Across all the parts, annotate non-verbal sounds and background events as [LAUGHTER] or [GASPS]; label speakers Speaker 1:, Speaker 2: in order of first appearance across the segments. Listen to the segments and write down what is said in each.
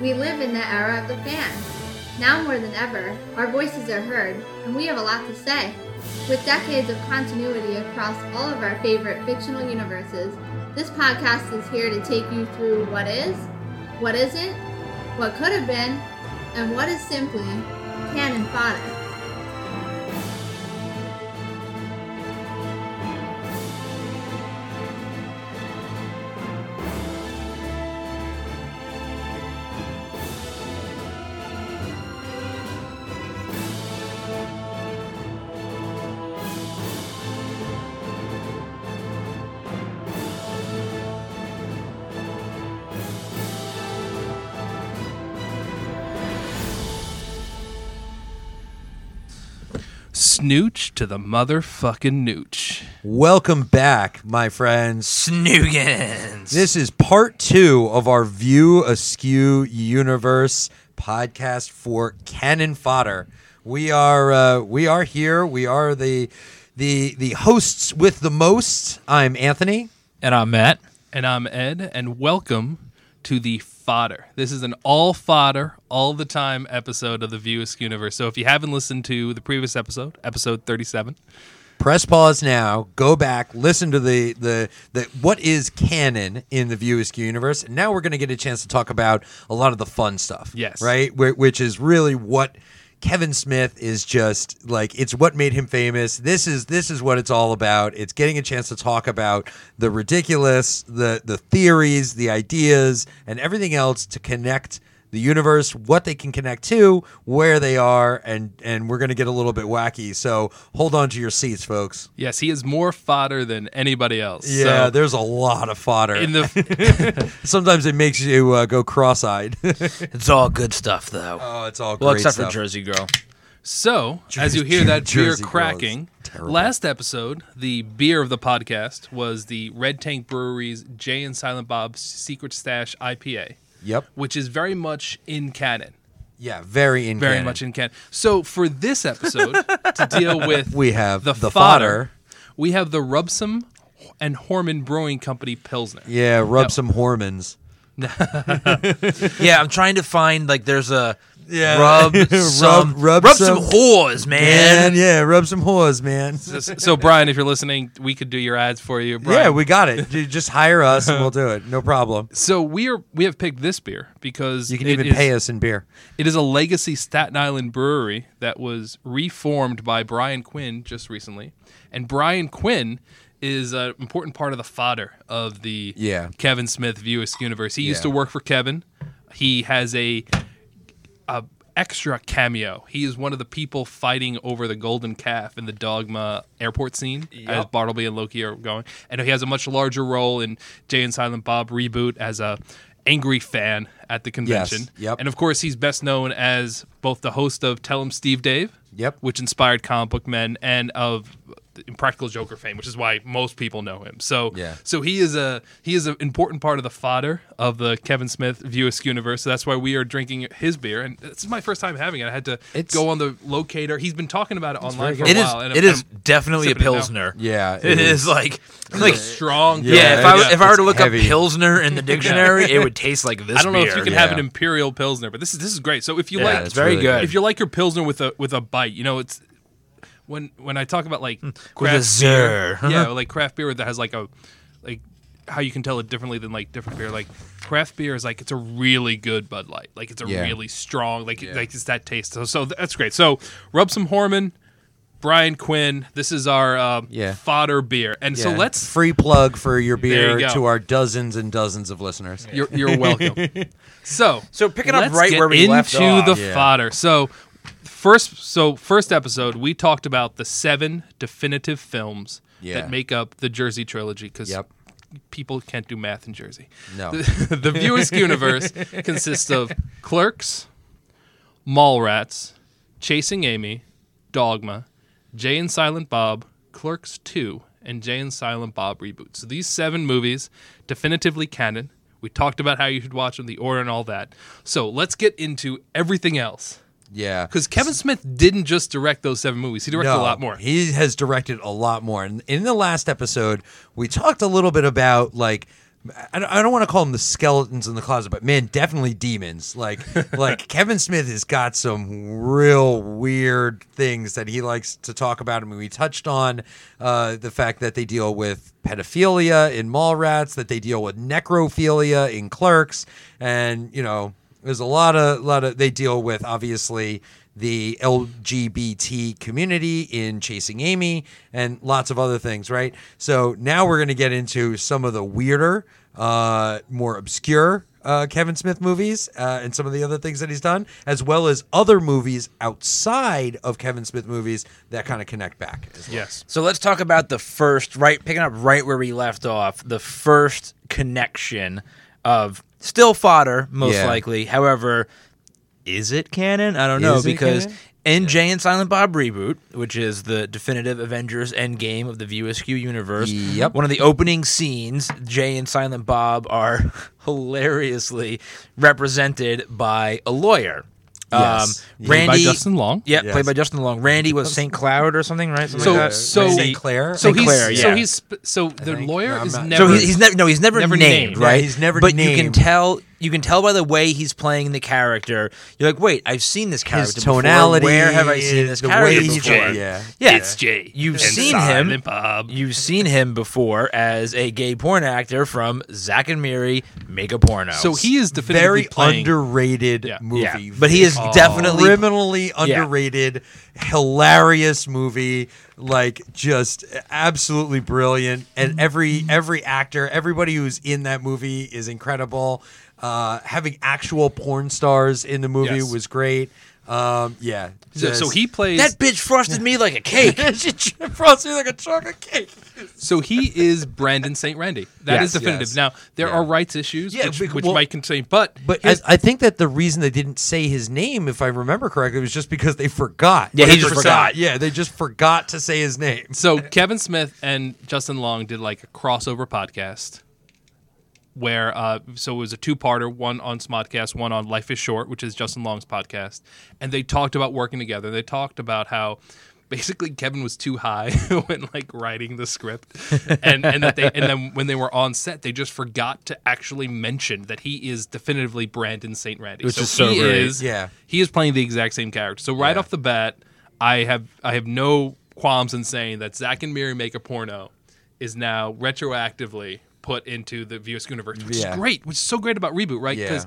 Speaker 1: We live in the era of the fan. Now more than ever, our voices are heard, and we have a lot to say. With decades of continuity across all of our favorite fictional universes, this podcast is here to take you through what is, what isn't, what could have been, and what is simply cannon fodder.
Speaker 2: Snooch to the motherfucking nooch.
Speaker 3: Welcome back, my friends.
Speaker 4: Snoogans.
Speaker 3: This is part two of our View Askew Universe podcast for Cannon Fodder. We are uh, we are here. We are the the the hosts with the most. I'm Anthony.
Speaker 4: and I'm Matt.
Speaker 2: And I'm Ed, and welcome to the fodder. This is an all fodder, all the time episode of the View Askew Universe. So if you haven't listened to the previous episode, episode 37,
Speaker 3: Press pause now. Go back. Listen to the the the what is canon in the View Askew universe. And now we're going to get a chance to talk about a lot of the fun stuff.
Speaker 2: Yes.
Speaker 3: right. Wh- which is really what Kevin Smith is just like. It's what made him famous. This is this is what it's all about. It's getting a chance to talk about the ridiculous, the the theories, the ideas, and everything else to connect the universe, what they can connect to, where they are, and and we're gonna get a little bit wacky. So hold on to your seats, folks.
Speaker 2: yes, he is more fodder than anybody else.
Speaker 3: Yeah,
Speaker 2: so
Speaker 3: there's a lot of fodder.
Speaker 2: in
Speaker 3: [LAUGHS]
Speaker 2: the
Speaker 3: Sometimes it makes you uh, go cross-eyed. [LAUGHS]
Speaker 4: It's all good stuff, though.
Speaker 3: oh, it's all
Speaker 4: well,
Speaker 3: great
Speaker 4: except
Speaker 3: stuff.
Speaker 4: for Jersey Girl.
Speaker 2: so as you hear that beer
Speaker 3: Jersey Girl is
Speaker 2: cracking,
Speaker 3: terrible.
Speaker 2: last episode the beer of the podcast was the Red Tank Brewery's Jay and Silent Bob's Secret Stash IPA,
Speaker 3: Yep.
Speaker 2: which is very much in canon.
Speaker 3: Yeah, very in
Speaker 2: very
Speaker 3: canon.
Speaker 2: much in canon. So for this episode, to
Speaker 3: [LAUGHS]
Speaker 2: deal with,
Speaker 3: We have
Speaker 2: the,
Speaker 3: the
Speaker 2: fodder,
Speaker 3: fodder.
Speaker 2: We have the Rubsum and Horman Brewing Company Pilsner.
Speaker 3: Yeah, rub
Speaker 2: No.
Speaker 3: some Hormons.
Speaker 4: Yeah, I'm trying to find like there's a
Speaker 3: Yeah.
Speaker 2: [LAUGHS]
Speaker 3: [LAUGHS]
Speaker 4: rub
Speaker 3: Rub-
Speaker 4: some
Speaker 3: rub
Speaker 4: some,
Speaker 3: some-
Speaker 4: whores,
Speaker 3: Man,
Speaker 4: man.
Speaker 3: yeah, rub some whores, man.
Speaker 2: So, so, Brian, if you're listening, we could do your ads for you. Brian.
Speaker 3: Yeah, we got it. Ju- Just hire us and we'll do it. No problem.
Speaker 2: so we are we have picked this beer because
Speaker 3: You can
Speaker 2: it
Speaker 3: even
Speaker 2: is-
Speaker 3: pay us in beer.
Speaker 2: It is a legacy Staten Island brewery that was reformed by Brian Quinn just recently, and Brian Quinn is an important part of the fodder of the
Speaker 3: Yeah.
Speaker 2: Kevin Smith Viewisk universe. He used to
Speaker 3: Yeah.
Speaker 2: work for Kevin. He has a, a extra cameo. He is one of the people fighting over the golden calf in the Dogma airport scene as Bartleby and Loki are going, and he has a much larger role in Jay and Silent Bob reboot as a angry fan at the convention.
Speaker 3: yep.
Speaker 2: And of course, he's best known as both the host of Tell 'em Steve Dave,
Speaker 3: Yep.
Speaker 2: which inspired comic book men, and of Impractical Joker fame, which is why most people know him. So,
Speaker 3: Yeah.
Speaker 2: so he is a he is an important part of the fodder of the Kevin Smith Viewisk universe. So that's why we are drinking his beer, and this is my first time having it. I had to
Speaker 3: It's-
Speaker 2: go on the locator. He's been talking about it online for
Speaker 4: It
Speaker 2: a
Speaker 4: is.
Speaker 2: while. and
Speaker 4: it
Speaker 2: I'm-
Speaker 4: is
Speaker 2: I'm
Speaker 4: definitely a
Speaker 2: sipping it now.
Speaker 4: pilsner.
Speaker 3: Yeah,
Speaker 4: it
Speaker 3: it
Speaker 4: is,
Speaker 3: is.
Speaker 4: like like.
Speaker 2: strong.
Speaker 4: Yeah,
Speaker 3: Yeah,
Speaker 4: if I
Speaker 3: it's-
Speaker 4: if I were to
Speaker 3: it's
Speaker 4: look
Speaker 3: heavy.
Speaker 4: up pilsner in the dictionary, it would taste like this.
Speaker 2: I don't know if
Speaker 4: beer.
Speaker 2: you can
Speaker 3: Yeah.
Speaker 2: have an imperial pilsner, but this is this is great. So if you
Speaker 4: Yeah,
Speaker 2: like
Speaker 4: it's very
Speaker 3: really
Speaker 4: good.
Speaker 2: if you like your pilsner with a with a bite, you know it's when when I talk about like
Speaker 4: Hmm. With a
Speaker 2: craft
Speaker 4: zer. [LAUGHS]
Speaker 2: yeah, like craft beer that has like a like how you can tell it differently than like different beer. Like craft beer is like it's a really good Bud Light. Like it's a
Speaker 3: Yeah.
Speaker 2: really strong like like it's that taste. So so that's great. So rub some Horman, Brian Quinn. This is our uh,
Speaker 3: Yeah.
Speaker 2: fodder beer, and so
Speaker 3: Yeah.
Speaker 2: let's.
Speaker 3: free plug for your
Speaker 2: There you
Speaker 3: beer
Speaker 2: go.
Speaker 3: to our dozens and dozens of listeners.
Speaker 2: You're, you're welcome.
Speaker 4: [LAUGHS]
Speaker 2: so
Speaker 4: So picking up
Speaker 2: let's
Speaker 4: right
Speaker 2: get
Speaker 4: where we
Speaker 2: into
Speaker 4: left off.
Speaker 2: the
Speaker 3: Yeah.
Speaker 2: fodder. So first, so first episode we talked about the seven definitive films
Speaker 3: Yeah.
Speaker 2: that make up the Jersey trilogy because
Speaker 3: Yep.
Speaker 2: people can't do math in Jersey.
Speaker 3: No.
Speaker 2: the, [LAUGHS] the Viewisk universe consists of Clerks, Mallrats, Chasing Amy, Dogma, Jay and Silent Bob, Clerks 2, and Jay and Silent Bob reboot. So these seven movies, definitively canon. We talked about how you should watch them, the order and all that. So let's get into everything else. [LAUGHS]
Speaker 3: Yeah.
Speaker 2: Because Kevin Smith didn't just direct those seven movies, he directed a lot more.
Speaker 3: He has directed a lot more. And in the last episode, we talked a little bit about like I don't, I don't want to call them the skeletons in the closet, but man, definitely demons.
Speaker 2: [LAUGHS]
Speaker 3: Like like Kevin Smith has got some real weird things that he likes to talk about. I mean, we touched on uh, the fact that they deal with pedophilia in Mallrats, that they deal with necrophilia in Clerks, and you know, there's a lot of lot of they deal with obviously the LGBT community in Chasing Amy and lots of other things, right? So now we're going to get into some of the weirder, uh, more obscure uh, Kevin Smith movies uh, and some of the other things that he's done, as well as other movies outside of Kevin Smith movies that kind of connect back. as well.
Speaker 2: Yes.
Speaker 4: So let's talk about the first right picking up right where we left off, the first connection of still fodder most
Speaker 3: Yeah.
Speaker 4: likely. However, is it canon? I don't know
Speaker 3: Is it
Speaker 4: because
Speaker 3: canon?
Speaker 4: in Jay and Silent Bob reboot, which is the definitive Avengers Endgame of the View Askew universe,
Speaker 3: Yep.
Speaker 4: one of the opening scenes, Jay and Silent Bob are [LAUGHS] hilariously represented by a lawyer.
Speaker 3: Yes.
Speaker 4: Um,
Speaker 3: Played
Speaker 2: Played by
Speaker 4: Randy
Speaker 2: Justin Long.
Speaker 4: Yeah,
Speaker 3: Yes.
Speaker 4: played by Justin Long. Randy was St. Cloud or something, right? Something
Speaker 2: So-
Speaker 4: like that.
Speaker 2: so-
Speaker 4: Randy-
Speaker 3: St. Clair.
Speaker 2: So
Speaker 4: St.
Speaker 2: he's
Speaker 4: Clair,
Speaker 2: so
Speaker 4: yeah.
Speaker 2: he's sp- so the
Speaker 3: think-
Speaker 2: lawyer
Speaker 3: no, I'm
Speaker 2: is
Speaker 3: not-
Speaker 2: never
Speaker 4: So he's, he's never no he's never,
Speaker 2: never
Speaker 4: named,
Speaker 2: named.
Speaker 4: right?
Speaker 3: Yeah, he's never
Speaker 4: But you can
Speaker 3: named.
Speaker 4: tell you can tell by the way he's playing the character. You're like, wait, I've seen this character. before.
Speaker 3: tonality,
Speaker 4: Where have I seen this
Speaker 3: the
Speaker 4: character
Speaker 3: way he's
Speaker 4: before?
Speaker 3: playing, yeah.
Speaker 4: yeah.
Speaker 2: It's Jay.
Speaker 4: You've
Speaker 2: and
Speaker 4: seen
Speaker 2: Silent
Speaker 4: him.
Speaker 2: Bob.
Speaker 4: You've seen him before as a gay porn actor from Zack and Miri Make a Porno.
Speaker 2: So he is definitively
Speaker 3: very
Speaker 2: playing.
Speaker 3: underrated
Speaker 2: Yeah.
Speaker 3: movie.
Speaker 4: yeah, but he is
Speaker 2: Oh.
Speaker 4: definitely
Speaker 3: criminally underrated, hilarious movie. Like just absolutely brilliant, and every every actor, everybody who's in that movie is incredible. Uh, having actual porn stars in the movie
Speaker 2: Yes.
Speaker 3: was great. Um, yeah,
Speaker 2: so, so
Speaker 3: [LAUGHS]
Speaker 2: he plays.
Speaker 4: that bitch frosted me like a cake.
Speaker 3: just frosted like a chocolate cake.
Speaker 2: so he is Brandon St. Randy. That is
Speaker 3: Yes,
Speaker 2: definitive.
Speaker 3: yes.
Speaker 2: Now there
Speaker 3: Yeah.
Speaker 2: are rights issues,
Speaker 3: Yeah,
Speaker 2: which,
Speaker 3: bec-
Speaker 2: which
Speaker 3: well-
Speaker 2: might contain, but
Speaker 3: But I,
Speaker 2: here's-
Speaker 3: I think that the reason they didn't say his name, if I remember correctly, was just because they forgot.
Speaker 4: Yeah, he
Speaker 3: They
Speaker 4: just forgot.
Speaker 3: Yeah, they just forgot to say his name.
Speaker 2: so Kevin Smith and Justin Long did like a crossover podcast where uh, so it was a two-parter, one on Smodcast, one on Life is Short, which is Justin Long's podcast, and they talked about working together. They talked about how basically Kevin was too high [LAUGHS] when like writing the script, and and that they and then when they were on set, they just forgot to actually mention that he is definitively Brandon St. Randy,
Speaker 4: Which is so
Speaker 2: he
Speaker 4: great.
Speaker 2: is
Speaker 3: Yeah.
Speaker 2: he is playing the exact same character. So right off the bat, I have I have no qualms in saying that Zack and Miri make a porno is now retroactively put into the VS universe, which
Speaker 3: Yeah.
Speaker 2: is great, which is so great about reboot, right?
Speaker 3: Yeah.
Speaker 2: Because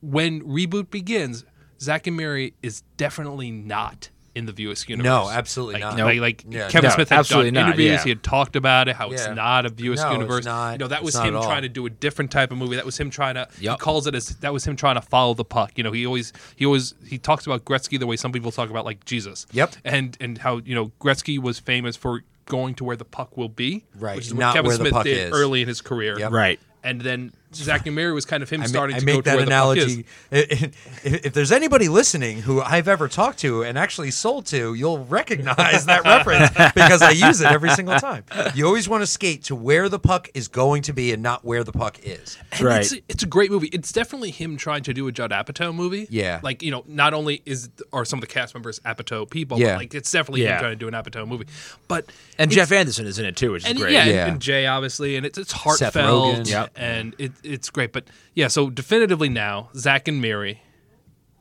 Speaker 2: when reboot begins, Zack and Miri is definitely not in the VS universe.
Speaker 3: No, absolutely
Speaker 2: like,
Speaker 3: not.
Speaker 2: Like, like
Speaker 3: Yeah,
Speaker 2: Kevin
Speaker 4: no,
Speaker 2: Smith had done
Speaker 4: absolutely not,
Speaker 2: interviews,
Speaker 4: yeah.
Speaker 2: he had talked about it, how it's
Speaker 3: Yeah.
Speaker 2: not a VS
Speaker 3: No, it's
Speaker 2: universe.
Speaker 3: not.
Speaker 2: you know, that
Speaker 3: It's
Speaker 2: was
Speaker 3: not
Speaker 2: him
Speaker 3: at all.
Speaker 2: trying to do a different type of movie. That was him trying to. He
Speaker 4: Yep.
Speaker 2: calls it as that was him trying to follow the puck. You know, he always he always he talks about Gretzky the way some people talk about like Jesus.
Speaker 3: Yep.
Speaker 2: And and how you know Gretzky was famous for going to where the puck will be.
Speaker 3: Right,
Speaker 2: Which is what
Speaker 3: not
Speaker 2: Kevin
Speaker 3: where the
Speaker 2: Smith
Speaker 3: puck
Speaker 2: did
Speaker 3: is.
Speaker 2: early in his career.
Speaker 3: Yep.
Speaker 4: right.
Speaker 2: And then Zach and Mary was kind of him
Speaker 3: I ma-
Speaker 2: starting
Speaker 3: I
Speaker 2: to
Speaker 3: make
Speaker 2: go
Speaker 3: that
Speaker 2: to where the puck is.
Speaker 3: analogy. [LAUGHS] If, if- if there's anybody listening who I've ever talked to and actually sold to, you'll recognize that
Speaker 2: [LAUGHS]
Speaker 3: reference because I use it every single time. You always want to skate to where the puck is going to be and not where the puck is.
Speaker 2: And
Speaker 4: Right.
Speaker 2: It's, it's a great movie. It's definitely him trying to do a Judd Apatow movie.
Speaker 3: Yeah.
Speaker 2: Like, you know, not only is are some of the cast members Apatow people,
Speaker 3: Yeah.
Speaker 2: but like it's definitely him
Speaker 4: Yeah.
Speaker 2: trying to do an Apatow movie. But
Speaker 4: And
Speaker 2: it's-
Speaker 4: Jeff Anderson is in it too, which is
Speaker 2: and
Speaker 4: great.
Speaker 2: yeah, and-
Speaker 3: Yeah.
Speaker 2: And, Jay obviously, and it's it's heartfelt,
Speaker 3: Rogen. Yep.
Speaker 2: and it, it's great. But yeah, so definitively now, Zach and Miri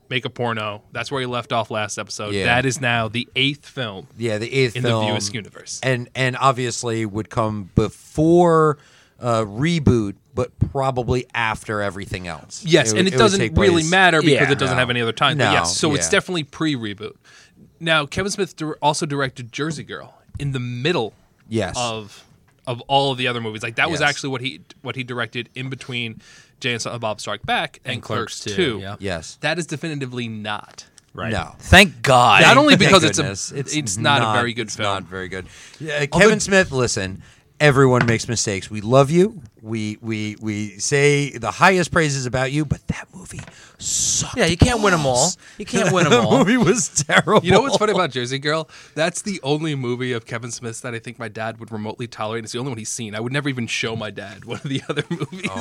Speaker 2: make a porno. That's where he left off last episode.
Speaker 3: Yeah.
Speaker 2: That is now the eighth film
Speaker 3: Yeah, the eighth
Speaker 2: in
Speaker 3: film
Speaker 2: the Viewers universe.
Speaker 3: and and obviously would come before uh, reboot, but probably after everything else.
Speaker 2: Yes,
Speaker 3: would-
Speaker 2: and it,
Speaker 3: would
Speaker 2: doesn't
Speaker 3: take
Speaker 2: really
Speaker 3: place-
Speaker 2: matter because
Speaker 4: Yeah.
Speaker 2: it doesn't
Speaker 3: No.
Speaker 2: have any other time. but
Speaker 3: No,
Speaker 2: yes, so it's
Speaker 3: yeah.
Speaker 2: definitely pre reboot. Now, Kevin Smith dir- also directed Jersey Girl in the middle
Speaker 3: Yes.
Speaker 2: of of all of the other movies. Like that was
Speaker 3: Yes.
Speaker 2: actually what he what he directed in between Jay and Silent Bob Strike Back and, Clerks, 2.
Speaker 4: Clerks too, yeah.
Speaker 3: Yes.
Speaker 2: That is definitively not.
Speaker 4: Right.
Speaker 3: No.
Speaker 4: Thank God.
Speaker 2: Not only
Speaker 3: Thank
Speaker 2: because it's a-
Speaker 3: goodness.
Speaker 2: it's not a very good
Speaker 3: it's
Speaker 2: film.
Speaker 3: Not very good. Yeah, Kevin Smith, listen. Everyone makes mistakes. We love you. We we we say the highest praises about you, but that movie sucked.
Speaker 4: Yeah, you can't win 'em all.
Speaker 3: balls.
Speaker 4: You can't win 'em
Speaker 2: [LAUGHS]
Speaker 3: [LAUGHS]
Speaker 4: all.
Speaker 3: That movie was terrible.
Speaker 2: You know what's
Speaker 3: [LAUGHS]
Speaker 2: funny about Jersey Girl? That's the only movie of Kevin Smith's that I think my dad would remotely tolerate. It's the only one he's seen. I would never even show my dad [LAUGHS] one of the other movies.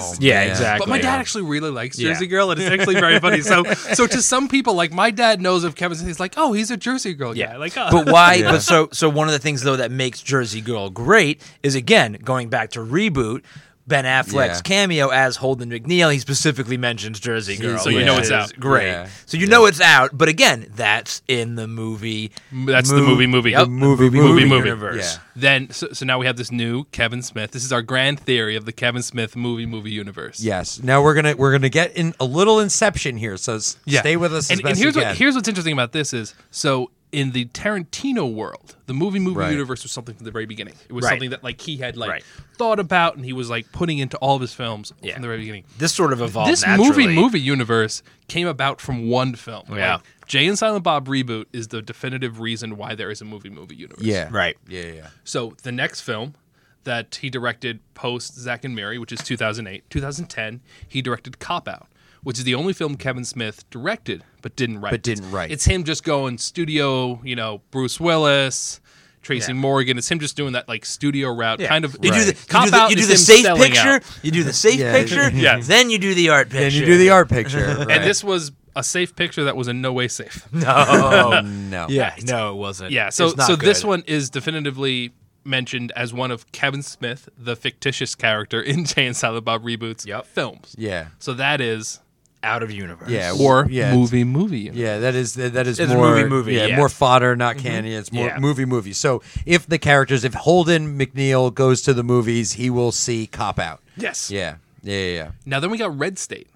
Speaker 3: Yeah.
Speaker 4: Yeah, exactly.
Speaker 2: But my dad
Speaker 4: Yeah.
Speaker 2: actually really likes
Speaker 4: Yeah.
Speaker 2: Jersey Girl, and it's actually very funny. So, so to some people, like my dad knows of Kevin Smith. He's like, oh, he's a Jersey Girl guy. Like, oh.
Speaker 4: But why?
Speaker 3: Yeah.
Speaker 4: But so so one of the things though that makes Jersey Girl great is again going back to reboot. Ben Affleck's
Speaker 3: Yeah.
Speaker 4: cameo as Holden McNeil. He specifically mentions Jersey Girl.
Speaker 2: So you know
Speaker 4: which
Speaker 2: it's
Speaker 4: is
Speaker 2: out.
Speaker 4: Great.
Speaker 3: Yeah.
Speaker 4: So you know it's out, but again, that's in the movie.
Speaker 2: That's the movie, movie.
Speaker 4: Yep,
Speaker 2: The
Speaker 3: movie,
Speaker 2: movie,
Speaker 3: movie
Speaker 2: movie.
Speaker 4: universe.
Speaker 3: Yeah.
Speaker 2: Then, so, so now we have this new Kevin Smith. This is our grand theory of the Kevin Smith movie, movie universe.
Speaker 3: Yes. Now we're gonna we're gonna get in a little inception here. So s- stay with us.
Speaker 2: And,
Speaker 3: as best
Speaker 2: and here's
Speaker 3: you
Speaker 2: what
Speaker 3: can.
Speaker 2: here's what's interesting about this is so in the Tarantino world, the movie movie
Speaker 3: Right.
Speaker 2: universe was something from the very beginning. It was
Speaker 4: Right.
Speaker 2: something that like he had like
Speaker 4: Right.
Speaker 2: thought about and he was like putting into all of his films
Speaker 4: Yeah.
Speaker 2: from the very beginning.
Speaker 4: This sort of evolved.
Speaker 2: this movie
Speaker 4: naturally.
Speaker 2: movie universe came about from one film.
Speaker 4: Yeah.
Speaker 2: Like, Jay and Silent Bob reboot is the definitive reason why there is a movie movie universe.
Speaker 3: Yeah.
Speaker 4: Right.
Speaker 3: Yeah. Yeah. yeah.
Speaker 2: So the next film that he directed post Zack and Mary, which is 2008, 2010, he directed Cop Out, which is the only film Kevin Smith directed but didn't write.
Speaker 3: But didn't write.
Speaker 2: It's him just going studio, you know, Bruce Willis, Tracy
Speaker 4: Yeah.
Speaker 2: Morgan. It's him just doing that like studio route,
Speaker 4: Yeah.
Speaker 2: kind of.
Speaker 4: you do the, you
Speaker 2: Cop
Speaker 4: do the,
Speaker 2: Out
Speaker 4: you do
Speaker 2: is
Speaker 4: the
Speaker 2: him
Speaker 4: safe
Speaker 2: selling
Speaker 4: picture,
Speaker 2: out.
Speaker 4: you do the safe
Speaker 3: [LAUGHS] Yeah.
Speaker 4: picture,
Speaker 2: Yes.
Speaker 4: then you do the art picture.
Speaker 3: Then you do
Speaker 4: [LAUGHS]
Speaker 3: the art picture.
Speaker 2: [LAUGHS]
Speaker 3: Right?
Speaker 2: And this was a safe picture that was in no way
Speaker 4: [LAUGHS]
Speaker 2: safe. [LAUGHS]
Speaker 3: [LAUGHS] Oh no.
Speaker 4: Yeah, no, it wasn't.
Speaker 2: Yeah, so
Speaker 4: It's not
Speaker 2: so this
Speaker 4: good.
Speaker 2: one is definitively mentioned as one of Kevin Smith, the fictitious character in Jay and Silent Bob reboots
Speaker 4: Yep.
Speaker 2: films.
Speaker 3: Yeah.
Speaker 2: So that is
Speaker 4: out of universe.
Speaker 3: Yeah.
Speaker 2: or
Speaker 3: yeah,
Speaker 2: movie movie. universe.
Speaker 3: Yeah, that is that is
Speaker 4: It's
Speaker 3: more
Speaker 4: movie, movie, yeah.
Speaker 3: more fodder, not
Speaker 2: Mm-hmm.
Speaker 3: candy. It's more
Speaker 4: Yeah.
Speaker 3: movie movie. So if the characters, if Holden McNeil goes to the movies, he will see Cop Out.
Speaker 2: Yes.
Speaker 3: Yeah, yeah, yeah.
Speaker 2: Now then we got Red State,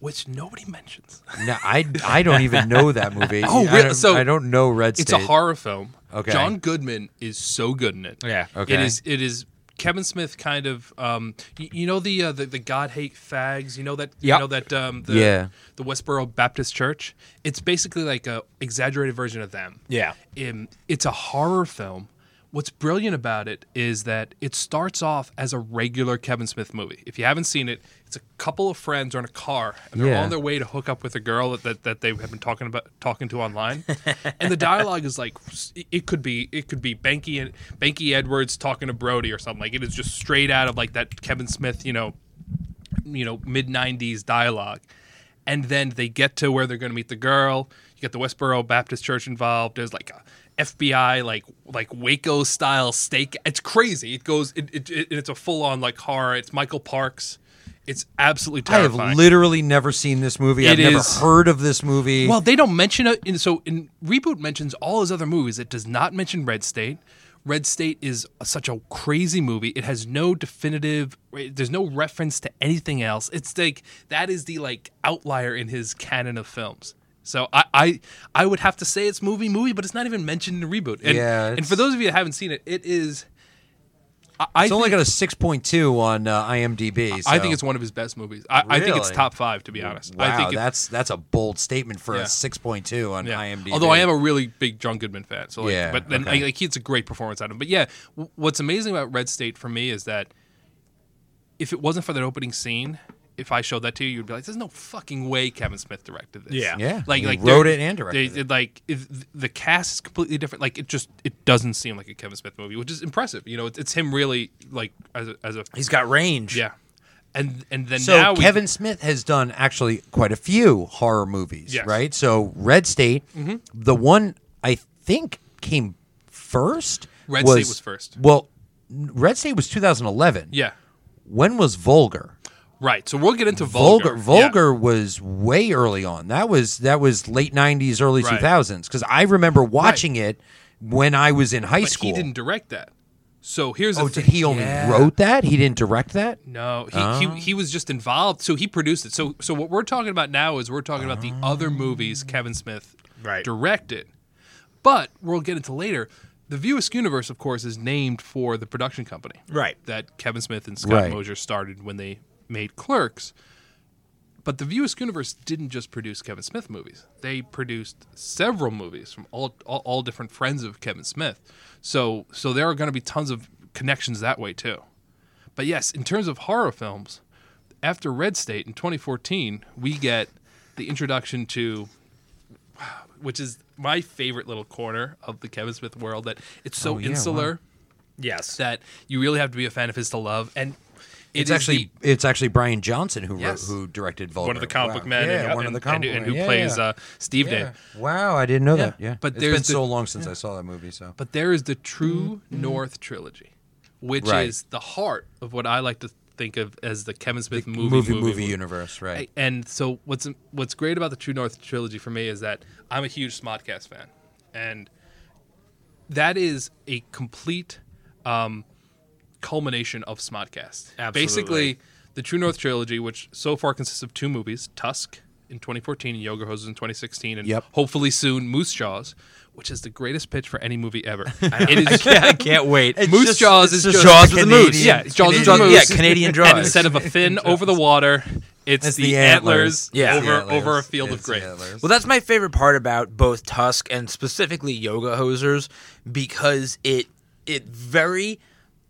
Speaker 2: which nobody mentions. [LAUGHS]
Speaker 3: yeah. No, I I don't even know that movie.
Speaker 2: Oh,
Speaker 3: I
Speaker 2: really?
Speaker 3: don't,
Speaker 2: So
Speaker 3: I don't know Red
Speaker 2: It's
Speaker 3: State.
Speaker 2: a horror film.
Speaker 3: Okay.
Speaker 2: John Goodman is so good in it.
Speaker 4: Yeah.
Speaker 3: Okay.
Speaker 2: It is. It is. Kevin Smith kind of, um, you, you know the, uh, the the God hate fags. You know that. You
Speaker 4: Yep.
Speaker 2: know that. Um, the,
Speaker 3: Yeah.
Speaker 2: The Westboro Baptist Church. It's basically like a exaggerated version of them.
Speaker 4: Yeah.
Speaker 2: Um, it's a horror film. What's brilliant about it is that it starts off as a regular Kevin Smith movie. If you haven't seen it, it's a couple of friends are in a car and they're
Speaker 3: Yeah.
Speaker 2: on their way to hook up with a girl that, that, that they have been talking about talking to online, and the dialogue is like it could be it could be Banky and Banky Edwards talking to Brody or something like it is just straight out of like that Kevin Smith you know you know mid 90s dialogue and then they get to where they're going to meet the girl you get the westboro baptist church involved there's like a fbi like like waco style stake it's crazy it goes it, it, it it's a full-on like horror it's michael parks it's absolutely
Speaker 3: I have
Speaker 2: terrifying
Speaker 3: literally never seen this movie. I've
Speaker 2: It
Speaker 3: never
Speaker 2: is-
Speaker 3: heard of this movie.
Speaker 2: well, they don't mention it. In, so in reboot mentions all his other movies. It does not mention Red State. Red State is such a crazy movie. It has no definitive. There's no reference to anything else. It's like that is the like outlier in his canon of films. So I I, I would have to say it's movie movie, but it's not even mentioned in reboot. And,
Speaker 3: Yeah,
Speaker 2: and
Speaker 3: it's-
Speaker 2: for those of you that haven't seen it, it is. I, I
Speaker 3: it's only
Speaker 2: think,
Speaker 3: got a six point two on uh, IMDb.
Speaker 2: I
Speaker 3: so-
Speaker 2: think it's one of his best movies. I, I think it's
Speaker 3: Really?
Speaker 2: top five, to be honest.
Speaker 3: Wow,
Speaker 2: I think it-
Speaker 3: that's that's a bold statement for
Speaker 2: Yeah.
Speaker 3: a six point two on
Speaker 2: Yeah.
Speaker 3: IMDb.
Speaker 2: Although I am a really big John Goodman fan, so like,
Speaker 3: Yeah,
Speaker 2: but then
Speaker 3: okay.
Speaker 2: I, like it's a great performance out of him. But yeah, w- what's amazing about Red State for me is that if it wasn't for that opening scene, if I showed that to you, you'd be like, "There's no fucking way Kevin Smith directed this."
Speaker 4: Yeah.
Speaker 3: Yeah,
Speaker 2: like
Speaker 3: he
Speaker 2: like
Speaker 3: wrote
Speaker 2: they're-
Speaker 3: it and directed
Speaker 2: they- Like if- the cast is completely different. Like it just it doesn't seem like a Kevin Smith movie, which is impressive. You know, it's, it's him really like as a, as a
Speaker 4: He's got range.
Speaker 2: yeah, and and then
Speaker 3: So
Speaker 2: now we-
Speaker 3: Kevin Smith has done actually quite a few horror movies,
Speaker 2: Yes. Mm-hmm.
Speaker 3: right? So Red State, the one I think came first.
Speaker 2: Red State was first.
Speaker 3: Well, n- Red State was 2011.
Speaker 2: yeah.
Speaker 3: When was Vulgar?
Speaker 2: Right, so we'll get into vulgar.
Speaker 3: Vulgar
Speaker 2: Yeah.
Speaker 3: Vulgar was way early on. That was that was late 90s, early
Speaker 2: Right.
Speaker 3: 2000s. Because I remember watching it when I was in high
Speaker 2: but
Speaker 3: school.
Speaker 2: he didn't direct that. So here's
Speaker 3: oh,
Speaker 2: the
Speaker 3: did
Speaker 2: thing.
Speaker 3: he only
Speaker 2: Yeah.
Speaker 3: wrote that? He didn't direct that.
Speaker 2: No, he, he he was just involved. So he produced it. So so what we're talking about now is we're talking about the other movies Kevin Smith
Speaker 4: Right.
Speaker 2: directed. But we'll get into later. The Viewisk universe, of course, is named for the production company
Speaker 4: Right.
Speaker 2: that Kevin Smith and Scott
Speaker 3: Right.
Speaker 2: Mosier started when they made Clerks. But the Viewisk universe didn't just produce Kevin Smith movies. They produced several movies from all all, all different friends of Kevin Smith. So so there are going to be tons of connections that way too. But yes, in terms of horror films, after Red State in 2014, we get the introduction to [SIGHS] which is my favorite little corner of the Kevin Smith world that it's so
Speaker 3: Oh, yeah, wow.
Speaker 2: insular
Speaker 4: Yes.
Speaker 2: that you really have to be a fan of his to love and it
Speaker 3: It's
Speaker 2: is
Speaker 3: actually it's actually Brian Johnson who
Speaker 2: Yes.
Speaker 3: wrote, who directed
Speaker 2: the-
Speaker 3: Vulgar.
Speaker 2: one of the comic book
Speaker 3: Wow.
Speaker 2: men
Speaker 3: Yeah,
Speaker 2: and,
Speaker 3: one
Speaker 2: and-
Speaker 3: of the
Speaker 2: and,
Speaker 3: comic book
Speaker 2: and
Speaker 3: men.
Speaker 2: who
Speaker 3: Yeah,
Speaker 2: plays
Speaker 3: yeah.
Speaker 2: Uh, Steve
Speaker 3: Yeah.
Speaker 2: Dave.
Speaker 3: Wow, I didn't know that.
Speaker 2: Yeah.
Speaker 3: Yeah,
Speaker 2: But
Speaker 3: it's
Speaker 2: there's
Speaker 3: been
Speaker 2: the-
Speaker 3: so long since I saw that movie. So
Speaker 2: But there is the True North trilogy, which
Speaker 3: Mm-hmm. Right.
Speaker 2: is the heart of what I like to think of as the Kevin Smith
Speaker 3: movie
Speaker 2: movie
Speaker 3: movie, universe, right?
Speaker 2: And so what's what's great about the True North trilogy for me is that I'm a huge Smodcast fan, and that is a complete um, culmination of Smodcast.
Speaker 4: Absolutely.
Speaker 2: Basically, the True North trilogy, which so far consists of two movies, Tusk in 2014 and Yoga Hoses in 2016, and
Speaker 3: Yep.
Speaker 2: hopefully soon Moose Jaws, which is the greatest pitch for any movie ever.
Speaker 4: [LAUGHS] I
Speaker 2: it is
Speaker 4: can't, I can't wait.
Speaker 3: It's
Speaker 2: Moose
Speaker 3: just-
Speaker 2: Jaws is
Speaker 3: it's just
Speaker 2: just
Speaker 3: Jaws with a
Speaker 2: Canadian,
Speaker 3: moose.
Speaker 2: Yeah, Jaws with
Speaker 3: Canadian-
Speaker 2: a moose.
Speaker 4: yeah, Canadian Jaws.
Speaker 2: [LAUGHS] And instead of a fin over the water, it's,
Speaker 3: It's
Speaker 2: the,
Speaker 3: the
Speaker 2: antlers,
Speaker 3: antlers.
Speaker 4: Yeah.
Speaker 2: over
Speaker 3: It's
Speaker 2: over
Speaker 3: the
Speaker 2: a
Speaker 3: antlers.
Speaker 2: field of
Speaker 3: It's the
Speaker 2: grain.
Speaker 3: antlers.
Speaker 4: Well, that's my favorite part about both Tusk and specifically Yoga Hosers because it it very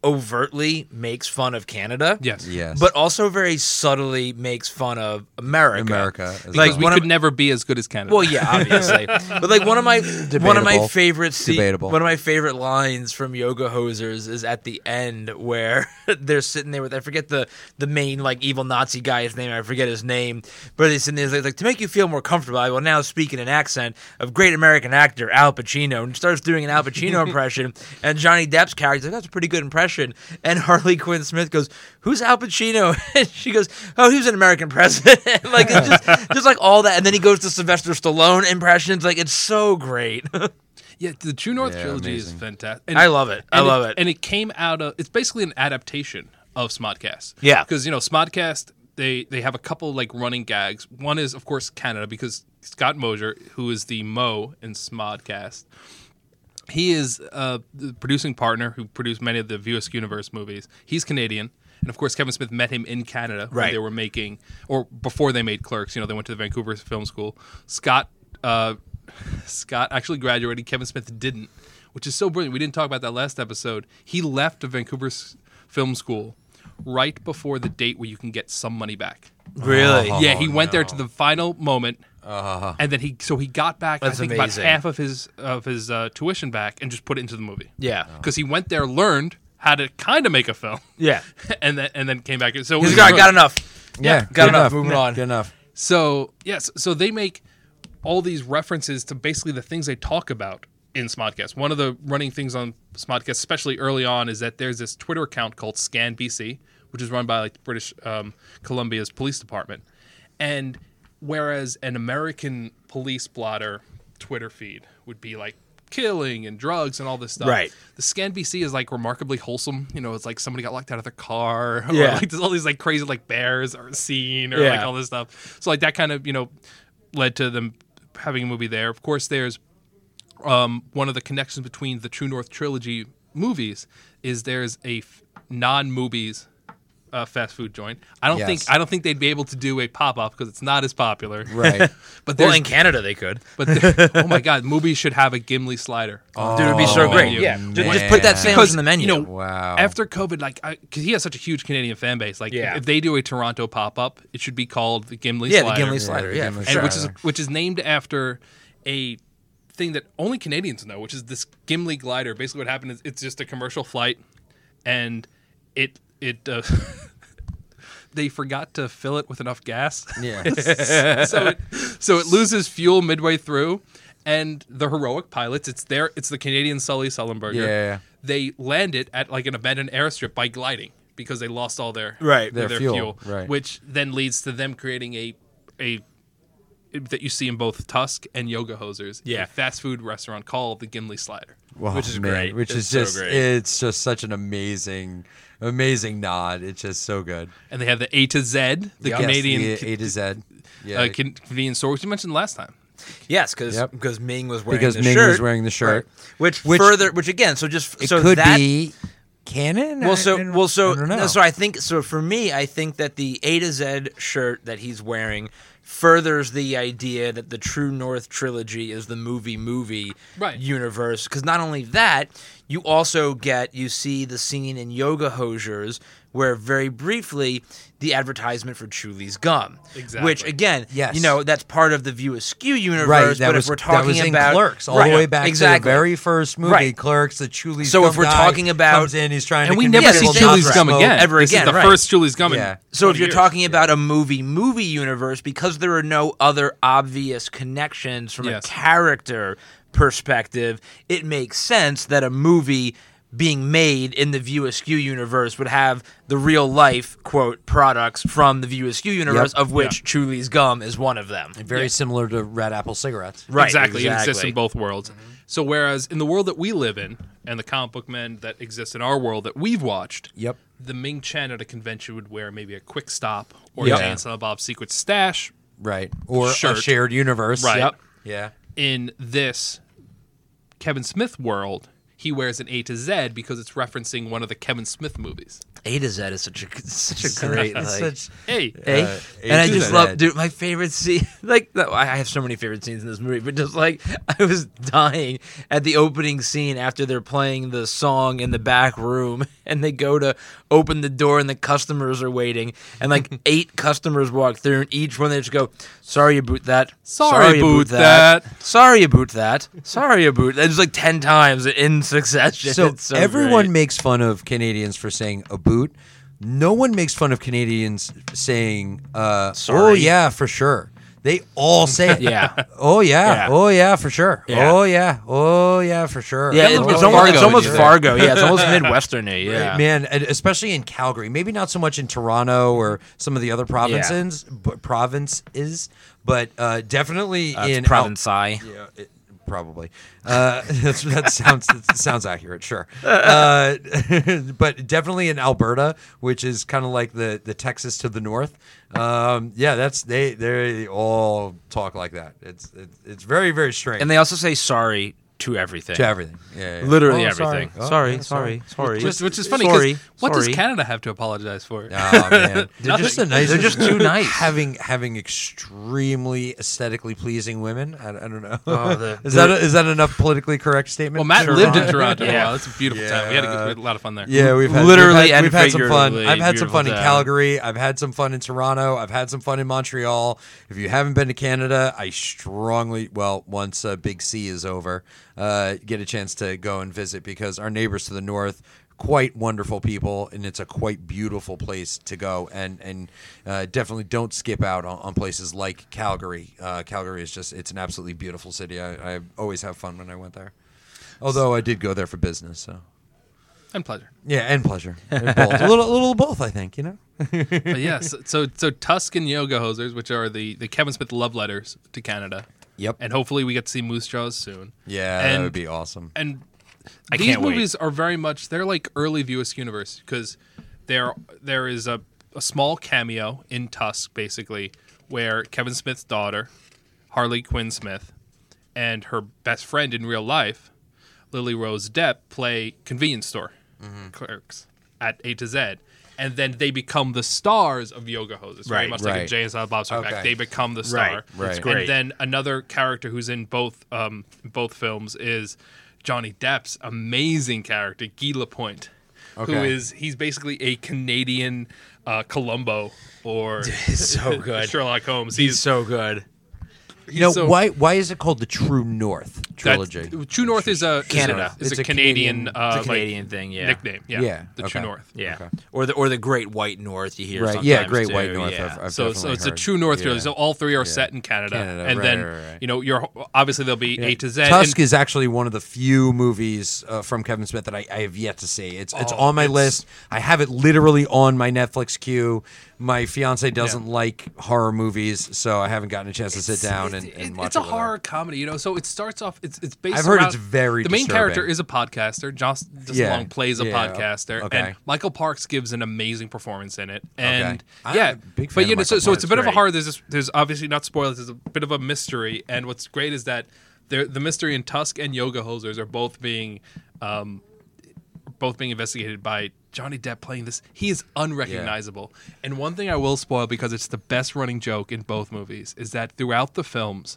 Speaker 4: overtly makes fun of Canada.
Speaker 2: Yes.
Speaker 3: Yes.
Speaker 4: But also very subtly makes fun of America.
Speaker 3: America as
Speaker 4: Like
Speaker 3: well.
Speaker 2: We
Speaker 4: one
Speaker 2: could
Speaker 4: of
Speaker 2: never be as good as Canada.
Speaker 4: well, yeah, obviously, but like one of my one of my
Speaker 3: Debatable.
Speaker 4: favorite se-
Speaker 3: Debatable.
Speaker 4: one of my favorite lines from Yoga Hosers is at the end where [LAUGHS] they're sitting there with I forget the the main like evil Nazi guy's name I forget his name, but he's sitting there he's like, like to make you feel more comfortable. I will now speak in an accent of great American actor Al Pacino and starts doing an Al Pacino impression, and Johnny Depp's character like, that's a pretty good impression, and Harley Quinn Smith goes, "Who's Al Pacino?" [LAUGHS] and she goes, "Oh, he was an American president." [LAUGHS] like it's just just like all that, and then he goes to Sylvester Stallone impressions. Like it's so great.
Speaker 2: [LAUGHS]
Speaker 4: [LAUGHS]
Speaker 2: yeah, the True North
Speaker 3: Yeah,
Speaker 2: trilogy is
Speaker 3: amazing.
Speaker 2: fantastic.
Speaker 4: I love it. I
Speaker 2: and
Speaker 4: love it.
Speaker 2: And it came out of it's basically an adaptation of Smodcast.
Speaker 4: Yeah.
Speaker 2: because you know Smodcast they they have a couple like running gags. One is of course Canada because Scott Mosier, who is the Mo in Smodcast, he is uh, the producing partner who produced many of the Viewisk Universe movies. He's Canadian. And of course, Kevin Smith met him in Canada when
Speaker 4: Right.
Speaker 2: they were making, or before they made Clerks. You know, they went to the Vancouver Film School. Scott, uh, [LAUGHS] Scott actually graduated. Kevin Smith didn't, which is so brilliant. We didn't talk about that last episode. He left the Vancouver S- Film School right before the date where you can get some money back.
Speaker 4: really?
Speaker 3: Oh,
Speaker 2: yeah, he went there
Speaker 3: no.
Speaker 2: to the final moment, and then he so he got back.
Speaker 4: Uh-huh.
Speaker 2: I
Speaker 4: That's
Speaker 2: think
Speaker 4: amazing.
Speaker 2: about half of his of his uh, tuition back, and just put it into the movie.
Speaker 4: Yeah.
Speaker 2: because he went there, learned how to kind of make a film,
Speaker 4: Yeah.
Speaker 2: [LAUGHS] and then and then came back. So it
Speaker 4: He's
Speaker 2: was
Speaker 4: got
Speaker 2: really-
Speaker 4: got enough.
Speaker 3: yeah,
Speaker 4: got
Speaker 3: good
Speaker 4: enough. Moving on.
Speaker 3: Good enough.
Speaker 2: So yes, so they make all these references to basically the things they talk about in Smodcast. One of the running things on Smodcast, especially early on, is that there's this Twitter account called ScanBC, which is run by like British um, Columbia's police department, and whereas an American police blotter Twitter feed would be like killing and drugs and all this stuff.
Speaker 4: Right.
Speaker 2: The ScanBC is like remarkably wholesome. You know, it's like somebody got locked out of their car. [LAUGHS] Or
Speaker 4: Yeah.
Speaker 2: like there's all these like crazy like bears are seen or like
Speaker 4: Yeah.
Speaker 2: all this stuff. So like that kind of you know led to them having a movie there. Of course, there's um, one of the connections between the True North trilogy movies is there's a f- non-movies uh, fast food joint. I don't
Speaker 3: Yes.
Speaker 2: think I don't think they'd be able to do a pop up because it's not as popular.
Speaker 3: [LAUGHS] Right.
Speaker 2: [LAUGHS] But there's
Speaker 4: Well, in Canada they could.
Speaker 2: but there, oh my god, movies should have a Gimli slider.
Speaker 4: Dude, it'd be so
Speaker 2: Oh,
Speaker 4: great.
Speaker 2: menu.
Speaker 4: Yeah,
Speaker 3: man.
Speaker 4: just, just put that sandwich in the menu.
Speaker 2: You know,
Speaker 3: Wow.
Speaker 2: After COVID, like, because he has such a huge Canadian fan base, like,
Speaker 4: Yeah.
Speaker 2: if they do a Toronto pop up, it should be called the Gimli
Speaker 4: yeah,
Speaker 2: Slider.
Speaker 4: the Gimli slider.
Speaker 3: the
Speaker 4: Yeah,
Speaker 3: Gimli
Speaker 4: for
Speaker 2: and
Speaker 4: sure.
Speaker 2: which is which is named after a thing that only Canadians know, which is this Gimli glider. Basically, what happened is it's just a commercial flight, and it it. Uh, [LAUGHS] They forgot to fill it with enough gas, [LAUGHS]
Speaker 3: Yeah.
Speaker 2: so it so it loses fuel midway through, and the heroic pilots. It's their it's the Canadian Sully Sullenberger.
Speaker 3: Yeah, yeah, yeah.
Speaker 2: They land it at like an abandoned airstrip by gliding because they lost all their
Speaker 4: Right.
Speaker 2: their,
Speaker 3: Their
Speaker 2: fuel,
Speaker 3: fuel, right.
Speaker 2: which then leads to them creating a a that you see in both Tusk and Yoga Hosers.
Speaker 4: Yeah.
Speaker 2: a fast food restaurant called the Gimli Slider.
Speaker 3: Wow,
Speaker 4: Which is
Speaker 3: man,
Speaker 4: great.
Speaker 3: Which
Speaker 4: It's
Speaker 3: is
Speaker 4: so
Speaker 3: just
Speaker 4: great.
Speaker 3: it's just such an amazing amazing nod. It's just so good.
Speaker 2: And they have the A to Z, the
Speaker 3: Yes,
Speaker 2: Canadian
Speaker 3: the A to Z. Yeah.
Speaker 2: uh, con- convenience store, which you mentioned last time.
Speaker 4: Yes, because
Speaker 3: Yep.
Speaker 4: because Ming was wearing
Speaker 3: Because
Speaker 4: the
Speaker 3: Ming
Speaker 4: shirt.
Speaker 3: was wearing the shirt.
Speaker 4: Right. which,
Speaker 3: Which-
Speaker 4: further, which again, so just
Speaker 3: it
Speaker 4: so
Speaker 3: could
Speaker 4: that,
Speaker 3: be canon.
Speaker 4: Well,
Speaker 3: I-
Speaker 4: so
Speaker 3: I don't-
Speaker 4: well, so
Speaker 3: I don't know.
Speaker 4: so I think so. For me, I think that the A to Z shirt that he's wearing furthers the idea that the True North trilogy is the movie movie
Speaker 2: Right.
Speaker 4: universe. Because not only that, you also get you see the scene in Yoga Hosiers where very briefly the advertisement for Chuli's gum, which
Speaker 2: Exactly.
Speaker 4: again,
Speaker 3: Yes.
Speaker 4: you know that's part of the View Askew universe.
Speaker 3: Right, that
Speaker 4: but
Speaker 3: was,
Speaker 4: if we're talking
Speaker 3: that was in
Speaker 4: about
Speaker 3: Clerks all
Speaker 4: Right,
Speaker 3: the way back
Speaker 4: exactly.
Speaker 3: to the very first movie,
Speaker 4: Right.
Speaker 3: Clerks. The Chuli's
Speaker 4: So
Speaker 3: gum
Speaker 4: if we're
Speaker 3: guy
Speaker 4: talking about-
Speaker 3: comes in, he's trying
Speaker 2: And
Speaker 3: to
Speaker 2: we never
Speaker 4: convince
Speaker 2: see
Speaker 4: people not
Speaker 2: Julie's
Speaker 4: to
Speaker 2: gum
Speaker 4: smoke
Speaker 2: again.
Speaker 4: ever
Speaker 2: this
Speaker 4: again,
Speaker 2: is the
Speaker 4: right.
Speaker 2: first Julie's gum.
Speaker 3: Yeah.
Speaker 2: in
Speaker 4: So if
Speaker 2: 20
Speaker 4: you're
Speaker 2: years.
Speaker 4: talking about a movie movie universe, because there are no other obvious connections from
Speaker 2: Yes.
Speaker 4: a character perspective, it makes sense that a movie being made in the View Askew universe would have the real life quote products from the View Askew universe, of which Truly's gum is one of them.
Speaker 3: Very similar to red apple cigarettes.
Speaker 4: Right, Mm-hmm.
Speaker 2: exactly. It exists in both worlds. So whereas in the world that we live in and the comic book men that exist in our world that we've watched,
Speaker 3: Yep.
Speaker 2: the Ming Chen at a convention would wear maybe a quick stop or
Speaker 3: Yeah.
Speaker 2: a Jay and Silent Bob secret stash.
Speaker 3: Right. Or
Speaker 2: Shirt.
Speaker 3: a shared universe.
Speaker 2: Right.
Speaker 4: Yep.
Speaker 3: Yeah.
Speaker 2: In this Kevin Smith world, he wears an A to Z because it's referencing one of the Kevin Smith movies.
Speaker 4: A to Z is such a [LAUGHS] such a great like,
Speaker 3: It's such-
Speaker 2: Hey,
Speaker 4: A.
Speaker 3: Uh, A
Speaker 4: Eh? and I
Speaker 3: to
Speaker 4: just
Speaker 3: Z.
Speaker 4: love, dude. My favorite scene, [LAUGHS] like no, I I have so many favorite scenes in this movie, but just like [LAUGHS] I was dying at the opening scene after they're playing the song in the back room, [LAUGHS] and they go to open the door, and the customers are waiting,
Speaker 3: [LAUGHS]
Speaker 4: and like eight customers walk through, and each one they just go, "Sorry about that.
Speaker 2: Sorry about that.
Speaker 4: Sorry about that. Sorry about that." It's like ten times in succession.
Speaker 3: so,
Speaker 4: It's so
Speaker 3: everyone
Speaker 4: great.
Speaker 3: makes fun of Canadians for saying a boot. No one makes fun of Canadians saying, uh, "Oh
Speaker 4: Sorry.
Speaker 3: yeah, for sure." They all say it.
Speaker 4: Yeah.
Speaker 3: [LAUGHS] Oh yeah.
Speaker 4: Yeah.
Speaker 3: Oh yeah, for sure.
Speaker 4: Yeah.
Speaker 3: Oh yeah. Oh yeah, for sure.
Speaker 4: Yeah,
Speaker 3: oh,
Speaker 4: it's,
Speaker 2: Almost
Speaker 4: it's almost,
Speaker 2: Fargo
Speaker 4: it's almost
Speaker 2: did that.
Speaker 4: Fargo. Yeah,
Speaker 3: [LAUGHS]
Speaker 4: it's almost Midwesterny. Yeah.
Speaker 3: Man, and especially in Calgary, maybe not so much in Toronto or some of the other provinces, but provinces, but uh, definitely
Speaker 4: Uh, it's
Speaker 3: in Al-
Speaker 4: Province I.
Speaker 3: Yeah, it, probably. Uh, [LAUGHS] that's, that sounds that sounds accurate. Sure, uh, [LAUGHS] but definitely in Alberta, which is kind of like the the Texas to the north. Um, yeah, that's they they all talk like that. It's it's, it's very very strange
Speaker 4: And they also say sorry to everything.
Speaker 3: to everything. Yeah, yeah.
Speaker 4: Literally
Speaker 2: Oh,
Speaker 4: everything.
Speaker 3: sorry. Oh,
Speaker 4: sorry,
Speaker 3: yeah,
Speaker 4: sorry,
Speaker 3: sorry.
Speaker 4: sorry,
Speaker 2: which, which is funny
Speaker 4: Sorry,
Speaker 2: because what does
Speaker 4: sorry. [LAUGHS]
Speaker 2: Canada have to apologize for? [LAUGHS]
Speaker 3: Oh man, they're
Speaker 2: Nothing.
Speaker 3: just the nicest.
Speaker 4: They're just
Speaker 3: [LAUGHS]
Speaker 4: too nice.
Speaker 3: Having having extremely aesthetically pleasing women. I, I don't know.
Speaker 4: Oh, the-
Speaker 3: [LAUGHS] is that a, is that enough politically correct statement?
Speaker 2: Well, Matt
Speaker 3: Sure.
Speaker 2: lived in Toronto.
Speaker 4: Yeah.
Speaker 2: Wow, that's a beautiful time. We had a, good- we had a lot of fun there.
Speaker 3: Yeah, we've had,
Speaker 4: Literally
Speaker 3: we've had,
Speaker 4: and
Speaker 3: we've had some fun.
Speaker 4: figuratively
Speaker 3: I've had some fun in
Speaker 4: beautiful town.
Speaker 3: Calgary. I've had some fun in Toronto. I've had some fun in Montreal. If you haven't been to Canada, I strongly well once uh, Big C is over, uh, get a chance to go and visit because our neighbors to the north. Quite wonderful people, and it's a quite beautiful place to go. And and uh, definitely don't skip out on, on places like Calgary. Uh, Calgary is just it's an absolutely beautiful city. I, I always have fun when I went there. Although I did go there for business, so
Speaker 2: Mm-hmm. And pleasure.
Speaker 3: yeah, and pleasure. And both. a little, a little of both, I think. You know.
Speaker 2: But yes, so so Tuscan yoga hosers, which are the the Kevin Smith love letters to Canada,
Speaker 3: Yep.
Speaker 2: and hopefully we get to see Moose Jaws soon.
Speaker 3: yeah, that
Speaker 2: and-
Speaker 3: would be awesome.
Speaker 2: And
Speaker 4: I
Speaker 2: these
Speaker 4: can't wait.
Speaker 2: movies are very much they're like early Viewers universe because there there is a a small cameo in Tusk basically where Kevin Smith's daughter, Harley Quinn Smith, and her best friend in real life, Lily Rose Depp, play convenience store
Speaker 4: Mm-hmm.
Speaker 2: clerks at A to Z. And then they become the stars of Yoga Hoses, very
Speaker 4: Right,
Speaker 2: much like in
Speaker 3: right.
Speaker 2: Jay and Silent Bob Strike Back.
Speaker 3: Okay.
Speaker 2: They become the
Speaker 4: Right,
Speaker 2: star.
Speaker 3: right. That's
Speaker 4: great.
Speaker 2: And then another character who's in both um, both films is Johnny Depp's amazing character Guy Lapointe, who
Speaker 3: Okay.
Speaker 2: is he's basically a Canadian uh, Columbo
Speaker 3: [LAUGHS]
Speaker 2: or
Speaker 4: It's
Speaker 2: [LAUGHS]
Speaker 4: so good.
Speaker 2: Sherlock Holmes.
Speaker 4: He's
Speaker 2: He's,
Speaker 4: so good.
Speaker 2: he's
Speaker 3: You know
Speaker 2: so-
Speaker 3: why? Why is it called the True North
Speaker 2: that's-
Speaker 3: trilogy?
Speaker 2: True North is a is a-
Speaker 4: Canada.
Speaker 2: is a,
Speaker 3: It's a
Speaker 2: Canadian,
Speaker 3: Canadian-
Speaker 2: uh,
Speaker 4: It's a
Speaker 2: like,
Speaker 4: Canadian thing. Yeah.
Speaker 2: nickname. Yeah,
Speaker 3: Yeah,
Speaker 2: the
Speaker 3: okay.
Speaker 2: True North.
Speaker 4: Yeah.
Speaker 3: Okay.
Speaker 4: Or the or the Great White North. You hear.
Speaker 3: right. Yeah,
Speaker 4: sometimes,
Speaker 3: Great
Speaker 4: too,
Speaker 3: White North.
Speaker 4: yeah.
Speaker 3: I've, I've
Speaker 2: so, so
Speaker 3: definitely
Speaker 2: it's a
Speaker 3: heard.
Speaker 2: true north
Speaker 3: Yeah.
Speaker 2: trilogy. So all three are set in Canada,
Speaker 3: Canada,
Speaker 2: and
Speaker 3: right,
Speaker 2: then
Speaker 3: right, right.
Speaker 2: you know you're obviously there'll be A to Z.
Speaker 3: Tusk
Speaker 2: and-
Speaker 3: is actually one of the few movies uh, from Kevin Smith that I, I have yet to see. It's it's
Speaker 2: Oh,
Speaker 3: on my
Speaker 2: it's-
Speaker 3: list. I have it literally on my Netflix queue. My fiance doesn't like horror movies, so I haven't gotten a chance to sit down and,
Speaker 2: It-
Speaker 3: and
Speaker 2: it-
Speaker 3: watch
Speaker 2: It's a
Speaker 3: it with her.
Speaker 2: horror comedy, you know. So it starts off. It's it's based.
Speaker 3: I've heard
Speaker 2: around-
Speaker 3: it's very
Speaker 2: The main
Speaker 3: disturbing.
Speaker 2: character is a podcaster. Joss DeSalong
Speaker 3: Yeah,
Speaker 2: plays a
Speaker 3: yeah,
Speaker 2: podcaster,
Speaker 3: okay.
Speaker 2: and Michael Parks gives an amazing performance in it. And
Speaker 3: I'm
Speaker 2: yeah,
Speaker 3: a big fan
Speaker 2: but
Speaker 3: of
Speaker 2: you know, so,
Speaker 3: Michael
Speaker 2: so it's a
Speaker 3: Parks,
Speaker 2: bit of a
Speaker 4: right.
Speaker 2: horror. There's this, there's obviously not spoilers. There's a bit of a mystery, and what's great is that there, the mystery in Tusk and Yoga Hosers are both being, um, both being investigated by. Johnny Depp playing this, he is unrecognizable. And one thing I will spoil because it's the best running joke in both movies is that throughout the films,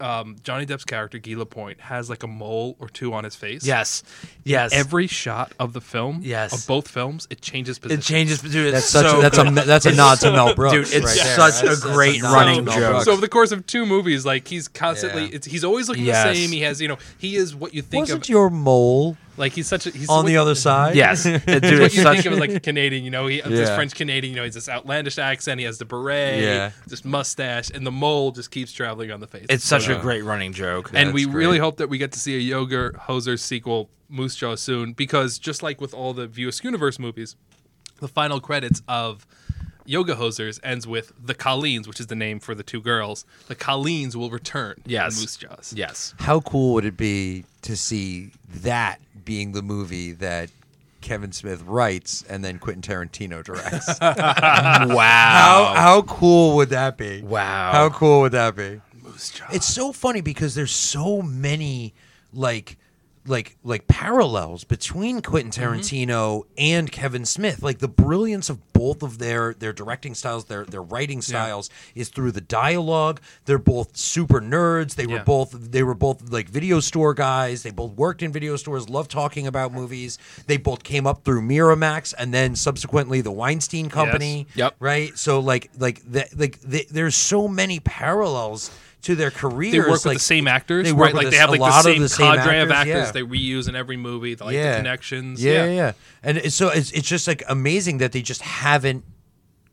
Speaker 2: um, Johnny Depp's character Guy Lapointe has like a mole or two on his face.
Speaker 4: Yes. Yes.
Speaker 2: Every shot of the film,
Speaker 4: Yes.
Speaker 2: of both films, it changes
Speaker 4: it
Speaker 2: position.
Speaker 4: changes. Dude, it's
Speaker 3: That's such
Speaker 4: so
Speaker 3: a, that's
Speaker 4: good.
Speaker 3: a that's a nod
Speaker 2: [LAUGHS]
Speaker 3: to Mel Brooks.
Speaker 4: Dude, it's
Speaker 3: right there.
Speaker 4: such
Speaker 3: That's-
Speaker 4: a
Speaker 3: that's
Speaker 4: great
Speaker 3: nod to
Speaker 4: running
Speaker 3: Mel
Speaker 4: joke.
Speaker 3: Brooks.
Speaker 2: So over the course of two movies, like he's constantly,
Speaker 3: Yeah.
Speaker 2: it's, he's always looking
Speaker 4: Yes.
Speaker 2: the same. He has, you know, he is what you think
Speaker 3: Wasn't
Speaker 2: of.
Speaker 3: your mole
Speaker 2: Like he's such a he's
Speaker 3: on
Speaker 2: what-
Speaker 3: the other side.
Speaker 4: [LAUGHS] [LAUGHS] Yes, the dude
Speaker 2: It's what
Speaker 4: is
Speaker 2: you
Speaker 4: such.
Speaker 2: think of as like a Canadian, you know, he, this
Speaker 3: Yeah.
Speaker 2: French Canadian, you know, he's this outlandish accent, he has the beret,
Speaker 3: Yeah.
Speaker 2: this mustache, and the mole just keeps traveling on the face.
Speaker 4: it's such
Speaker 2: so
Speaker 4: a great running joke.
Speaker 2: and we
Speaker 3: That's
Speaker 2: really
Speaker 3: great.
Speaker 2: hope that we get to see a Yoger Hoser sequel, Moose Jaw, soon, because just like with all the Viewers Universe movies, the final credits of Yoga Hosers ends with the Colleens, which is the name for the two girls. The Colleens will return.
Speaker 4: Yes.
Speaker 2: in Moose Jaws. [LAUGHS]
Speaker 4: yes,
Speaker 3: How cool would it be to see that being the movie that Kevin Smith writes and then Quentin Tarantino directs? how
Speaker 4: wow,
Speaker 3: how cool would that be?
Speaker 4: wow,
Speaker 3: How cool would that be?
Speaker 2: Moose Jaw.
Speaker 3: It's so funny because there's so many like like like parallels between Quentin
Speaker 2: Mm-hmm.
Speaker 3: Tarantino and Kevin Smith. Like the brilliance of both of their their directing styles, their their writing styles is through the dialogue. They're both super nerds. They
Speaker 2: Yeah.
Speaker 3: were both they were both like video store guys. They both worked in video stores, loved talking about movies. They both came up through Miramax and then subsequently the Weinstein company
Speaker 2: Yep.
Speaker 3: right? So like like that like the, there's so many parallels to their careers.
Speaker 2: they work with
Speaker 3: like,
Speaker 2: the same actors,
Speaker 3: they
Speaker 2: right?
Speaker 3: work with
Speaker 2: Like
Speaker 3: the-
Speaker 2: they have
Speaker 3: a
Speaker 2: like the
Speaker 3: lot of
Speaker 2: same
Speaker 3: the same
Speaker 2: cadre of
Speaker 3: actors,
Speaker 2: actors
Speaker 3: yeah.
Speaker 2: they reuse in every movie, like
Speaker 3: Yeah.
Speaker 2: the connections.
Speaker 3: Yeah, yeah, yeah. And it's, so it's it's just like amazing that they just haven't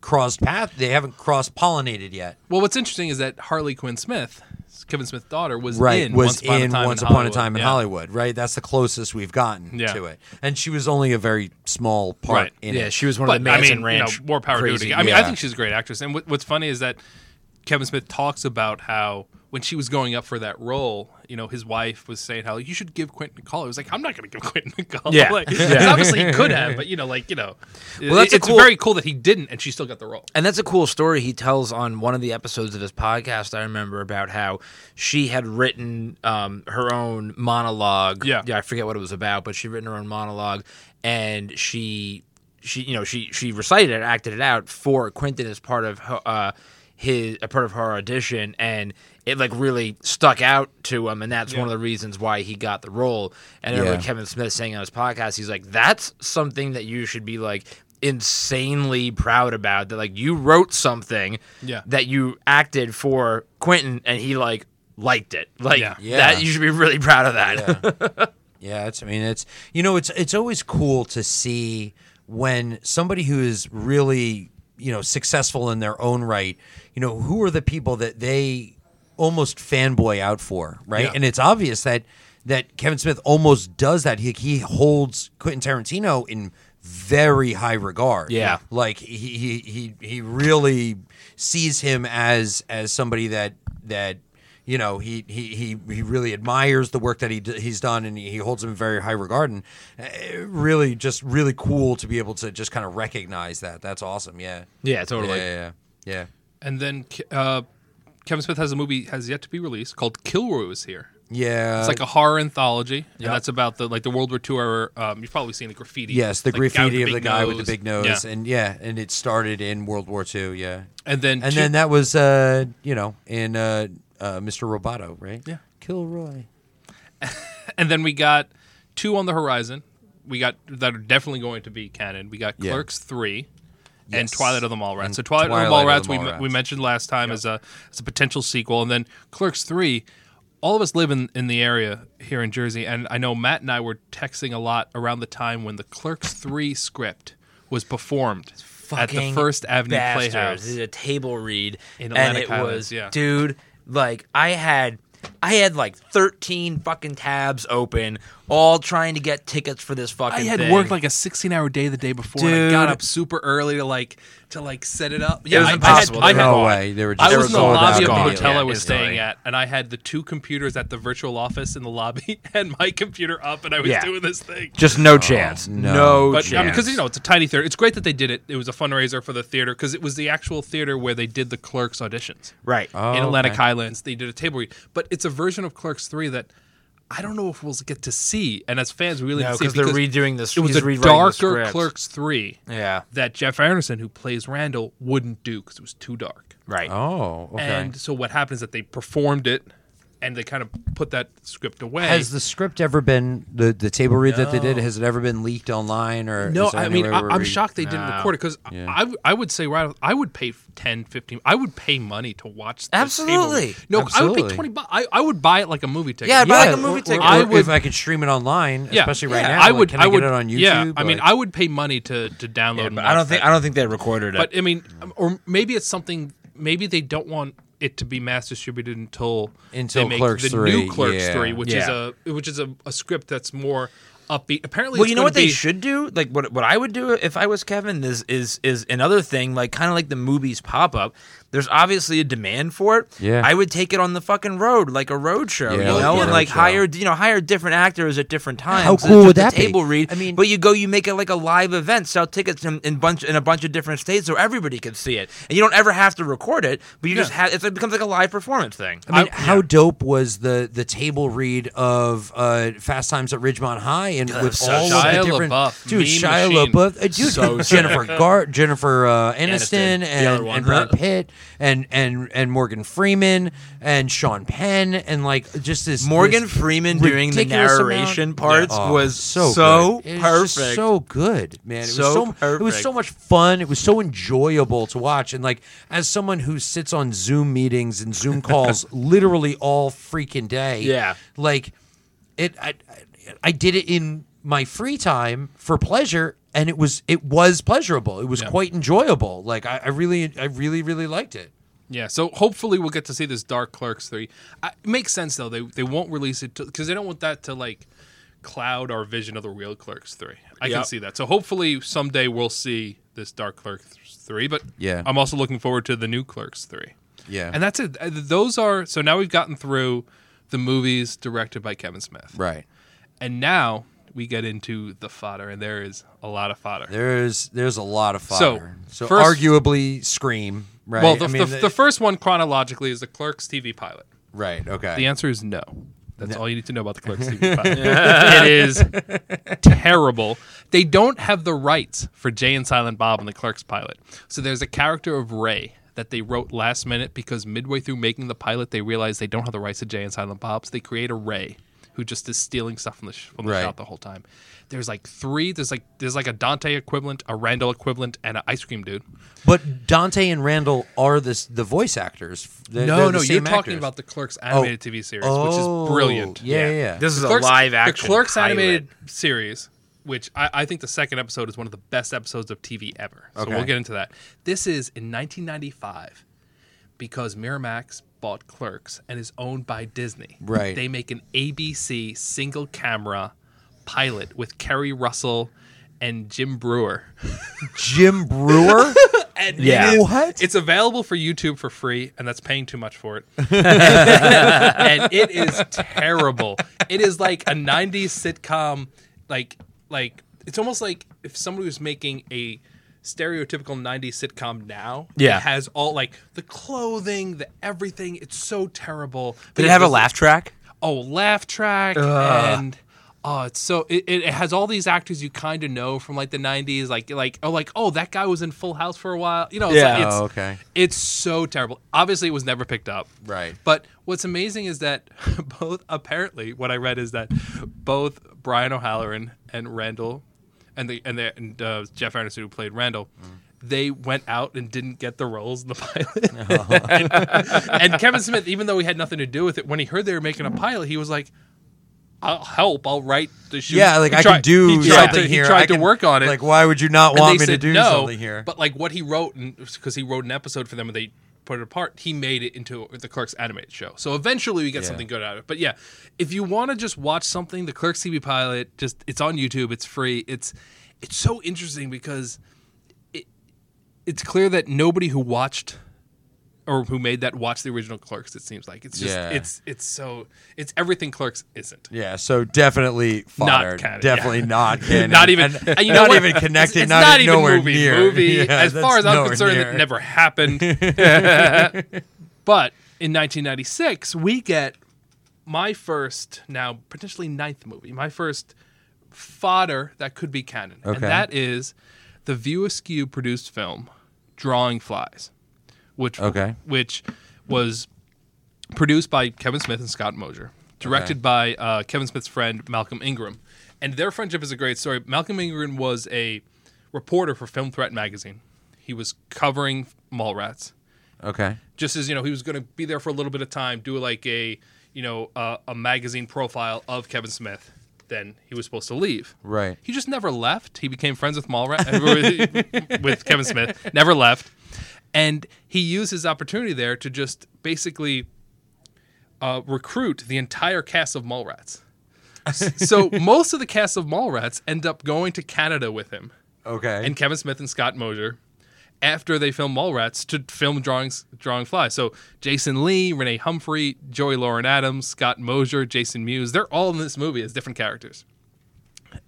Speaker 3: crossed path. They haven't cross pollinated yet.
Speaker 2: Well, what's interesting is that Harley Quinn Smith, Kevin Smith's daughter, was in Once
Speaker 3: was
Speaker 2: Upon
Speaker 3: in
Speaker 2: a Time
Speaker 3: Once
Speaker 2: in
Speaker 3: Upon
Speaker 2: Hollywood.
Speaker 3: a Time in
Speaker 2: Yeah.
Speaker 3: Hollywood. Right, that's the closest we've gotten
Speaker 2: Yeah.
Speaker 3: to it. And she was only a very small part
Speaker 2: Right.
Speaker 3: in
Speaker 4: yeah,
Speaker 3: it.
Speaker 4: she was one of
Speaker 2: But
Speaker 4: the
Speaker 2: I
Speaker 4: Manson
Speaker 2: mean,
Speaker 4: Ranch.
Speaker 2: you know, more power to
Speaker 4: crazy-
Speaker 2: it. I mean, I
Speaker 4: yeah.
Speaker 2: think she's a great actress. And what, what's funny is that Kevin Smith talks about how when she was going up for that role, you know, his wife was saying how like, you should give Quentin a call. I was like, I'm not going to give [LAUGHS] Quentin a call.
Speaker 4: Yeah.
Speaker 2: Like,
Speaker 4: Yeah.
Speaker 2: 'cause obviously he could have, but you know, like you know, well,
Speaker 4: that's a
Speaker 2: it's
Speaker 4: cool-
Speaker 2: very cool that he didn't, and she still got the role.
Speaker 4: And that's a cool story he tells on one of the episodes of his podcast. I remember about how she had written um, her own monologue.
Speaker 2: Yeah.
Speaker 4: yeah, I forget what it was about, but she written her own monologue, and she, she, you know, she she recited it, acted it out for Quentin as part of her, uh, his a part of her audition, and it like really stuck out to him, and that's one of the reasons why he got the role. And I remember
Speaker 3: Yeah.
Speaker 4: Kevin Smith saying on his podcast, he's like, that's something that you should be like insanely proud about. That like you wrote something
Speaker 2: Yeah.
Speaker 4: that you acted for Quentin and he like liked it. Like
Speaker 2: Yeah.
Speaker 3: Yeah.
Speaker 4: that you should be really proud of that.
Speaker 3: Yeah, it's. I mean, it's. You know, it's. It's always cool to see when somebody who is really, you know, successful in their own right. You know, who are the people that they almost fanboy out for, right?
Speaker 2: Yeah.
Speaker 3: And it's obvious that that Kevin Smith almost does that. He he holds Quentin Tarantino in very high regard.
Speaker 4: Yeah.
Speaker 3: like he he he, he really sees him as as somebody that that you know he he he, he really admires the work that he d- he's done and he, he holds him in very high regard and uh, really just really cool to be able to just kind of recognize that that's awesome yeah
Speaker 4: yeah,
Speaker 3: yeah
Speaker 4: totally.
Speaker 3: yeah yeah,
Speaker 2: And then uh, Kevin Smith has a movie has yet to be released called Kilroy was here.
Speaker 3: yeah.
Speaker 2: It's like a horror anthology, and that's about the like the World War II era. Um, you've probably seen the graffiti.
Speaker 3: Yes, the
Speaker 2: like, guy with
Speaker 3: graffiti of
Speaker 2: big
Speaker 3: the guy with the big nose,
Speaker 2: Yeah.
Speaker 3: and yeah, and it started in World War II. Yeah,
Speaker 2: and then
Speaker 3: and
Speaker 2: two-
Speaker 3: then that was, uh, you know, in uh, uh, Mr. Roboto, right?
Speaker 2: Yeah.
Speaker 3: Kilroy.
Speaker 2: and then we got two on the horizon. We got that are definitely going to be canon. We got
Speaker 3: Yeah.
Speaker 2: Clerks three. And
Speaker 3: Yes.
Speaker 2: Twilight of the Mallrats.
Speaker 3: And
Speaker 2: so Twilight,
Speaker 3: Twilight
Speaker 2: of
Speaker 3: of
Speaker 2: the
Speaker 3: the
Speaker 2: Mallrats, we,
Speaker 3: Mallrats.
Speaker 2: we mentioned last time as a as a potential sequel, and then Clerks three. All of us live in, in the area here in Jersey, and I know Matt and I were texting a lot around the time when the Clerks three script was performed at the
Speaker 4: fucking
Speaker 2: First Avenue
Speaker 4: bastards.
Speaker 2: Playhouse.
Speaker 4: They did a table read,
Speaker 2: In
Speaker 4: and
Speaker 2: Atlantic
Speaker 4: it
Speaker 2: Highlands,
Speaker 4: was,
Speaker 2: yeah.
Speaker 4: dude, like I had, I had like thirteen fucking tabs open, all trying to get tickets for this fucking.
Speaker 2: I had
Speaker 4: thing.
Speaker 2: worked like a 16 hour day the day before. and I got
Speaker 4: Dude.
Speaker 2: up super early to like to like set it up.
Speaker 4: was
Speaker 2: I- I had-
Speaker 4: impossible.
Speaker 2: I had,
Speaker 4: They were
Speaker 3: no
Speaker 4: gone.
Speaker 3: way. They were just.
Speaker 2: I
Speaker 3: they
Speaker 2: was
Speaker 3: were
Speaker 2: in the
Speaker 3: sold out
Speaker 2: lobby of the
Speaker 4: gone.
Speaker 2: hotel
Speaker 4: Yeah,
Speaker 2: I was
Speaker 4: instantly.
Speaker 2: staying at, and I had the two computers at the virtual office in the lobby [LAUGHS] and my computer up, and I was
Speaker 4: Yeah. Oh,
Speaker 2: doing this thing.
Speaker 4: just no chance,
Speaker 3: no.
Speaker 4: no,
Speaker 2: But
Speaker 4: chance.
Speaker 2: I mean, because you know, it's a tiny theater. It's great that they did it. It was a fundraiser for the theater because it was the actual theater where they did the clerks auditions
Speaker 4: right?
Speaker 2: in Atlantic
Speaker 3: okay.
Speaker 2: Highlands. They did a table read, but it's a version of Clerks Three that I don't know if we'll get to see. And as fans, we really
Speaker 4: No,
Speaker 2: didn't see it
Speaker 4: because they're redoing this.
Speaker 2: It was
Speaker 4: he's
Speaker 2: a
Speaker 4: rewriting the
Speaker 2: darker
Speaker 4: script.
Speaker 2: Clerks Three
Speaker 4: Yeah,
Speaker 2: that Jeff Anderson, who plays Randall, wouldn't do because it was too dark.
Speaker 4: right.
Speaker 3: Oh, okay.
Speaker 2: And so what happened is that they performed it and they kind of put that script away.
Speaker 3: Has the script ever been the, the table read that they did? Has it ever been leaked online or?
Speaker 2: no,
Speaker 3: is there
Speaker 2: I
Speaker 3: any
Speaker 2: mean,
Speaker 3: way
Speaker 2: I,
Speaker 3: where
Speaker 2: I'm
Speaker 3: we-
Speaker 2: shocked they didn't record it because
Speaker 3: Yeah.
Speaker 2: I, I would say right, off- I would pay 10, 15, I would pay money to watch. the
Speaker 4: Absolutely.
Speaker 2: table. no, I would
Speaker 3: Absolutely.
Speaker 2: pay twenty. bucks. I, I would buy it like a movie ticket.
Speaker 4: Yeah, I'd
Speaker 2: Yeah,
Speaker 4: buy it like a movie
Speaker 3: or- or-
Speaker 4: ticket.
Speaker 3: or
Speaker 2: I would-
Speaker 3: if I could stream it online,
Speaker 2: yeah,
Speaker 3: especially right
Speaker 2: yeah.
Speaker 3: now.
Speaker 2: I
Speaker 3: like,
Speaker 2: would.
Speaker 3: Can I,
Speaker 2: I would
Speaker 3: get it on YouTube?
Speaker 2: Yeah, I mean,
Speaker 3: Like-
Speaker 2: I would pay money to to download. and
Speaker 4: But I don't
Speaker 2: watch
Speaker 4: think
Speaker 2: that.
Speaker 4: I don't think they recorded it.
Speaker 2: But I mean, um, or maybe it's something. Maybe they don't want it to be mass distributed until
Speaker 3: Until
Speaker 2: they make
Speaker 3: Clerks
Speaker 2: the
Speaker 3: 3,
Speaker 2: new Clerks
Speaker 3: yeah.
Speaker 2: Three, which
Speaker 4: Yeah.
Speaker 2: is a which is a, a script that's more upbeat. Apparently,
Speaker 4: well,
Speaker 2: it's
Speaker 4: you know
Speaker 2: gonna
Speaker 4: what they
Speaker 2: be-
Speaker 4: should do? Like what what I would do if I was Kevin is is is another thing, like kind of like the movies pop up. There's obviously a demand for it.
Speaker 3: Yeah.
Speaker 4: I would take it on the fucking road, like a road show,
Speaker 3: Yeah,
Speaker 4: you
Speaker 3: like
Speaker 4: know,
Speaker 3: a
Speaker 4: and
Speaker 3: road
Speaker 4: like
Speaker 3: show.
Speaker 4: hire you know hire different actors at different times. It's
Speaker 3: cool would that
Speaker 4: just a
Speaker 3: be?
Speaker 4: table read.
Speaker 3: I
Speaker 4: I
Speaker 3: mean-
Speaker 4: mean, but you go, you make it like a live event, sell tickets in, in bunch in a bunch of different states so everybody can see it, and you don't ever have to record it, but you just have it's- it becomes like a live performance thing.
Speaker 3: I mean, how dope was the the table read of uh, Fast Times at Ridgemont High and with
Speaker 4: so
Speaker 3: all
Speaker 2: sick.
Speaker 3: of
Speaker 2: Shia
Speaker 3: the different
Speaker 2: LaBeouf,
Speaker 3: dude,
Speaker 2: meme
Speaker 3: Shia
Speaker 2: machine.
Speaker 3: LaBeouf, uh, dude,
Speaker 4: So
Speaker 3: [LAUGHS]
Speaker 4: sick.
Speaker 3: Jennifer Gar, Jennifer uh, Aniston,
Speaker 4: Aniston, the
Speaker 3: and,
Speaker 4: other one,
Speaker 3: and Brad
Speaker 4: huh?
Speaker 3: Pitt and and and Morgan Freeman and Sean Penn and like just this
Speaker 4: Morgan
Speaker 3: this
Speaker 4: Freeman doing the
Speaker 3: ridiculous amount-
Speaker 4: narration parts
Speaker 3: Oh,
Speaker 4: was
Speaker 3: so
Speaker 4: so,
Speaker 3: good. It was
Speaker 4: perfect.
Speaker 3: so good, man. It was
Speaker 4: So
Speaker 3: so it was
Speaker 4: perfect.
Speaker 3: so much fun. It was so enjoyable to watch. And like as someone who sits on Zoom meetings
Speaker 2: [LAUGHS]
Speaker 3: and Zoom calls literally all freaking day,
Speaker 4: Yeah.
Speaker 3: like it. I, I- I did it in my free time for pleasure, and it was it was pleasurable. It was quite enjoyable. Like I, I really, I really, really liked it.
Speaker 2: Yeah, so hopefully we'll get to see this Dark Clerks three. I, it makes sense though; they they won't release it because they don't want that to like cloud our vision of the real Clerks three. I can
Speaker 4: Yep.
Speaker 2: see that. So hopefully someday we'll see this Dark Clerks three. But
Speaker 3: Yeah.
Speaker 2: I'm also looking forward to the new Clerks three.
Speaker 3: Yeah.
Speaker 2: and that's it. Uh, Those are so now we've gotten through the movies directed by Kevin Smith,
Speaker 3: Right.
Speaker 2: and now we get into the fodder, and there is a lot of fodder.
Speaker 3: There's there's a lot of
Speaker 2: So,
Speaker 3: fodder. So,
Speaker 2: first-
Speaker 3: arguably, Scream. Right.
Speaker 2: well, the,
Speaker 3: I mean,
Speaker 2: the,
Speaker 3: the-
Speaker 2: the first one chronologically is the Clerks TV pilot.
Speaker 3: right. Okay.
Speaker 2: The answer is no. That's all you need to know about the Clerks TV pilot. It is terrible. They don't have the rights for Jay and Silent Bob in the Clerks pilot. So there's a character of Ray that they wrote last minute because midway through making the pilot, they realized they don't have the rights to Jay and Silent Bob. So they create a Ray who just is stealing stuff from the, sh- from the
Speaker 3: Right.
Speaker 2: shop the whole time. There's like three. There's like there's like a Dante equivalent, a Randall equivalent, and an ice cream dude.
Speaker 3: But Dante and Randall are this the voice actors. They're, they're the
Speaker 2: no,
Speaker 3: same
Speaker 2: you're talking
Speaker 3: actors.
Speaker 2: about the Clerks animated TV series, which
Speaker 3: Oh,
Speaker 2: is brilliant.
Speaker 3: Yeah, yeah. yeah.
Speaker 4: This is
Speaker 2: Clerks-
Speaker 4: a live action.
Speaker 2: The Clerks
Speaker 4: pilot.
Speaker 2: animated series, which I, I think the second episode is one of the best episodes of TV ever. So
Speaker 3: Okay.
Speaker 2: we'll get into that. This is in 1995 because Miramax bought Clerks and is owned by Disney.
Speaker 3: Right.
Speaker 2: They make an ABC single camera pilot with Kerry Russell and Jim Brewer. [LAUGHS]
Speaker 3: Jim Brewer.
Speaker 2: And
Speaker 4: Yeah.
Speaker 2: it is-
Speaker 3: What?
Speaker 2: It's available for YouTube for free, and that's paying too much
Speaker 4: [LAUGHS]
Speaker 2: for it. and it is terrible. It is like a '90s sitcom, like like it's almost like if somebody was making a stereotypical '90s sitcom now.
Speaker 4: Yeah.
Speaker 2: it has all like the clothing, the everything. It's so terrible.
Speaker 4: Did
Speaker 2: They
Speaker 4: it have a
Speaker 2: this-
Speaker 4: laugh track?
Speaker 2: oh laugh track and oh it's so it, it it has all these actors you kind of know from like the 90s like like oh like oh that guy was in full house for a while you know it's
Speaker 4: Yeah.
Speaker 2: like, it's,
Speaker 3: Oh, okay.
Speaker 2: it's so terrible obviously it was never picked up
Speaker 3: Right.
Speaker 2: but what's amazing is that [LAUGHS] both apparently what i read is that both brian o'halloran and randall and the and, the, and uh, jeff anderson who played randall
Speaker 3: Mm.
Speaker 2: They went out and didn't get the roles in the [LAUGHS] pilot [LAUGHS] and Kevin Smith, even though he had nothing to do with it, when he heard they were making a pilot, he was like, "I'll help. I'll write the shoot."
Speaker 3: Yeah, like
Speaker 2: He
Speaker 3: I
Speaker 2: tried-
Speaker 3: can do
Speaker 2: he tried
Speaker 3: something
Speaker 2: to,
Speaker 3: here.
Speaker 2: He tried
Speaker 3: I
Speaker 2: to
Speaker 3: can-
Speaker 2: work on it.
Speaker 3: Like, why would you not
Speaker 2: and
Speaker 3: want
Speaker 2: they
Speaker 3: me to
Speaker 2: said
Speaker 3: do
Speaker 2: no,
Speaker 3: something here?
Speaker 2: But like what he wrote, and because he wrote an episode for them, and they put it apart, he made it into the Clerks animated show. So eventually, we get something good out of it. But yeah, if you want to just watch something, the Clerks TV pilot, just it's on YouTube. It's free. It's it's so interesting because it's clear that nobody who watched or who made that watched the original Clerks. It seems like it's just
Speaker 3: Yeah.
Speaker 2: it's it's so it's everything Clerks isn't.
Speaker 3: yeah, so definitely
Speaker 2: Not
Speaker 3: fodder.
Speaker 2: canon,
Speaker 3: definitely
Speaker 2: yeah. [LAUGHS]
Speaker 3: not canon.
Speaker 2: Not even
Speaker 3: And
Speaker 2: and you know
Speaker 3: not
Speaker 2: what?
Speaker 3: even
Speaker 2: It's-
Speaker 3: connected.
Speaker 2: It's,
Speaker 3: not,
Speaker 2: not
Speaker 3: even
Speaker 2: even
Speaker 3: nowhere
Speaker 2: movie
Speaker 3: near.
Speaker 2: movie.
Speaker 3: [LAUGHS] Yeah,
Speaker 2: as far
Speaker 3: that's
Speaker 2: as I'm
Speaker 3: nowhere
Speaker 2: concerned,
Speaker 3: near.
Speaker 2: it never
Speaker 3: [LAUGHS]
Speaker 2: happened. but in 1996, we get my first now potentially ninth movie. My first fodder that could be canon, and
Speaker 3: Okay.
Speaker 2: that is the View Askew produced film Drawing Flies, which
Speaker 3: Okay.
Speaker 2: which was produced by Kevin Smith and Scott Mosier, directed by uh, Kevin Smith's friend Malcolm Ingram, and their friendship is a great story. Malcolm Ingram was a reporter for Film Threat magazine. He was covering Mallrats,
Speaker 3: Okay.
Speaker 2: just as you know he was going to be there for a little bit of time, do like a you know uh, a magazine profile of Kevin Smith. Then he was supposed to leave.
Speaker 3: Right.
Speaker 2: He just never left. He became friends with Mallrat [LAUGHS] with, with Kevin Smith. Never left, and he used his opportunity there to just basically uh, recruit the entire cast of Mallrats. S- so most of the cast of Mallrats end up going to Canada with him
Speaker 3: Okay.
Speaker 2: and Kevin Smith and Scott Mosier after they film Mallrats to film drawings drawing fly. So Jason Lee, Renee Humphrey, Joey Lauren Adams, Scott Mosier, Jason Mewes, they're all in this movie as different characters.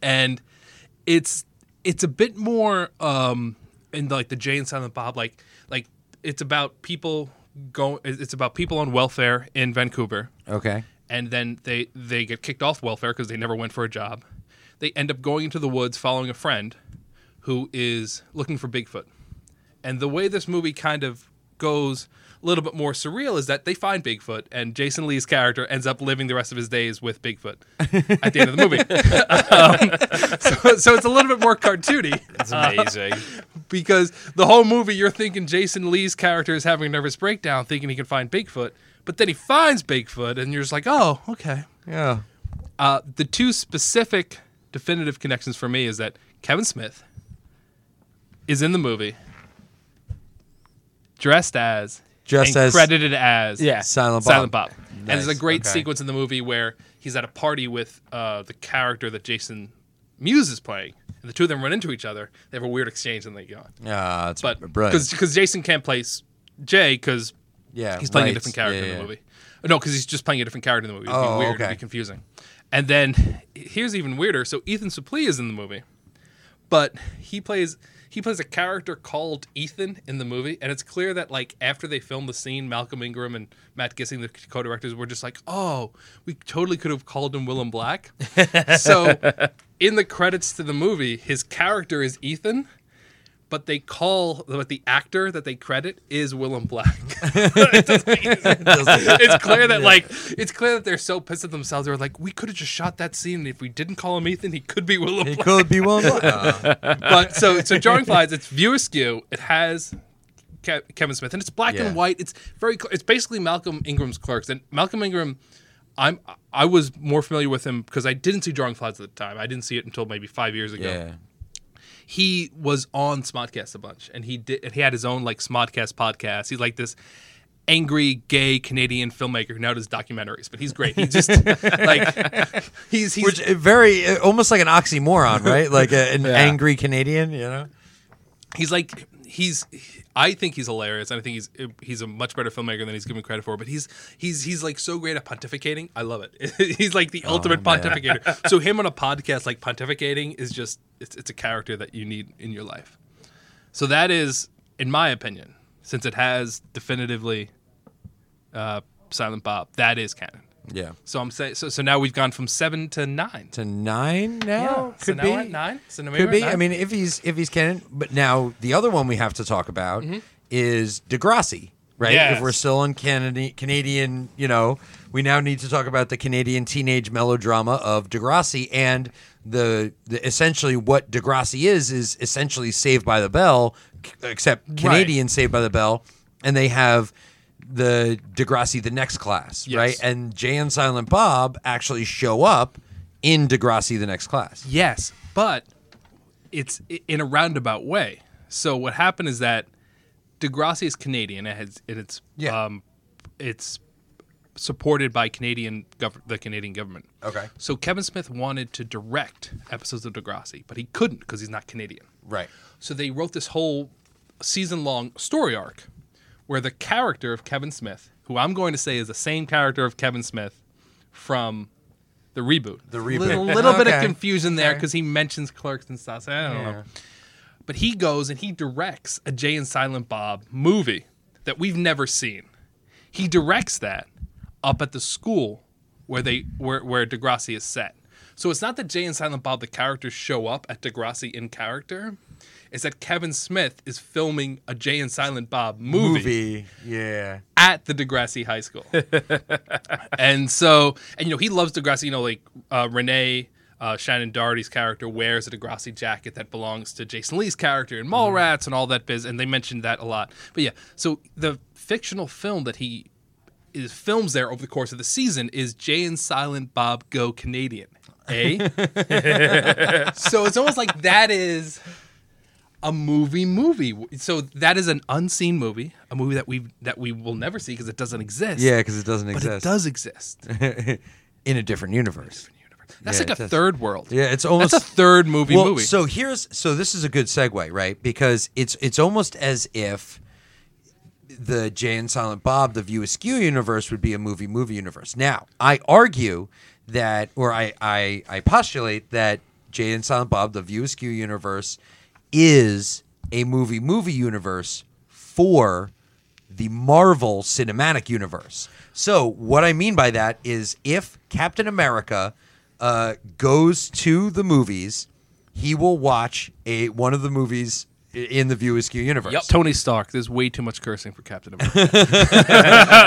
Speaker 2: And it's it's a bit more um in like the Jay and Silent Bob like like it's about people go it's about people on welfare in Vancouver
Speaker 3: okay.
Speaker 2: and then they they get kicked off welfare because they never went for a job. They end up going into the woods following a friend who is looking for Bigfoot. And the way this movie kind of goes a little bit more surreal is that they find Bigfoot, and Jason Lee's character ends up living the rest of his days with Bigfoot at the end of the movie. [LAUGHS] um, so, so it's a little bit more cartoony
Speaker 4: It's amazing.
Speaker 2: [LAUGHS] because the whole movie you're thinking Jason Lee's character is having a nervous breakdown, thinking he can find Bigfoot, but then he finds Bigfoot, and you're just like, oh, okay.
Speaker 3: Yeah.
Speaker 2: Uh, the two specific definitive connections for me is that Kevin Smith is in the movie dressed as
Speaker 3: Just
Speaker 2: and
Speaker 3: as-
Speaker 2: credited as
Speaker 4: Yeah.
Speaker 3: Silent Bob.
Speaker 2: Silent Bob. And there's a
Speaker 3: Nice,
Speaker 2: great
Speaker 3: okay.
Speaker 2: sequence in the movie where he's at a party with uh, the character that Jason Mewes is playing. And the two of them run into each other. They have a weird exchange and they go on.
Speaker 3: Yeah, it's
Speaker 2: But
Speaker 3: brilliant.
Speaker 2: because Jason can't play s- Jay because
Speaker 3: Yeah,
Speaker 2: he's playing a
Speaker 3: right.
Speaker 2: different character
Speaker 3: Yeah,
Speaker 2: in
Speaker 3: yeah.
Speaker 2: the movie. Oh, No, because he's just playing a different character in the movie. It'd
Speaker 3: Oh,
Speaker 2: be weird.
Speaker 3: okay.
Speaker 2: It'd be confusing. And then here's even weirder. So Ethan Suplee is in the movie, but he plays he plays a character called Ethan in the movie, and it's clear that like after they filmed the scene, Malcolm Ingram and Matt Gissing, the co-directors, were just like, "Oh, we totally could have called him Willem
Speaker 3: [LAUGHS]
Speaker 2: Black." so in the credits to the movie, his character is Ethan. But they call, but the actor that they credit is Willem Black. [LAUGHS] It doesn't make it's clear that like it's clear that they're so pissed at themselves. They're like, we could have just shot that scene, and if we didn't call him Ethan, he could be Willow.
Speaker 3: It
Speaker 2: Black.
Speaker 3: could
Speaker 2: [LAUGHS]
Speaker 3: be one. Uh,
Speaker 2: But so
Speaker 3: [LAUGHS]
Speaker 2: so drawing flies. It's view askew. It has Ke- Kevin Smith, and it's black
Speaker 3: Yeah.
Speaker 2: and white. It's very. cl- It's basically Malcolm Ingram's clerks, and Malcolm Ingram. I'm I was more familiar with him because I didn't see Drawing Flies at the time. I didn't see it until maybe five years ago
Speaker 3: yeah.
Speaker 2: he was on Smodcast a bunch, and he did. And he had his own like Smodcast podcast. He's like this angry gay Canadian filmmaker who now does documentaries, but he's great. He's
Speaker 3: [LAUGHS]
Speaker 2: just like he's he's
Speaker 3: Which uh, very uh, almost like an oxymoron, right? Like a,
Speaker 2: [LAUGHS]
Speaker 3: an angry Canadian, you know?
Speaker 2: he's like he's I think he's hilarious, and I think he's he's a much better filmmaker than he's given credit for. But he's he's he's like so great at pontificating. I love it. [LAUGHS] he's like the ultimate
Speaker 3: man.
Speaker 2: pontificator. so him on a podcast like pontificating is just it's it's a character that you need in your life. So that is, in my opinion, since it has definitively uh, Silent Bob, that is canon.
Speaker 3: Yeah.
Speaker 2: So I'm saying so. So now we've gone from seven to nine.
Speaker 3: To nine now?
Speaker 2: so
Speaker 3: Could
Speaker 2: now
Speaker 3: be.
Speaker 2: we're at nine. So now maybe
Speaker 3: Could
Speaker 2: we're at
Speaker 3: be.
Speaker 2: nine.
Speaker 3: I mean, if he's if he's canon. But now the other one we have to talk about is Degrassi, right?
Speaker 2: Yes.
Speaker 3: If we're still on Canadi- Canadian, you know, we now need to talk about the Canadian teenage melodrama of Degrassi and the, the essentially what Degrassi is is essentially Saved by the Bell, c- except Canadian Saved by the Bell, and they have. The Degrassi, the next class,
Speaker 2: Yes.
Speaker 3: right? And Jay and Silent Bob actually show up in Degrassi, the next class.
Speaker 2: Yes, but it's i- in a roundabout way. So what happened is that Degrassi is Canadian. It has, and it's
Speaker 3: Yeah.
Speaker 2: um, it's supported by Canadian gov- the Canadian government.
Speaker 3: Okay.
Speaker 2: So Kevin Smith wanted to direct episodes of Degrassi, but he couldn't because he's not Canadian.
Speaker 3: Right.
Speaker 2: So they wrote this whole season long story arc where the character of Kevin Smith, who I'm going to say is the same character of Kevin Smith from the reboot. The
Speaker 3: reboot.
Speaker 2: Little, little bit of
Speaker 3: Okay.
Speaker 2: confusion there because he mentions clerks and stuff. So I don't know. But he goes and he directs a Jay and Silent Bob movie that we've never seen. He directs that up at the school where they where, where Degrassi is set. So it's not that Jay and Silent Bob the characters show up at Degrassi in character. is that Kevin Smith is filming a Jay and Silent Bob movie.
Speaker 3: movie. Yeah.
Speaker 2: at the Degrassi High School. and so, and you know, he loves Degrassi. You know, like uh, Renee uh, Shannon Doherty's character wears a Degrassi jacket that belongs to Jason Lee's character in Mallrats and all that biz. And they mentioned that a lot. But yeah, so the fictional film that he is films there over the course of the season is Jay and Silent Bob Go Canadian. Eh? so it's almost like that is a movie movie. So that is an unseen movie, a movie that we that we will never see because it doesn't exist.
Speaker 3: Yeah, because it doesn't
Speaker 2: but it
Speaker 3: exist
Speaker 2: does
Speaker 3: [LAUGHS]
Speaker 2: exist.
Speaker 3: in a different universe.
Speaker 2: That's
Speaker 3: Yeah,
Speaker 2: like a
Speaker 3: it does.
Speaker 2: third world.
Speaker 3: Yeah, it's almost
Speaker 2: That's a third movie
Speaker 3: well,
Speaker 2: movie.
Speaker 3: So here's so this is a good segue, right? Because it's it's almost as if the Jay and Silent Bob, the View Askew universe would be a movie movie universe. Now, I argue that or I I, I postulate that Jay and Silent Bob, the View Askew universe, is a movie movie universe for the Marvel Cinematic Universe. So, what I mean by that is if Captain America uh, goes to the movies, he will watch a one of the movies i- in the View Askew universe.
Speaker 4: Yep.
Speaker 2: Tony Stark. There's way too much cursing for Captain America.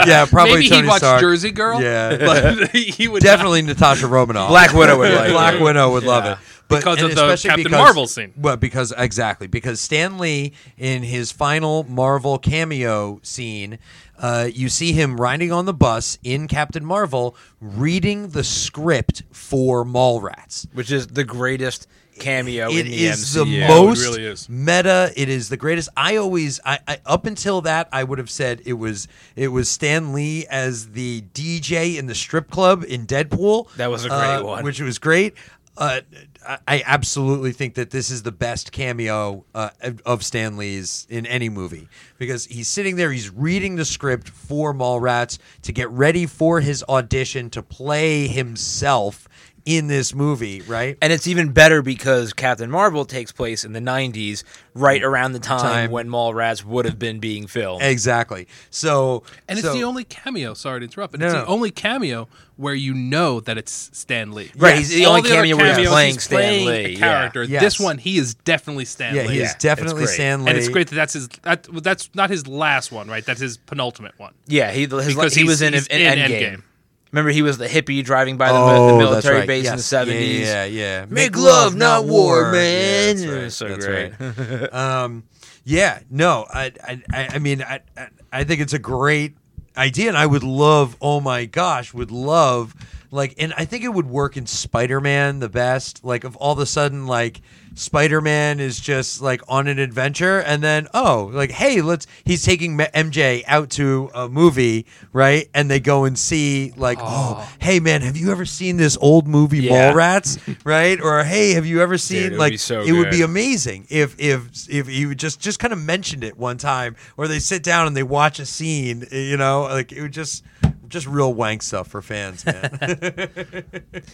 Speaker 2: [LAUGHS]
Speaker 3: Yeah, [LAUGHS] probably
Speaker 2: Maybe
Speaker 3: Tony
Speaker 2: he'd watch
Speaker 3: Stark.
Speaker 2: Jersey Girl. [LAUGHS]
Speaker 3: Yeah.
Speaker 2: but he would not.
Speaker 3: Definitely Natasha Romanoff.
Speaker 4: Black
Speaker 3: [LAUGHS]
Speaker 4: Widow would like
Speaker 3: Black
Speaker 4: it.
Speaker 3: Widow would love
Speaker 4: Yeah.
Speaker 3: it. But,
Speaker 2: Because
Speaker 3: and
Speaker 2: of the
Speaker 3: especially
Speaker 2: Captain
Speaker 3: because-
Speaker 2: Marvel scene.
Speaker 3: Well, because exactly because Stan Lee in his final Marvel cameo scene, uh, you see him riding on the bus in Captain Marvel, reading the script for Mallrats.
Speaker 4: which is the greatest cameo
Speaker 3: It
Speaker 4: in the
Speaker 3: is
Speaker 4: MCU.
Speaker 3: the
Speaker 2: Oh, it
Speaker 3: most
Speaker 2: really is.
Speaker 3: meta. It is the greatest. I always, I, I up until that, I would have said it was it was Stan Lee as the DJ in the strip club in Deadpool.
Speaker 4: That was a great
Speaker 3: uh,
Speaker 4: one.
Speaker 3: which was great. Uh, I- I absolutely think that this is the best cameo uh, of Stan Lee's in any movie because he's sitting there, he's reading the script for Mallrats to get ready for his audition to play himself in this movie, right?
Speaker 4: And it's even better because Captain Marvel takes place in the 90s, right around the time,
Speaker 3: Mm. Time.
Speaker 4: when Mallrats would have been being filmed.
Speaker 3: Exactly. So
Speaker 2: And it's
Speaker 3: so-
Speaker 2: the only cameo. Sorry to interrupt. But
Speaker 3: No,
Speaker 2: it's
Speaker 3: no.
Speaker 2: the only cameo where you know that it's Stan Lee.
Speaker 4: Right, he's the
Speaker 2: All
Speaker 4: only
Speaker 2: other
Speaker 4: cameo where he's
Speaker 2: cameos,
Speaker 4: playing Stan
Speaker 2: a
Speaker 4: Lee, yeah.
Speaker 2: character.
Speaker 3: Yes.
Speaker 2: This one, he is definitely Stan
Speaker 3: yeah,
Speaker 2: Lee.
Speaker 3: he
Speaker 4: Yeah,
Speaker 3: is
Speaker 4: it's
Speaker 3: definitely
Speaker 4: great.
Speaker 3: Stan Lee.
Speaker 2: And it's great that that's his. That, that's not his last one, right? That's his penultimate one.
Speaker 4: Yeah, he, his,
Speaker 2: Because
Speaker 4: he was
Speaker 2: he's-
Speaker 4: in,
Speaker 2: he's
Speaker 4: in,
Speaker 2: in
Speaker 4: Endgame.
Speaker 2: Endgame.
Speaker 4: Remember, he was the hippie driving by the, mi- the
Speaker 3: Oh, that's
Speaker 4: military
Speaker 3: right.
Speaker 4: base
Speaker 3: Yes.
Speaker 4: in the 70s.
Speaker 3: Yeah, yeah, yeah.
Speaker 4: Make love, not war, man.
Speaker 3: Yeah,
Speaker 4: It was
Speaker 3: that's
Speaker 4: so
Speaker 3: right. That's
Speaker 4: great.
Speaker 3: right. um, yeah, no, I, I, I I mean, I, I, I think it's a great idea, and I would love. Oh my gosh, would love like, and I think it would work in Spider-Man the best. Like, if all of a sudden, like. Spider-Man is just like on an adventure and then oh like hey let's he's taking M- MJ out to a movie right and they go and see like oh, hey man have you ever seen this old movie
Speaker 4: Yeah.
Speaker 3: Mallrats right or hey have you ever seen
Speaker 4: Dude, it would
Speaker 3: like
Speaker 4: be so
Speaker 3: it would be
Speaker 4: good.
Speaker 3: amazing if if if you just just kind of mentioned it one time or they sit down and they watch a scene you know like it would just just real wank stuff for fans man
Speaker 4: [LAUGHS]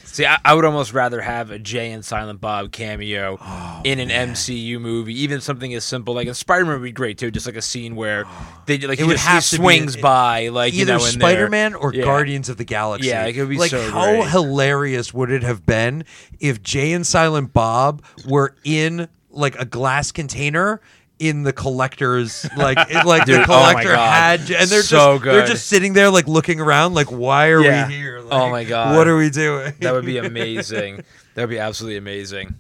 Speaker 4: See, I, I would almost rather have a Jay and Silent Bob cameo
Speaker 3: Oh,
Speaker 4: in an MCU movie, even something as simple like a Spider Man would be great too. Just like a scene
Speaker 3: [GASPS]
Speaker 4: where they like
Speaker 3: It
Speaker 4: he
Speaker 3: would
Speaker 4: just
Speaker 3: have
Speaker 4: he
Speaker 3: to be
Speaker 4: swings
Speaker 3: in-
Speaker 4: by, like you
Speaker 3: either
Speaker 4: know, in there.
Speaker 3: Spider-Man or
Speaker 4: Yeah.
Speaker 3: Guardians of the Galaxy.
Speaker 4: Yeah, it would be
Speaker 3: like
Speaker 4: so
Speaker 3: how
Speaker 4: great.
Speaker 3: hilarious would it have been if Jay and Silent Bob were in like a glass container in the collectors like it, like
Speaker 4: Dude,
Speaker 3: the
Speaker 4: oh my
Speaker 3: collector
Speaker 4: God.
Speaker 3: had and they're
Speaker 4: So
Speaker 3: just they're
Speaker 4: good.
Speaker 3: just sitting there like looking around like why are
Speaker 4: Yeah.
Speaker 3: we here like,
Speaker 4: Oh my God.
Speaker 3: what are we doing [LAUGHS]
Speaker 4: That would be amazing. that would be absolutely amazing.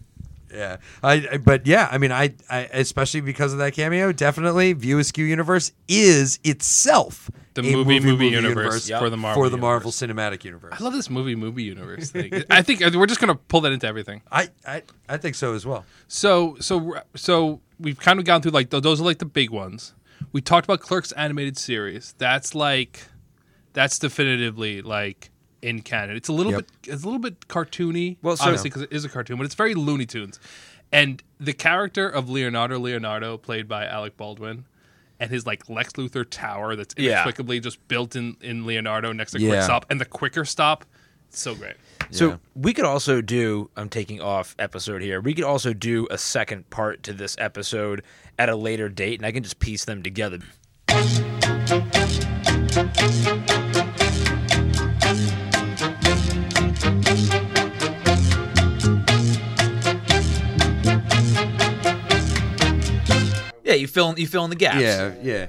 Speaker 3: yeah I, I but yeah I mean I, I especially because of that cameo definitely View Askew Universe is itself
Speaker 2: The
Speaker 3: a
Speaker 2: movie, movie universe
Speaker 4: Yep.
Speaker 2: for the Marvel
Speaker 3: for the
Speaker 2: universe.
Speaker 3: Marvel Cinematic Universe
Speaker 2: I love this movie movie universe
Speaker 3: [LAUGHS]
Speaker 2: thing. I think we're just gonna pull that into everything.
Speaker 3: I, I I think so as well.
Speaker 2: So so so we've kind of gone through like tho- those are like the big ones. We talked about Clerks animated series. That's like that's definitively like in canon. It's a little
Speaker 3: Yep.
Speaker 2: bit it's a little bit cartoony.
Speaker 4: Well, so-
Speaker 2: obviously because it is a cartoon, but it's very Looney Tunes. And the character of Leonardo Leonardo, played by Alec Baldwin, and his like Lex Luthor tower that's
Speaker 4: Yeah.
Speaker 2: inexplicably just built in in Leonardo next to Quick
Speaker 3: Yeah.
Speaker 2: Stop, and the Quicker Stop, it's so great.
Speaker 3: Yeah.
Speaker 4: So we could also do. I'm taking off episode here. We could also do a second part to this episode at a later date, and I can just piece them together. Yeah, you fill in, you fill in the gaps.
Speaker 3: Yeah, yeah.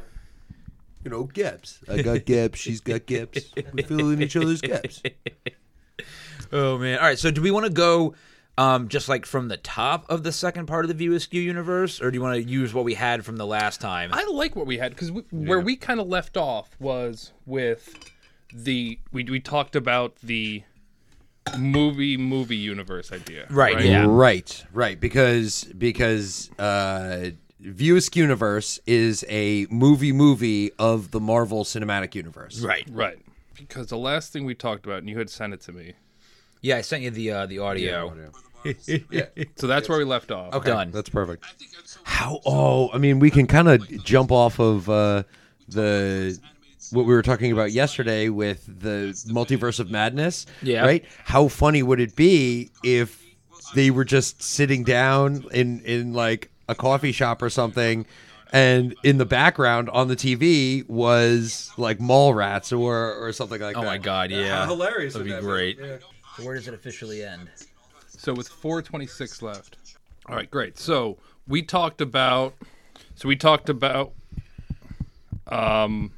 Speaker 3: You know, gaps. I [LAUGHS] got gaps. She's got gaps. We're filling each other's gaps.
Speaker 4: Oh man. All right. So do we want to go um, just like from the top of the second part of the View Askew universe, or do you want to use what we had from the last time?
Speaker 2: I like what we had because where we kind of left off was with the we we talked about the movie movie universe idea.
Speaker 4: Right, yeah.
Speaker 3: [LAUGHS] Right, right. Because because uh, View Askew Universe is a movie movie of the Marvel Cinematic Universe.
Speaker 4: right.
Speaker 2: Right. Because the last thing we talked about, and you had sent it to me,
Speaker 4: Yeah, I sent you the uh, the audio.
Speaker 2: so that's where we left off.
Speaker 3: Okay,
Speaker 4: Done.
Speaker 3: That's perfect. How? Oh, I mean, we can kind of jump off of uh, the what we were talking about yesterday with the multiverse of madness.
Speaker 4: Yeah.
Speaker 3: Right. How funny would it be if they were just sitting down in in like a coffee shop or something? And in the background on the TV was like mall rats or, or something like
Speaker 4: Oh
Speaker 3: that.
Speaker 4: my god, yeah.
Speaker 3: How hilarious
Speaker 4: That'd
Speaker 3: would
Speaker 4: be
Speaker 3: that be?
Speaker 4: great.
Speaker 3: Yeah.
Speaker 4: So where does it officially end?
Speaker 2: So with 426 left. All right, great. So we talked about so we talked about um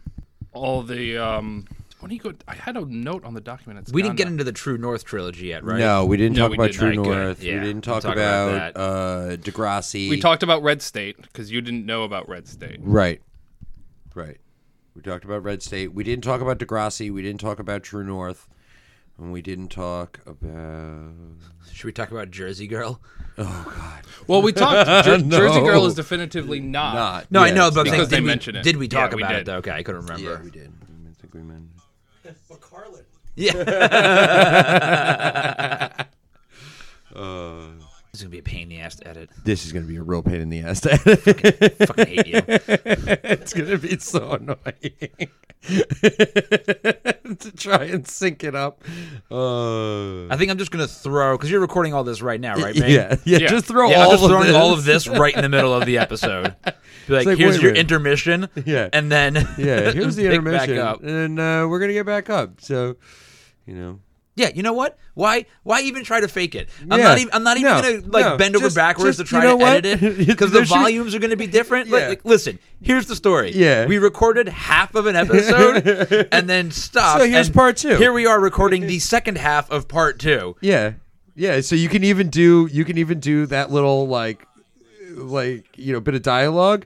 Speaker 2: all the um what do you go I had a note on the document. It's
Speaker 4: We
Speaker 2: gone
Speaker 4: didn't get
Speaker 2: now.
Speaker 4: into the True North trilogy yet, right?
Speaker 3: No, we didn't
Speaker 2: No,
Speaker 3: talk
Speaker 2: we
Speaker 3: about
Speaker 2: did
Speaker 3: True
Speaker 2: not. Good.
Speaker 3: North.
Speaker 4: Yeah,
Speaker 3: we
Speaker 4: we'll
Speaker 3: didn't talk,
Speaker 4: talk about
Speaker 3: about,
Speaker 4: that.
Speaker 3: uh, Degrassi.
Speaker 2: We talked about Red State because you didn't know about Red State.
Speaker 3: Right. Right. We talked about Red State. We didn't talk about Degrassi. We didn't talk about True North. And we didn't talk about.
Speaker 4: Should we talk about Jersey Girl?
Speaker 2: Well, we talked.
Speaker 4: [LAUGHS]
Speaker 2: Jer-
Speaker 3: No.
Speaker 2: Jersey Girl is definitively not.
Speaker 3: Not.
Speaker 4: No, I
Speaker 3: Yes.
Speaker 4: know, but I'm saying,
Speaker 2: Because
Speaker 4: did
Speaker 2: they
Speaker 4: we-
Speaker 2: mention it.
Speaker 4: Did we
Speaker 2: Yeah,
Speaker 4: talk
Speaker 2: we
Speaker 4: about it
Speaker 2: did.
Speaker 4: though? Okay, I couldn't remember.
Speaker 3: Yeah, we did. I think we meant-
Speaker 4: It's gonna be a pain in the ass to edit.
Speaker 3: This is going to be a real pain in the ass. [LAUGHS] to edit.
Speaker 4: Fucking
Speaker 2: [LAUGHS]
Speaker 4: hate you.
Speaker 3: it's going to be so annoying [LAUGHS] to try and sync it up. Uh,
Speaker 4: I think I'm just gonna throw because you're recording all this right now, right? Bing?
Speaker 3: yeah, yeah,
Speaker 2: Yeah.
Speaker 3: Just throw
Speaker 4: Yeah,
Speaker 3: all
Speaker 4: I'm just
Speaker 3: of
Speaker 4: throwing
Speaker 3: this.
Speaker 4: all of this right in the middle of
Speaker 3: [LAUGHS]
Speaker 4: the episode. Be
Speaker 3: like,
Speaker 4: like,
Speaker 3: wait
Speaker 4: here's
Speaker 3: a
Speaker 4: your
Speaker 3: minute.
Speaker 4: intermission.
Speaker 3: Yeah.
Speaker 4: And then
Speaker 3: [LAUGHS] Yeah,
Speaker 4: [LAUGHS]
Speaker 3: here's the
Speaker 4: pick
Speaker 3: intermission,
Speaker 4: Back up.
Speaker 3: and uh, we're gonna get back up. So, you know,
Speaker 4: Yeah, you know what? Why why even try to fake it? I'm
Speaker 3: Yeah.
Speaker 4: not even I'm not even
Speaker 3: No,
Speaker 4: gonna like
Speaker 3: no.
Speaker 4: bend over
Speaker 3: Just-
Speaker 4: backwards
Speaker 3: just-
Speaker 4: to try
Speaker 3: you know
Speaker 4: to
Speaker 3: what?
Speaker 4: edit
Speaker 3: [LAUGHS]
Speaker 4: it. Because the
Speaker 3: There should-
Speaker 4: volumes are gonna be different. Like-
Speaker 3: Yeah.
Speaker 4: like, listen, here's the story.
Speaker 3: Yeah.
Speaker 4: We recorded half of
Speaker 3: [LAUGHS]
Speaker 4: an episode and then stopped.
Speaker 3: So here's
Speaker 4: and
Speaker 3: part two.
Speaker 4: Here we are recording the second half of part two.
Speaker 3: Yeah. Yeah, so you can even do you can even do that little like like, you know, bit of dialogue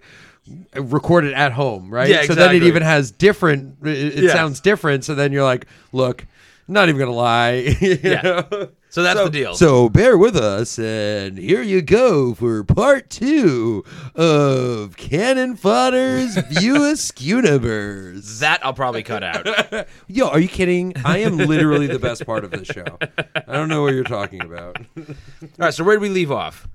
Speaker 3: uh, recorded at home, right?
Speaker 4: Yeah,
Speaker 3: So then it
Speaker 4: exactly.
Speaker 3: even has different it, it
Speaker 4: Yeah.
Speaker 3: sounds different, so then you're like, look, not even going to lie. [LAUGHS] you
Speaker 4: Yeah.
Speaker 3: know?
Speaker 4: So that's the deal.
Speaker 3: So bear with us and here you go for part 2 of Cannon Fodder's View Universe. [LAUGHS]
Speaker 4: that I'll probably cut out.
Speaker 3: Yo, are you kidding? I am literally the best part of this show. I don't know what you're talking about.
Speaker 4: All right, so where did we leave off?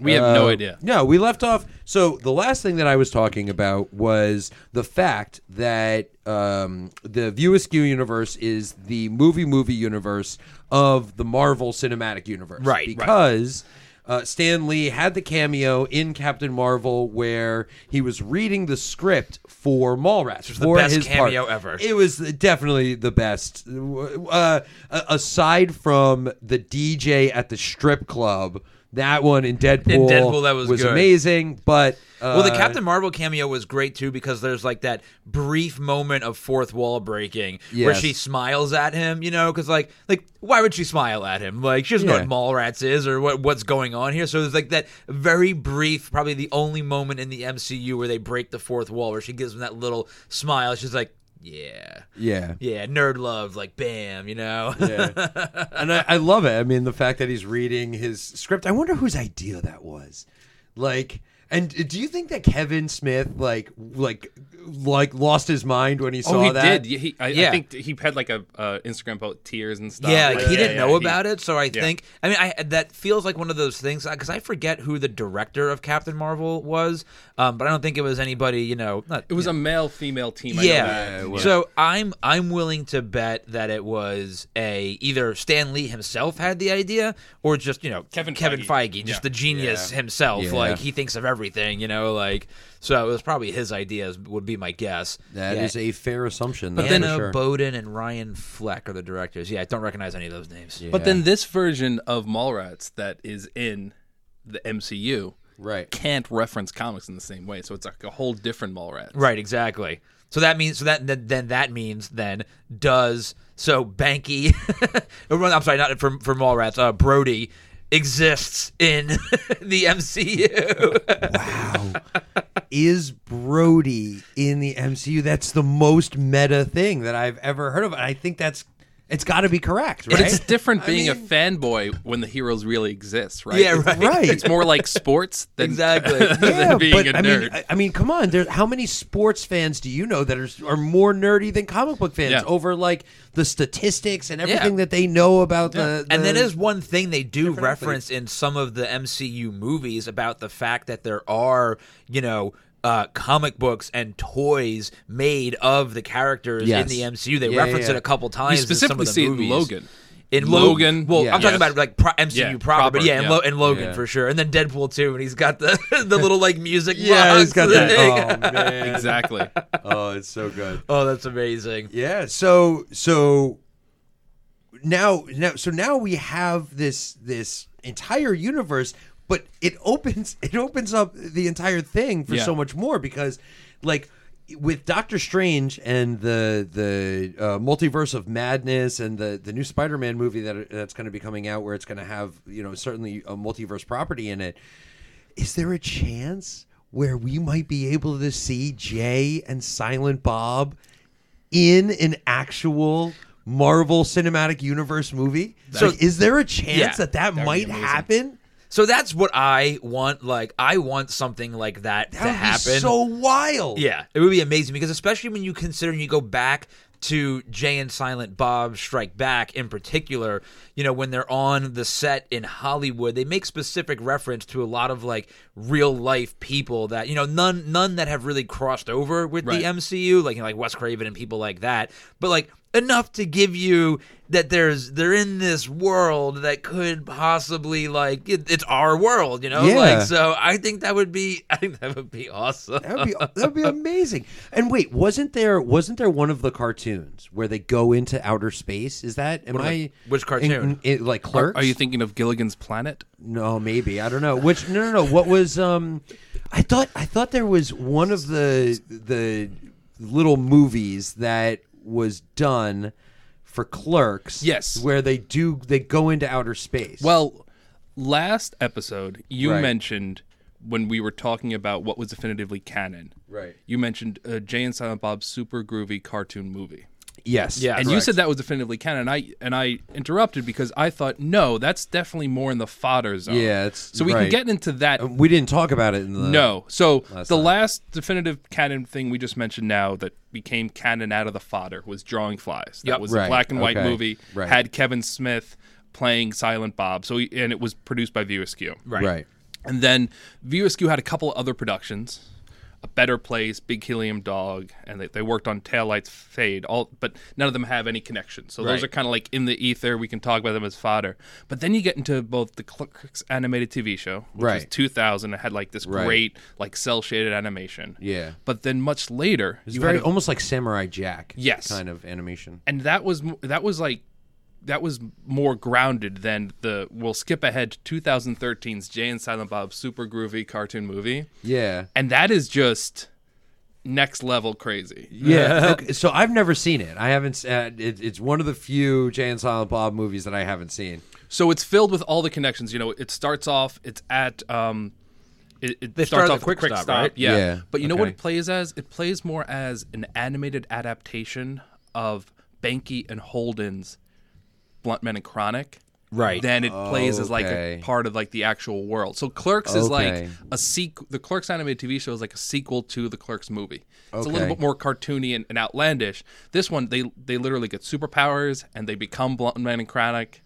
Speaker 2: We have no
Speaker 3: Uh,
Speaker 2: idea.
Speaker 3: No, we left off. So the last thing that I was talking about was the fact that um, the View Askew universe is the movie movie universe of the Marvel Cinematic Universe,
Speaker 4: Right, right.
Speaker 3: Because. Uh, Stan Lee had the cameo in Captain Marvel where he was reading the script for Mallrats.
Speaker 4: the
Speaker 3: for
Speaker 4: best
Speaker 3: his
Speaker 4: cameo
Speaker 3: part.
Speaker 4: ever.
Speaker 3: It was definitely the best. Uh, aside from the DJ at the strip club, that one in Deadpool,
Speaker 4: In Deadpool, that was good.
Speaker 3: amazing. But uh,
Speaker 4: Well, the Captain Marvel cameo was great too because there's like that brief moment of fourth wall breaking where
Speaker 3: Yes.
Speaker 4: she smiles at him, you know, because like like why would she smile at him? Like she doesn't know
Speaker 3: Yeah.
Speaker 4: what Mallrats is or what what's going on here. So there's like that very brief, probably the only moment in the MCU where they break the fourth wall where she gives him that little smile. She's like, yeah,
Speaker 3: yeah.
Speaker 4: yeah, nerd love, like bam, you know.
Speaker 3: [LAUGHS]
Speaker 4: [LAUGHS]
Speaker 3: Yeah. and I, I love it. I mean, the fact that he's reading his script. I wonder whose idea that was. Like, and do you think that Kevin Smith like like like lost his mind when he saw
Speaker 2: Oh, he
Speaker 3: that?
Speaker 2: did. Yeah, He, I,
Speaker 4: Yeah.
Speaker 2: I think he had like a uh, Instagram post, tears and stuff.
Speaker 4: Yeah,
Speaker 2: Like,
Speaker 4: like, he didn't
Speaker 2: yeah,
Speaker 4: know
Speaker 2: he-
Speaker 4: about it, so I think. I mean, I that feels like one of those things because I forget who the director of Captain Marvel was, um, but I don't think it was anybody. You know, not,
Speaker 2: It was a male female team. I know that.
Speaker 4: yeah. So I'm I'm willing to bet that it was a either Stan Lee himself had the idea or just you know
Speaker 2: Kevin
Speaker 4: Kevin
Speaker 2: Feige.
Speaker 4: Feige,
Speaker 2: Yeah.
Speaker 4: just the genius himself.
Speaker 3: Yeah.
Speaker 4: Like he thinks of everything, you know. Like so, it was probably his ideas would be my guess.
Speaker 3: That
Speaker 4: Yeah.
Speaker 3: is a fair assumption.
Speaker 4: But
Speaker 3: that's
Speaker 4: then
Speaker 3: for
Speaker 4: uh,
Speaker 3: sure.
Speaker 4: Bowden and Ryan Fleck are the directors. Yeah, I don't recognize any of those names.
Speaker 2: But then this version of Mallrats that is in the MCU
Speaker 3: Right.
Speaker 2: can't reference comics in the same way. So it's like a whole different Mallrats.
Speaker 4: Right, exactly. So that means so that then, then that means then does so Banky [LAUGHS] I'm sorry, not for for Mallrats, uh Brody exists in [LAUGHS] the MCU.
Speaker 3: Is Brody in the MCU? That's the most meta thing that I've ever heard of. And I think that's it's got to be correct, right?
Speaker 2: But [LAUGHS] it's different being a fanboy when the heroes really exist, right?
Speaker 4: Yeah,
Speaker 2: It's-
Speaker 4: right.
Speaker 2: [LAUGHS]
Speaker 3: Right.
Speaker 2: It's more like sports than,
Speaker 4: Exactly.
Speaker 2: [LAUGHS] than being
Speaker 3: but
Speaker 2: a
Speaker 3: I
Speaker 2: nerd.
Speaker 3: mean, I, I mean, come on. There, how many sports fans do you know that are are more nerdy than comic book fans
Speaker 2: Yeah.
Speaker 3: over like the statistics and everything that they know about the,
Speaker 4: and
Speaker 3: the-
Speaker 4: that is one thing they do reference in some of the MCU movies about the fact that there are, you know, uh, comic books and toys made of the characters in
Speaker 3: Yes.
Speaker 4: the MCU. They
Speaker 3: Yeah, yeah,
Speaker 4: reference
Speaker 3: yeah.
Speaker 4: it a couple times.
Speaker 2: you
Speaker 4: in some
Speaker 2: specifically
Speaker 4: of the
Speaker 2: see it in
Speaker 4: movies.
Speaker 2: Logan.
Speaker 4: In
Speaker 2: Logan,
Speaker 4: Well,
Speaker 3: yeah.
Speaker 4: I'm talking
Speaker 2: Yes.
Speaker 4: about like pro- MCU
Speaker 2: Yeah,
Speaker 4: proper, but yeah,
Speaker 2: proper,
Speaker 4: and, Lo-
Speaker 2: yeah.
Speaker 4: and Logan
Speaker 3: Yeah.
Speaker 4: for sure, and then Deadpool too, and he's got the [LAUGHS] the little like music.
Speaker 3: yeah,
Speaker 4: box
Speaker 3: he's got
Speaker 4: thing.
Speaker 3: that. Oh man,
Speaker 2: Exactly.
Speaker 3: [LAUGHS] oh, it's so good.
Speaker 4: [LAUGHS] Oh, that's amazing.
Speaker 3: Yeah. So so now now so now we have this this entire universe, but it opens [LAUGHS] it opens up the entire thing for
Speaker 2: Yeah.
Speaker 3: so much more because like with Doctor Strange and the the uh, multiverse of madness and the the new Spider-Man movie that that's going to be coming out where it's going to have, you know, certainly a multiverse property in it is there a chance where we might be able to see Jay and Silent Bob in an actual Marvel Cinematic Universe movie? so, is there a chance
Speaker 4: Yeah,
Speaker 3: that that, might happen?
Speaker 4: So that's what I want. Like, I want something like that,
Speaker 3: That
Speaker 4: to
Speaker 3: would
Speaker 4: happen.
Speaker 3: be so wild.
Speaker 4: Yeah, it would be amazing because especially when you consider you go back to Jay and Silent Bob Strike Back in particular, you know, when they're on the set in Hollywood, they make specific reference to a lot of like real life people that, you know, none none that have really crossed over with
Speaker 2: Right.
Speaker 4: the MCU, like you know, like Wes Craven and people like that. But like enough to give you that there's they're in this world that could possibly like it, it's our world, you know?
Speaker 3: Yeah.
Speaker 4: Like so I think that would be [LAUGHS] I think that would be awesome.
Speaker 3: That would be that would be amazing. And wait, wasn't there wasn't there one of the cartoons where they go into outer space? Is that am I
Speaker 4: which cartoon?
Speaker 3: in- in- like Clerks?
Speaker 2: Are you thinking of Gilligan's Planet?
Speaker 3: No, maybe I don't know. Which no, no, no. What was um? I thought I thought there was one of the the little movies that was done for Clerks.
Speaker 2: Yes.
Speaker 3: where they do they go into outer space.
Speaker 2: Well, last episode you
Speaker 3: Right.
Speaker 2: mentioned when we were talking about what was definitively canon.
Speaker 3: Right.
Speaker 2: You mentioned uh, Jay and Silent Bob's super groovy cartoon movie.
Speaker 3: yes,
Speaker 4: Yeah.
Speaker 2: and you
Speaker 4: Correct.
Speaker 2: said that was definitively canon. And I and I interrupted because I thought no, that's definitely more in the fodder zone.
Speaker 3: Yeah, it's-
Speaker 2: so we
Speaker 3: right.
Speaker 2: can get into that.
Speaker 3: we didn't talk about it in the
Speaker 2: no, so the
Speaker 3: time.
Speaker 2: last definitive canon thing we just mentioned now that became canon out of the fodder was Drawing Flies. That
Speaker 4: Yep.
Speaker 2: was
Speaker 3: Right,
Speaker 2: a black and white
Speaker 3: okay,
Speaker 2: movie.
Speaker 3: right.
Speaker 2: Had Kevin Smith playing Silent Bob. So he, and it was produced by VSQ.
Speaker 3: right.
Speaker 2: And then VSQ had a couple other productions, A Better Place, Big Helium Dog, and they, they worked on Taillights Fade, all but none of them have any connection. So
Speaker 4: Right.
Speaker 2: those are kind of like in the ether. We can talk about them as fodder. But then you get into both the Clerks animated TV show, which was
Speaker 3: Right.
Speaker 2: 2000. It had like this
Speaker 3: Right.
Speaker 2: great like cell shaded animation.
Speaker 3: Yeah.
Speaker 2: But then much later,
Speaker 3: It's
Speaker 2: you
Speaker 3: very
Speaker 2: had a-
Speaker 3: almost like Samurai Jack.
Speaker 2: Yes.
Speaker 3: kind of animation.
Speaker 2: and that was m- that was like that was more grounded than the we'll skip ahead to 2013's Jay and Silent Bob super groovy cartoon movie [LAUGHS]
Speaker 3: Yeah,
Speaker 2: and that is just next level crazy.
Speaker 3: yeah. okay, so I've never seen it. I haven't. s- Uh, it, it's one of the few Jay and Silent Bob movies that I haven't seen.
Speaker 2: So it's filled with all the connections. You know, it starts off. It's at um, it, it
Speaker 4: They
Speaker 2: starts
Speaker 4: start at
Speaker 2: off
Speaker 4: the Quick
Speaker 2: quick
Speaker 4: Stop,
Speaker 2: stop,
Speaker 4: right?
Speaker 2: Yeah.
Speaker 3: Yeah,
Speaker 2: But you know what
Speaker 3: okay.
Speaker 2: it plays as? It plays more as an animated adaptation of Banky and Holden's Blunt Men and Chronic.
Speaker 4: Right.
Speaker 2: Than it plays as like
Speaker 3: Okay.
Speaker 2: a part of like the actual world. So Clerks is
Speaker 3: Okay.
Speaker 2: like a sequel. The Clerks animated TV show is like a sequel to the Clerks movie. It's a
Speaker 3: Okay.
Speaker 2: little bit more cartoony and, and outlandish. This one, they they literally get superpowers and they become Blunt Man and Chronic.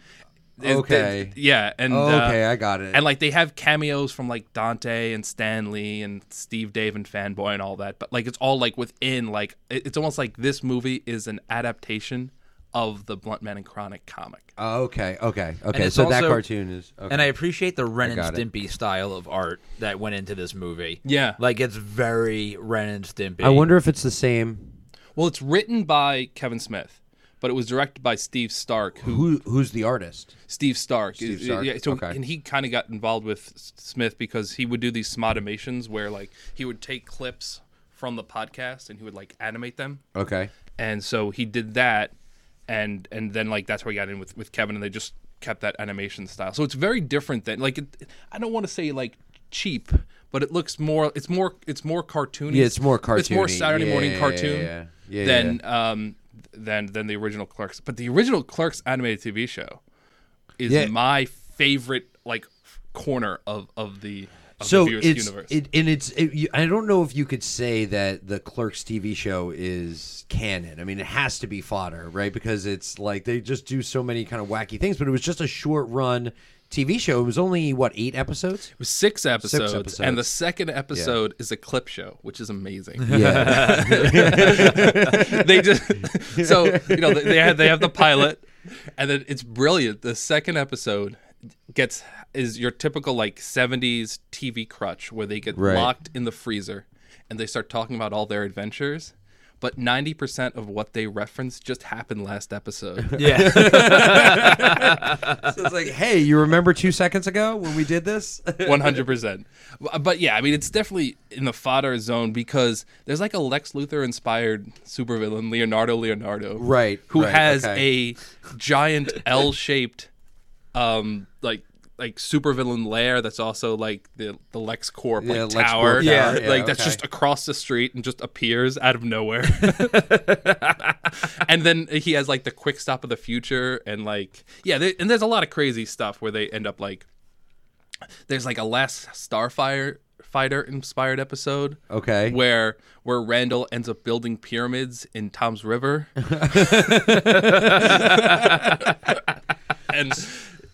Speaker 2: It-
Speaker 3: Okay.
Speaker 2: they- yeah, and uh,
Speaker 3: okay, I got it.
Speaker 2: and like they have cameos from like Dante and Stanley and Steve, Dave, and Fanboy and all that. But like it's all like within like it- it's almost like this movie is an adaptation of the Blunt Man and Chronic comic.
Speaker 3: Oh, okay, okay, okay.
Speaker 4: it's
Speaker 3: So that
Speaker 4: also-
Speaker 3: cartoon is. Okay.
Speaker 4: And I appreciate the Ren and
Speaker 3: got it.
Speaker 4: Stimpy style of art that went into this movie.
Speaker 2: Yeah.
Speaker 4: Like it's very Ren and Stimpy.
Speaker 3: I wonder if it's the same.
Speaker 2: Well, it's written by Kevin Smith, but it was directed by Steve Stark, who
Speaker 3: Who who's the artist?
Speaker 2: Steve Stark.
Speaker 3: Steve
Speaker 2: Uh,
Speaker 3: Stark,
Speaker 2: Yeah, so
Speaker 3: okay.
Speaker 2: and he kind of got involved with S- Smith because he would do these smodimations where like he would take clips from the podcast and he would like animate them.
Speaker 3: Okay.
Speaker 2: And so he did that and and then like that's where he got in with with Kevin and they just kept that animation style. So it's very different than like it, I don't want to say like cheap, but it looks more it's more it's more cartoony.
Speaker 3: Yeah, it's more
Speaker 2: It's more
Speaker 3: cartoony.
Speaker 2: Saturday
Speaker 3: Yeah,
Speaker 2: morning
Speaker 3: yeah, yeah,
Speaker 2: cartoon
Speaker 3: yeah. Yeah,
Speaker 2: than um than than the original Clerks. But the original Clerks animated TV show is
Speaker 3: Yeah.
Speaker 2: my favorite like corner of of the of
Speaker 3: so
Speaker 2: the viewers
Speaker 3: it's
Speaker 2: universe.
Speaker 3: it, and it's it, you, I don't know if you could say that the Clerks TV show is canon. I mean, it has to be fodder, right? Because it's like they just do so many kind of wacky things. But it was just a short run TV show. It was only what eight episodes.
Speaker 2: [LAUGHS] It was six episodes,
Speaker 3: episodes.
Speaker 2: and the second episode is a clip show, which is amazing.
Speaker 3: [LAUGHS] Yeah,
Speaker 2: they
Speaker 3: [LAUGHS]
Speaker 2: just so you know they have they have the pilot and then it's brilliant the second episode gets is your typical like 70s tv crutch where they get
Speaker 3: Right.
Speaker 2: locked in the freezer and they start talking about all their adventures but 90% of what they reference just happened last episode
Speaker 3: [LAUGHS]
Speaker 4: [LAUGHS] Yeah.
Speaker 3: so it's like, hey, you remember two seconds ago when we did this?
Speaker 2: 100% but yeah i mean it's definitely in the fodder zone because there's like a lex luthor inspired supervillain leonardo leonardo
Speaker 3: Right,
Speaker 2: who
Speaker 3: right,
Speaker 2: has
Speaker 3: okay.
Speaker 2: a giant l-shaped um like like supervillain lair that's also like the the Lex Corp like
Speaker 3: Yeah, LexCorp
Speaker 2: tower,
Speaker 3: tower, Yeah. yeah,
Speaker 2: like that's
Speaker 3: okay.
Speaker 2: just across the street and just appears out of nowhere. and then he has like the quick stop of the future and like yeah, they, and there's a lot of crazy stuff where they end up like there's like a last Starfire fighter inspired episode.
Speaker 3: Okay.
Speaker 2: Where where Randall ends up building pyramids in Tom's
Speaker 3: [LAUGHS]
Speaker 2: River. and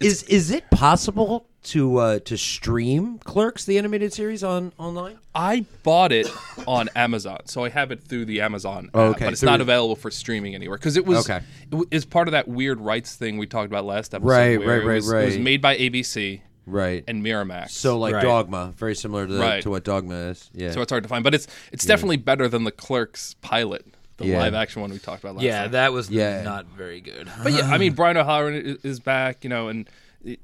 Speaker 3: is is it possible to uh, to stream Clerks the animated series on online?
Speaker 2: I bought it on Amazon, so I have it through the Amazon. App,
Speaker 3: Okay,
Speaker 2: but it's
Speaker 3: through-
Speaker 2: not available for streaming anywhere because it was
Speaker 3: Okay.
Speaker 2: it w- it's part of that weird rights thing we talked about last episode.
Speaker 3: Right,
Speaker 2: where
Speaker 3: right,
Speaker 2: it
Speaker 3: right,
Speaker 2: was- It was
Speaker 3: right.
Speaker 2: made by ABC
Speaker 3: Right.
Speaker 2: and Miramax.
Speaker 3: so like
Speaker 4: Right.
Speaker 3: Dogma, very similar to,
Speaker 2: Right.
Speaker 3: to what Dogma is. Yeah.
Speaker 2: so it's hard to find, but it's it's definitely better than the Clerks pilot, the
Speaker 3: Yeah.
Speaker 2: live action one we talked about last.
Speaker 4: yeah,
Speaker 2: time.
Speaker 4: that was
Speaker 3: Yeah.
Speaker 4: not
Speaker 2: [LAUGHS]
Speaker 4: very good.
Speaker 2: but yeah, I
Speaker 3: Um.
Speaker 2: mean Brian O'Halloran i- is back, you know, and it-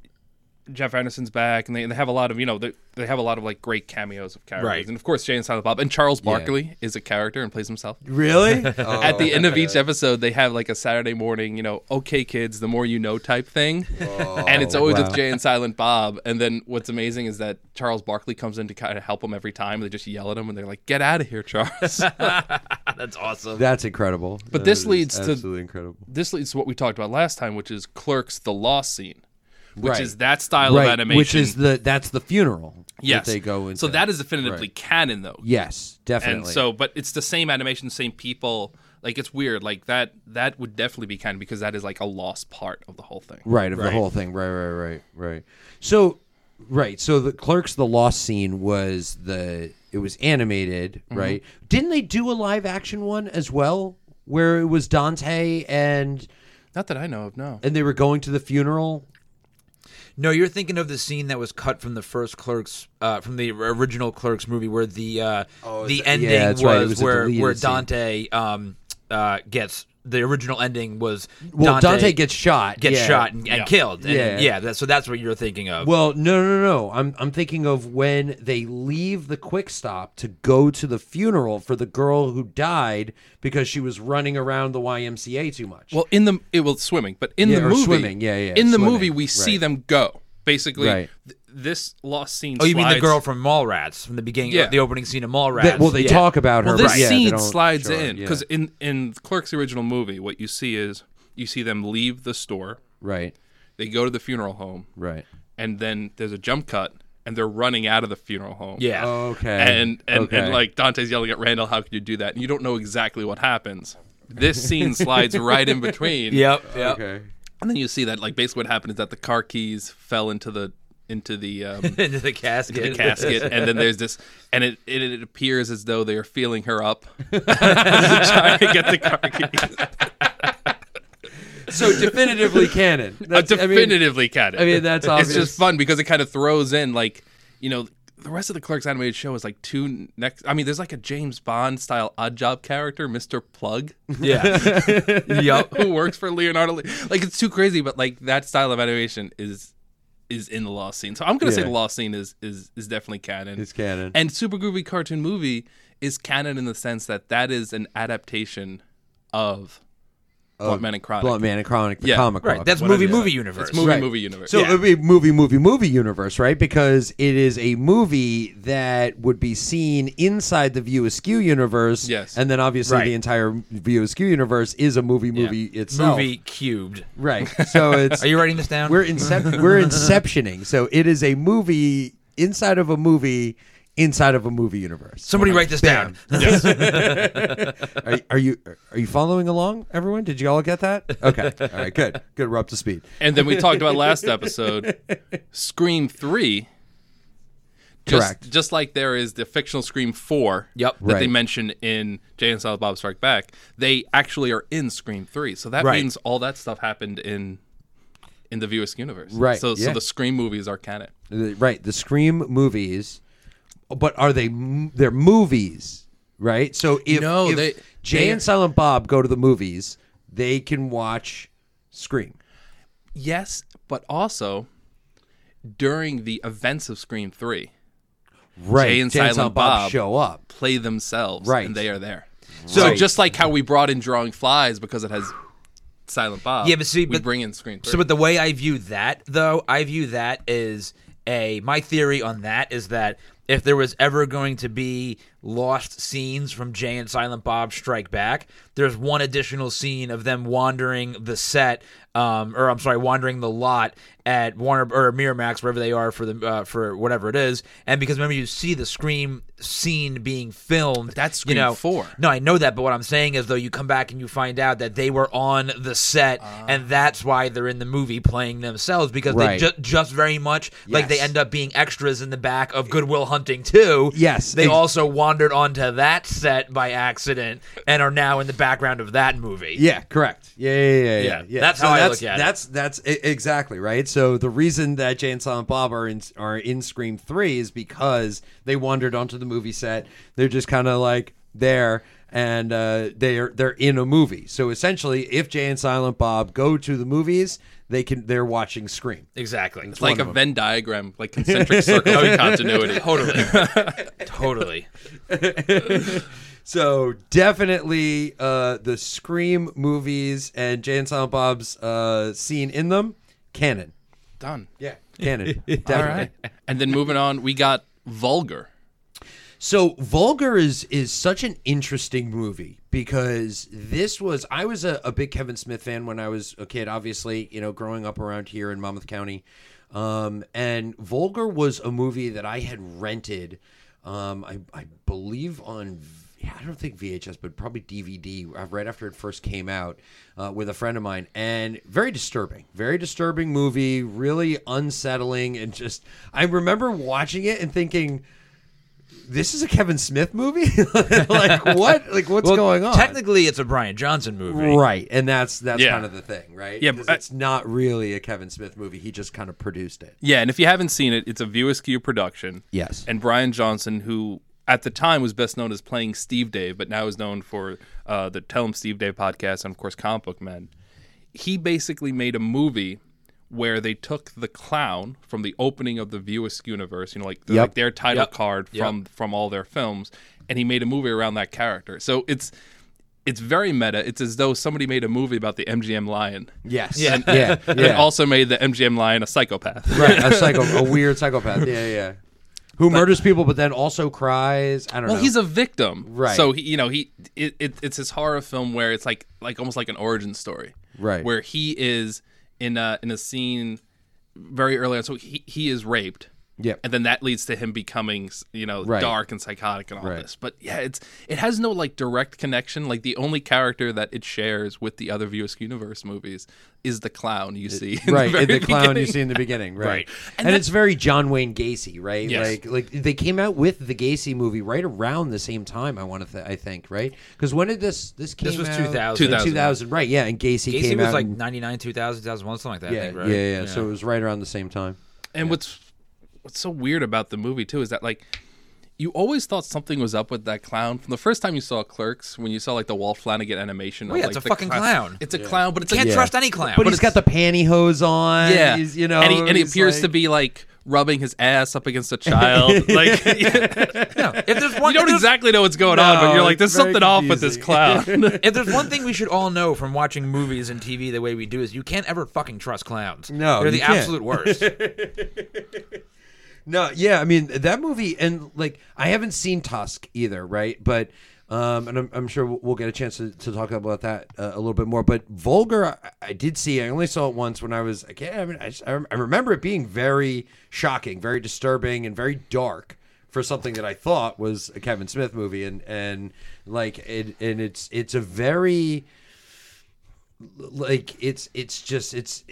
Speaker 2: Jeff Anderson's back, and they, they have a lot of you know they, they have a lot of like great cameos of characters,
Speaker 4: Right.
Speaker 2: and of course Jay and Silent Bob and Charles Barkley is a character and plays himself.
Speaker 3: really? [LAUGHS]
Speaker 2: At the end of each episode, they have like a Saturday morning, you know, okay kids, the more you know type thing, and it's always
Speaker 3: Oh, wow.
Speaker 2: with Jay and Silent Bob. And then what's amazing is that Charles Barkley comes in to kind of help them every time. They just yell at him, and they're like, "Get out of here,
Speaker 3: [LAUGHS]
Speaker 2: Charles."
Speaker 4: That's awesome.
Speaker 3: That's incredible. But
Speaker 2: this leads to-
Speaker 3: absolutely incredible.
Speaker 2: this leads to what we talked about last time, which is Clerks: The Lost Scene, which
Speaker 3: Right.
Speaker 2: is that style of animation,
Speaker 3: which is the that's the funeral
Speaker 2: yes
Speaker 3: that they go into.
Speaker 2: So that is definitively canon, though.
Speaker 3: yes, definitely.
Speaker 2: and so, but it's the same animation, same people. Like it's weird. Like that that would definitely be canon because that is like a lost part of the whole thing.
Speaker 3: right of the whole thing. Right, right, right, right. So right, so the Clerks the Lost Scene was the it was animated, right? Didn't they do a live action one as well where it was Dante and
Speaker 2: Not that I know of. No.
Speaker 3: and they were going to the funeral?
Speaker 4: No, you're thinking of the scene that was cut from the first Clerks, uh, from the original Clerks movie, where the uh,
Speaker 2: Oh,
Speaker 4: the ending
Speaker 3: yeah, that's
Speaker 4: was,
Speaker 3: right, it was a
Speaker 4: where
Speaker 3: deleted
Speaker 4: where
Speaker 3: scene.
Speaker 4: Dante um, uh, gets the original ending was
Speaker 3: Well, Dante,
Speaker 4: Dante,
Speaker 3: gets shot.
Speaker 4: gets
Speaker 3: yeah.
Speaker 4: shot and, and
Speaker 2: Yeah.
Speaker 4: killed. And,
Speaker 3: Yeah.
Speaker 4: yeah, that, so that's what you're thinking of.
Speaker 3: Well, no, no, no. I'm I'm thinking of when they leave the quick stop to go to the funeral for the girl who died because she was running around the YMCA too much.
Speaker 2: Well, in the it was swimming, but in
Speaker 3: Yeah,
Speaker 2: the
Speaker 3: or
Speaker 2: movie,
Speaker 3: swimming, yeah, yeah,
Speaker 2: In the
Speaker 3: swimming,
Speaker 2: movie, we see
Speaker 3: right.
Speaker 2: them go. Basically,
Speaker 3: Right.
Speaker 2: th- this lost scene.
Speaker 4: oh, you mean the
Speaker 2: slides-
Speaker 4: girl from Mallrats from the beginning,
Speaker 2: Yeah.
Speaker 4: the opening scene of Mallrats?
Speaker 3: That- well, they
Speaker 4: yeah.
Speaker 3: talk about her.
Speaker 2: Well, this
Speaker 3: but yeah, they
Speaker 2: scene
Speaker 3: don't-
Speaker 2: slides
Speaker 3: sure,
Speaker 2: in because in in Clerk's original movie, what you see is you see them leave the store.
Speaker 3: right,
Speaker 2: They go to the funeral home,
Speaker 3: right.
Speaker 2: and then there's a jump cut, and they're running out of the funeral home.
Speaker 4: Yeah,
Speaker 3: Okay.
Speaker 2: and and,
Speaker 3: okay.
Speaker 2: and like Dante's yelling at Randall, "How could you do that?" And you don't know exactly what happens. This scene
Speaker 3: [LAUGHS]
Speaker 2: slides right in between.
Speaker 4: yep, yep.
Speaker 3: okay.
Speaker 2: and then you see that like basically what happened is that the car keys fell into the into the
Speaker 3: [LAUGHS]
Speaker 2: um,
Speaker 4: [LAUGHS] Into the casket.
Speaker 2: the
Speaker 4: [LAUGHS]
Speaker 2: casket, and then there's this, and it, it it appears as though they are feeling her up, [LAUGHS] trying to get the car keys.
Speaker 3: So definitively canon. [LAUGHS] That's, I mean-
Speaker 2: definitively canon.
Speaker 3: I mean, that's
Speaker 2: It's
Speaker 3: obvious.
Speaker 2: just fun because it kind of throws in like you know the rest of the Clerks animated show is like two next. I mean, there's like a James Bond style odd job character, Mister Plug, [LAUGHS]
Speaker 4: Yeah.
Speaker 2: yup, who works for Leonardo. Lee. Like it's too crazy, but like that style of animation is is in the lost scene. So I'm gonna say
Speaker 3: Yeah.
Speaker 2: the lost scene is is is definitely canon.
Speaker 3: It's canon.
Speaker 2: And Super Groovy Cartoon Movie is canon in the sense that that is an adaptation of Blunt Man and Chronic.
Speaker 3: Blunt Man and Chronic, the
Speaker 2: Yeah,
Speaker 3: comic
Speaker 4: right.
Speaker 3: book.
Speaker 4: That's
Speaker 2: Whatever
Speaker 4: movie
Speaker 2: you
Speaker 4: movie
Speaker 2: like.
Speaker 4: universe.
Speaker 2: It's movie
Speaker 3: Right.
Speaker 2: movie universe.
Speaker 3: So
Speaker 4: Yeah.
Speaker 3: it would be movie, movie, movie universe, right? Because it is a movie that would be seen inside the View Askew universe.
Speaker 2: Yes.
Speaker 3: And then obviously
Speaker 4: Right.
Speaker 3: the entire View Askew universe is a movie movie itself.
Speaker 4: Movie cubed.
Speaker 3: Right.
Speaker 2: [LAUGHS]
Speaker 3: So it's
Speaker 4: Are you writing this down?
Speaker 3: we're [LAUGHS] incep- we're inceptioning. So it is a movie inside of a movie inside of a movie universe.
Speaker 4: Somebody write this
Speaker 3: Bam.
Speaker 4: down.
Speaker 3: Are, are you are you following along, everyone? Did you all get that? Okay. All right. Good. Good. We're up to speed.
Speaker 2: And then we talked about last
Speaker 3: [LAUGHS]
Speaker 2: episode, Scream Three. Just,
Speaker 3: Correct.
Speaker 2: Just like there is the fictional Scream Four.
Speaker 4: Yep.
Speaker 2: That they
Speaker 3: Right.
Speaker 2: mention in Jay and Silent Bob Strike Back. They actually are in Scream Three. So that
Speaker 3: Right.
Speaker 2: means all that stuff happened in in the Viewisk universe.
Speaker 3: Right,
Speaker 2: So
Speaker 3: yeah.
Speaker 2: so the Scream movies are canon.
Speaker 3: The- right the scream movies but are they m- they're movies right so if,
Speaker 2: No,
Speaker 3: if
Speaker 2: they-
Speaker 3: jay
Speaker 2: they-
Speaker 3: and silent bob go to the movies they can watch scream
Speaker 2: Yes, but also during the events of Scream Three,
Speaker 3: right
Speaker 2: Jay and Silent Bob.
Speaker 3: show up
Speaker 2: play themselves.
Speaker 3: Right.
Speaker 2: And they are there.
Speaker 3: So-
Speaker 2: So just like how we brought in Drawing Flies because it has Silent Bob.
Speaker 4: Yeah, but see,
Speaker 2: we
Speaker 4: but-
Speaker 2: bring in Scream Three.
Speaker 4: So, but the way I view that, though, I view that as a my theory on that is that if there was ever going to be lost scenes from Jay and Silent Bob Strike Back, there's one additional scene of them wandering the set, um, or I'm sorry, wandering the lot at Warner or Miramax, wherever they are for the uh, for whatever it is. And because remember, you see the Scream scene being filmed.
Speaker 2: that's
Speaker 4: you
Speaker 2: Scream
Speaker 4: know,
Speaker 2: 4.
Speaker 4: no, I know that, but what I'm saying is, though, you come back and you find out that they were on the set, and that's why they're in the movie playing themselves because
Speaker 3: Ah. Right.
Speaker 4: they ju- just very much like they
Speaker 3: Yes.
Speaker 4: end up being extras in the back of Goodwill Hunting too.
Speaker 3: Yes,
Speaker 4: they
Speaker 3: ex-
Speaker 4: also wandered onto that set by accident and are now in the background of that movie.
Speaker 3: yeah correct yeah yeah yeah yeah,
Speaker 4: Yeah,
Speaker 3: yeah.
Speaker 4: that's how I
Speaker 3: that's,
Speaker 4: look at it.
Speaker 3: that's, that's e- exactly right so the reason that jay and silent bob are in are in scream 3 is because they wandered onto the movie set they're just kind of like there and uh, they're they're in a movie so essentially if jay and silent bob go to the movies they can they're watching scream
Speaker 4: exactly.
Speaker 2: It's like a Venn diagram, like concentric circles
Speaker 4: [LAUGHS]
Speaker 2: of continuity.
Speaker 4: totally,
Speaker 3: [LAUGHS]
Speaker 4: totally.
Speaker 3: So definitely uh, the Scream movies and Jay and Silent Bob's uh, scene in them, canon.
Speaker 2: Done.
Speaker 3: Yeah, canon.
Speaker 2: All
Speaker 3: definitely.
Speaker 2: right. And then moving on, we got Vulgar.
Speaker 3: So Vulgar is is such an interesting movie because this was I was a, a big Kevin Smith fan when I was a kid, obviously, you know, growing up around here in Monmouth County. Um, and Vulgar was a movie that I had rented um, I, I believe on v- I don't think VHS, but probably DVD uh, right after it first came out uh, with a friend of mine, and very disturbing, very disturbing movie, really unsettling, and just I remember watching it and thinking, "This is a Kevin Smith movie? [LAUGHS] like what? Like what's going on?"
Speaker 4: Technically, it's a Brian Johnson movie.
Speaker 3: right, and that's that's
Speaker 2: Yeah.
Speaker 3: kind of the thing, right?
Speaker 2: Yeah,
Speaker 3: 'Cause
Speaker 2: but-
Speaker 3: it's not really a Kevin Smith movie. He just kind of produced it.
Speaker 2: Yeah, and if you haven't seen it, it's a VSQ production.
Speaker 3: Yes.
Speaker 2: And Brian Johnson, who at the time was best known as playing Steve Dave, but now is known for uh, the Tell 'em Steve Dave podcast and, of course, Comic Book Men. He basically made a movie where they took the clown from the opening of the VSQ universe, you know, like, the,
Speaker 3: Yep.
Speaker 2: like their title
Speaker 4: Yep.
Speaker 2: card from from all their films, and he made a movie around that character. So it's it's very meta. It's as though somebody made a movie about the MGM lion.
Speaker 3: Yes.
Speaker 4: Yeah.
Speaker 3: Yeah.
Speaker 2: [LAUGHS]
Speaker 3: [LAUGHS] Yeah.
Speaker 2: and also made the MGM lion a psychopath. [LAUGHS]
Speaker 3: right a psycho a weird psychopath yeah yeah who murders people but then also cries i don't
Speaker 2: Well,
Speaker 3: know
Speaker 2: he's a victim,
Speaker 3: Right.
Speaker 2: So he, you know, he it, it, it's his horror film where it's like like almost like an origin story,
Speaker 3: Right.
Speaker 2: Where he is in a in a scene very early on. So he he is raped,
Speaker 3: Yep.
Speaker 2: and then that leads to him becoming you know
Speaker 3: Right.
Speaker 2: dark and psychotic and all
Speaker 3: Right.
Speaker 2: this. But yeah, it's it has no like direct connection. Like the only character that it shares with the other Viewisk universe movies is the clown you
Speaker 3: [LAUGHS]
Speaker 2: see, in
Speaker 3: right
Speaker 2: very
Speaker 3: in the clown you
Speaker 2: beginning.
Speaker 3: see in the beginning right,
Speaker 4: Right.
Speaker 3: and, it's very john wayne gacy right
Speaker 2: Yes.
Speaker 3: like like they came out with the gacy movie right around the same time i want to th- i think right because when did this this came
Speaker 4: This was
Speaker 3: out?
Speaker 4: 2000.
Speaker 2: 2000.
Speaker 3: 2000 right yeah and gacy,
Speaker 4: Casey
Speaker 3: came
Speaker 4: was
Speaker 3: out
Speaker 4: like
Speaker 3: and-
Speaker 4: 99, 2000, 2001, something like that. I
Speaker 3: yeah,
Speaker 4: think, right?
Speaker 3: yeah yeah so it was right around the same time
Speaker 2: And what's what's so weird about the movie too is that like you always thought something was up with that clown from the first time you saw Clerks when you saw like the Walt Flanagan
Speaker 3: Oh,
Speaker 2: animation.
Speaker 4: Well,
Speaker 2: of,
Speaker 4: yeah,
Speaker 2: like,
Speaker 4: it's a
Speaker 2: the
Speaker 4: fucking clown.
Speaker 2: It's a clown, but it's
Speaker 4: Can't
Speaker 2: like,
Speaker 3: Yeah.
Speaker 4: trust any clown.
Speaker 3: But he's got the pantyhose on.
Speaker 2: yeah,
Speaker 3: he's, you know,
Speaker 2: and he, and he
Speaker 3: he's
Speaker 2: appears
Speaker 3: like-
Speaker 2: to be like rubbing his ass up against a
Speaker 3: [LAUGHS]
Speaker 2: child. like [LAUGHS]
Speaker 4: if there's one,
Speaker 2: you don't
Speaker 4: if there's-
Speaker 2: exactly know what's going on, but
Speaker 3: No,
Speaker 2: you're like,
Speaker 3: it's
Speaker 2: there's
Speaker 3: very
Speaker 2: something off with this
Speaker 3: [LAUGHS]
Speaker 2: clown.
Speaker 4: if there's one thing we should all know from watching movies and TV the way we do is you can't ever fucking trust clowns.
Speaker 3: No, you
Speaker 4: they're the
Speaker 3: can't.
Speaker 4: absolute worst.
Speaker 3: [LAUGHS] No, yeah, I mean that movie, and like I haven't seen Tusk either, right? But um, and I'm, I'm sure we'll- we'll get a chance to, to talk about that uh, a little bit more. But Vulgar, I, I did see. I only saw it once when I was a kid. I mean, I, just, I, rem- I remember it being very shocking, very disturbing, and very dark for something that I thought was a Kevin Smith movie, and and like it, and it's it's a very like it's it's just it's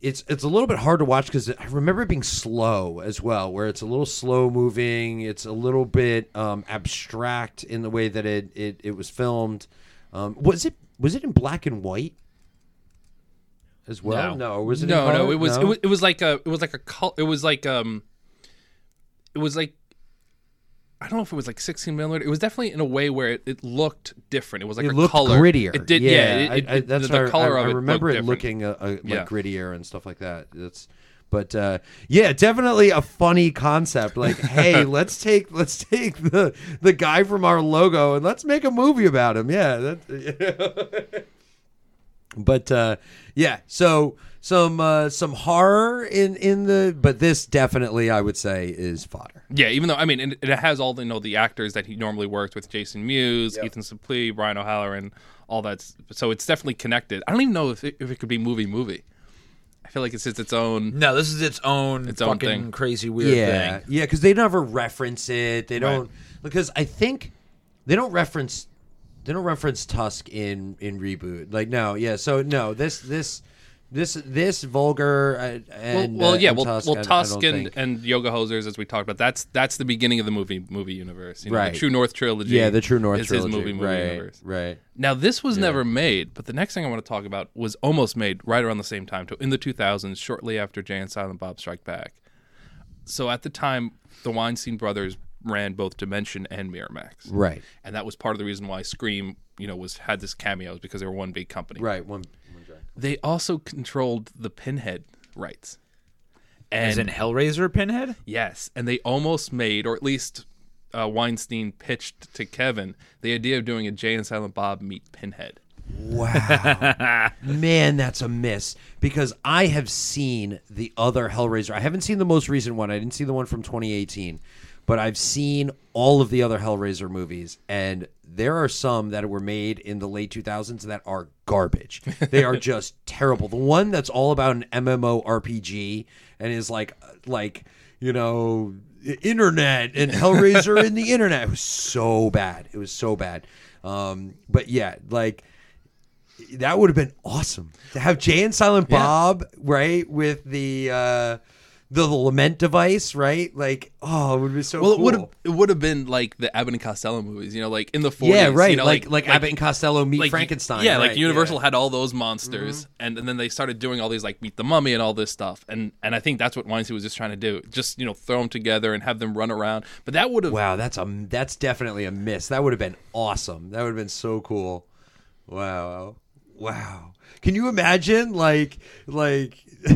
Speaker 3: it's it's a little bit hard to watch because I remember it being slow as well, where it's a little slow moving. It's a little bit um, abstract in the way that it it, it was filmed. Um, was it was it in black and white as well?
Speaker 4: No.
Speaker 3: or was it? in
Speaker 2: no, no,
Speaker 3: color?
Speaker 2: it was,
Speaker 3: No?
Speaker 2: it was it was like a it was like a col- it was like um it was like I don't know if it was like 16 millimeter. It was definitely in a way where it, it looked different. It was like
Speaker 3: it
Speaker 2: a
Speaker 3: looked
Speaker 2: color.
Speaker 3: grittier.
Speaker 2: It did, yeah. it, it,
Speaker 3: I, I, that's
Speaker 2: the,
Speaker 3: what
Speaker 2: the color
Speaker 3: I,
Speaker 2: of
Speaker 3: I
Speaker 2: it.
Speaker 3: remember
Speaker 2: looked
Speaker 3: it
Speaker 2: different.
Speaker 3: looking uh, uh, like
Speaker 2: Yeah.
Speaker 3: grittier and stuff like that. That's, but uh, yeah, definitely a funny
Speaker 2: [LAUGHS]
Speaker 3: concept. Like, hey, let's take let's take the the guy from our logo and let's make a movie about him. Yeah, that, [LAUGHS] but uh, yeah, so some uh, some horror in in the but this definitely I would say is fodder.
Speaker 2: Yeah, even though I mean, and it has all the you know the actors that he normally worked with: Jason Mewes, Ethan Suplee, Brian O'Halloran, all that. s- So it's definitely connected. I don't even know if it, if it could be movie movie. I feel like it's just its own.
Speaker 4: No, this is its own
Speaker 2: Its own
Speaker 4: fucking
Speaker 2: thing.
Speaker 4: crazy weird
Speaker 3: yeah,
Speaker 4: thing.
Speaker 3: Yeah, because they never reference it. They don't because I think they don't reference they don't reference Tusk in in reboot. Like no, yeah. So no, this this this this vulgar uh,
Speaker 2: Well,
Speaker 3: and
Speaker 2: well,
Speaker 3: uh,
Speaker 2: yeah,
Speaker 3: and
Speaker 2: well,
Speaker 3: Tusk,
Speaker 2: well,
Speaker 3: I- I
Speaker 2: Tusk
Speaker 3: don't
Speaker 2: and,
Speaker 3: think-
Speaker 2: and Yoga Hosers, as we talked about, that's that's the beginning of the movie movie universe. You know,
Speaker 3: Right.
Speaker 2: The True North trilogy.
Speaker 3: yeah, the True North
Speaker 2: is
Speaker 3: trilogy.
Speaker 2: his movie movie
Speaker 3: right,
Speaker 2: universe.
Speaker 3: right.
Speaker 2: Now, this was never made, but the next thing I want to talk about was almost made right around the same time, too, in the 2000s, shortly after Jay and Silent Bob Strike Back. So at the time, the Weinstein brothers ran both Dimension and Miramax,
Speaker 3: Right,
Speaker 2: and that was part of the reason why Scream, you know, was had this cameo is because they were one big company.
Speaker 3: right. One, one drink.
Speaker 2: They also controlled the Pinhead rights,
Speaker 4: As
Speaker 2: and
Speaker 4: in Hellraiser Pinhead?
Speaker 2: Yes, and they almost made, or at least uh, Weinstein pitched to Kevin the idea of doing a Jay and Silent Bob meet Pinhead.
Speaker 3: Wow. [LAUGHS] Man, that's a miss because I have seen the other Hellraiser. I haven't seen the most recent one. I didn't see the one from 2018, but I've seen all of the other Hellraiser movies and there are some that were made in the late 2000s that are garbage. They are just terrible. The one that's all about an MMORPG and is like like, you know, internet and Hellraiser in the internet. It was so bad. It was so bad. Um, but yeah, like that would have been awesome to have Jay and Silent Bob right with the uh, the lament device, right? Like, oh, it would be so.
Speaker 2: Well, it
Speaker 3: cool.
Speaker 2: would have it would have been like the Abbott and Costello movies, you know, like in the 40s.
Speaker 3: yeah, right.
Speaker 2: you know,
Speaker 3: like, like Abbott and Costello meet Frankenstein.
Speaker 2: Yeah,
Speaker 3: right, Mm-hmm.
Speaker 2: like Universal had all those monsters, and, and then they started doing all these like Meet the Mummy and all this stuff, and and I think that's what Weinstein was just trying to do, just you know throw them together and have them run around. But that would have
Speaker 3: Wow, that's a that's definitely a miss. That would have been awesome. That would have been so cool. Wow. Wow. Can you imagine like like [LAUGHS]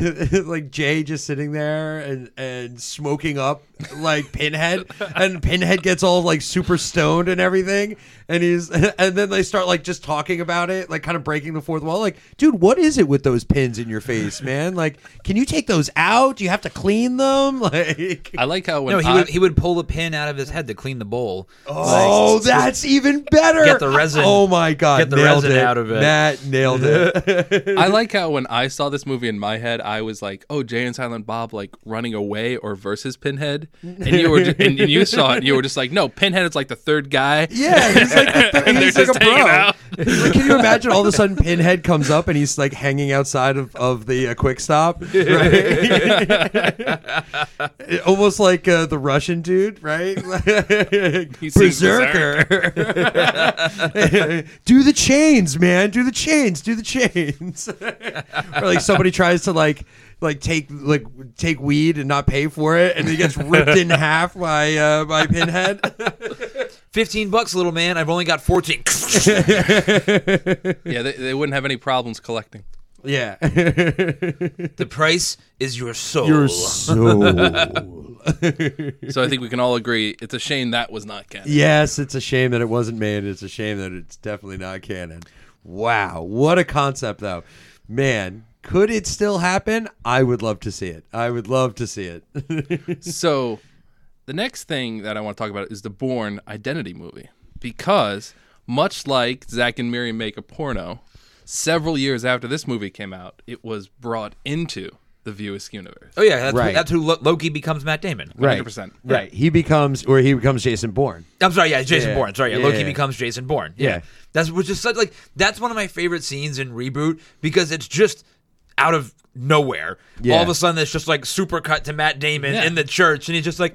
Speaker 3: like Jay just sitting there and and smoking up like Pinhead and Pinhead gets all like super stoned and everything and he's [LAUGHS] and then they start like just talking about it like kind of breaking the fourth wall like dude what is it with those pins in your face man like can you take those out do you have to clean them [LAUGHS] like
Speaker 2: I like how when
Speaker 4: No, he
Speaker 2: I-
Speaker 4: would he would pull the pin out of his head to clean the bowl.
Speaker 3: Oh, that's even better.
Speaker 4: Get the resin-
Speaker 3: Oh my god,
Speaker 4: get the
Speaker 3: nailed
Speaker 4: resin
Speaker 3: it.
Speaker 4: out of it.
Speaker 3: Matt nailed
Speaker 4: [LAUGHS]
Speaker 3: it.
Speaker 2: I like how when I saw this movie in my head, I was like, "Oh, Jay and Silent Bob like running away or versus Pinhead," and you were ju- and, and you saw it, and you were just like, "No, Pinhead is like the third guy."
Speaker 3: yeah, he's like, the third,
Speaker 2: [LAUGHS] And they're
Speaker 3: he's
Speaker 2: just
Speaker 3: like a
Speaker 2: hanging
Speaker 3: bro.
Speaker 2: out.
Speaker 3: Like, can you imagine? All of a sudden, Pinhead comes up and he's like hanging outside of of the uh, Quick Stop,
Speaker 4: [LAUGHS]
Speaker 3: right? [LAUGHS] almost like uh, the Russian dude,
Speaker 4: [LAUGHS]
Speaker 3: right?
Speaker 2: He sings
Speaker 3: Berserker. do the [LAUGHS] chains, man. Do the chains. Do the chains. or like somebody tries to like like take like take weed and not pay for it, and he gets ripped in half by uh, by Pinhead. [LAUGHS]
Speaker 4: 15 bucks, little man. I've only
Speaker 3: [LAUGHS]
Speaker 4: got 14.
Speaker 2: Yeah, they, they wouldn't have any problems collecting.
Speaker 3: yeah,
Speaker 4: the price is your soul.
Speaker 3: so.
Speaker 2: So I think we can all agree it's a shame that was not canon.
Speaker 3: yes, it's a shame that it wasn't made. It's a shame that it's definitely not canon. Wow, what a concept, though, man. Could it still happen? I would love to see it. I would love to see it. [LAUGHS]
Speaker 2: So the next thing that I want to talk about is the Born Identity movie because much like Zack and Miri make a porno, several years after this movie came out, it was brought into the Viewisk universe.
Speaker 4: Oh, yeah. That's,
Speaker 3: Right.
Speaker 4: who, that's who Lo- Loki becomes Matt Damon.
Speaker 3: right,
Speaker 2: 100%.
Speaker 3: right. He becomes, or he becomes Jason Bourne.
Speaker 4: I'm sorry, yeah, it's Jason
Speaker 3: Yeah.
Speaker 4: Bourne. Sorry, yeah,
Speaker 3: Yeah,
Speaker 4: Loki
Speaker 3: yeah.
Speaker 4: becomes Jason Bourne. Yeah.
Speaker 3: Yeah.
Speaker 4: That's which is such like that's one of my favorite scenes in reboot because it's just out of nowhere.
Speaker 3: Yeah.
Speaker 4: All of a sudden it's just like super cut to Matt Damon
Speaker 2: Yeah.
Speaker 4: in the church and he's just like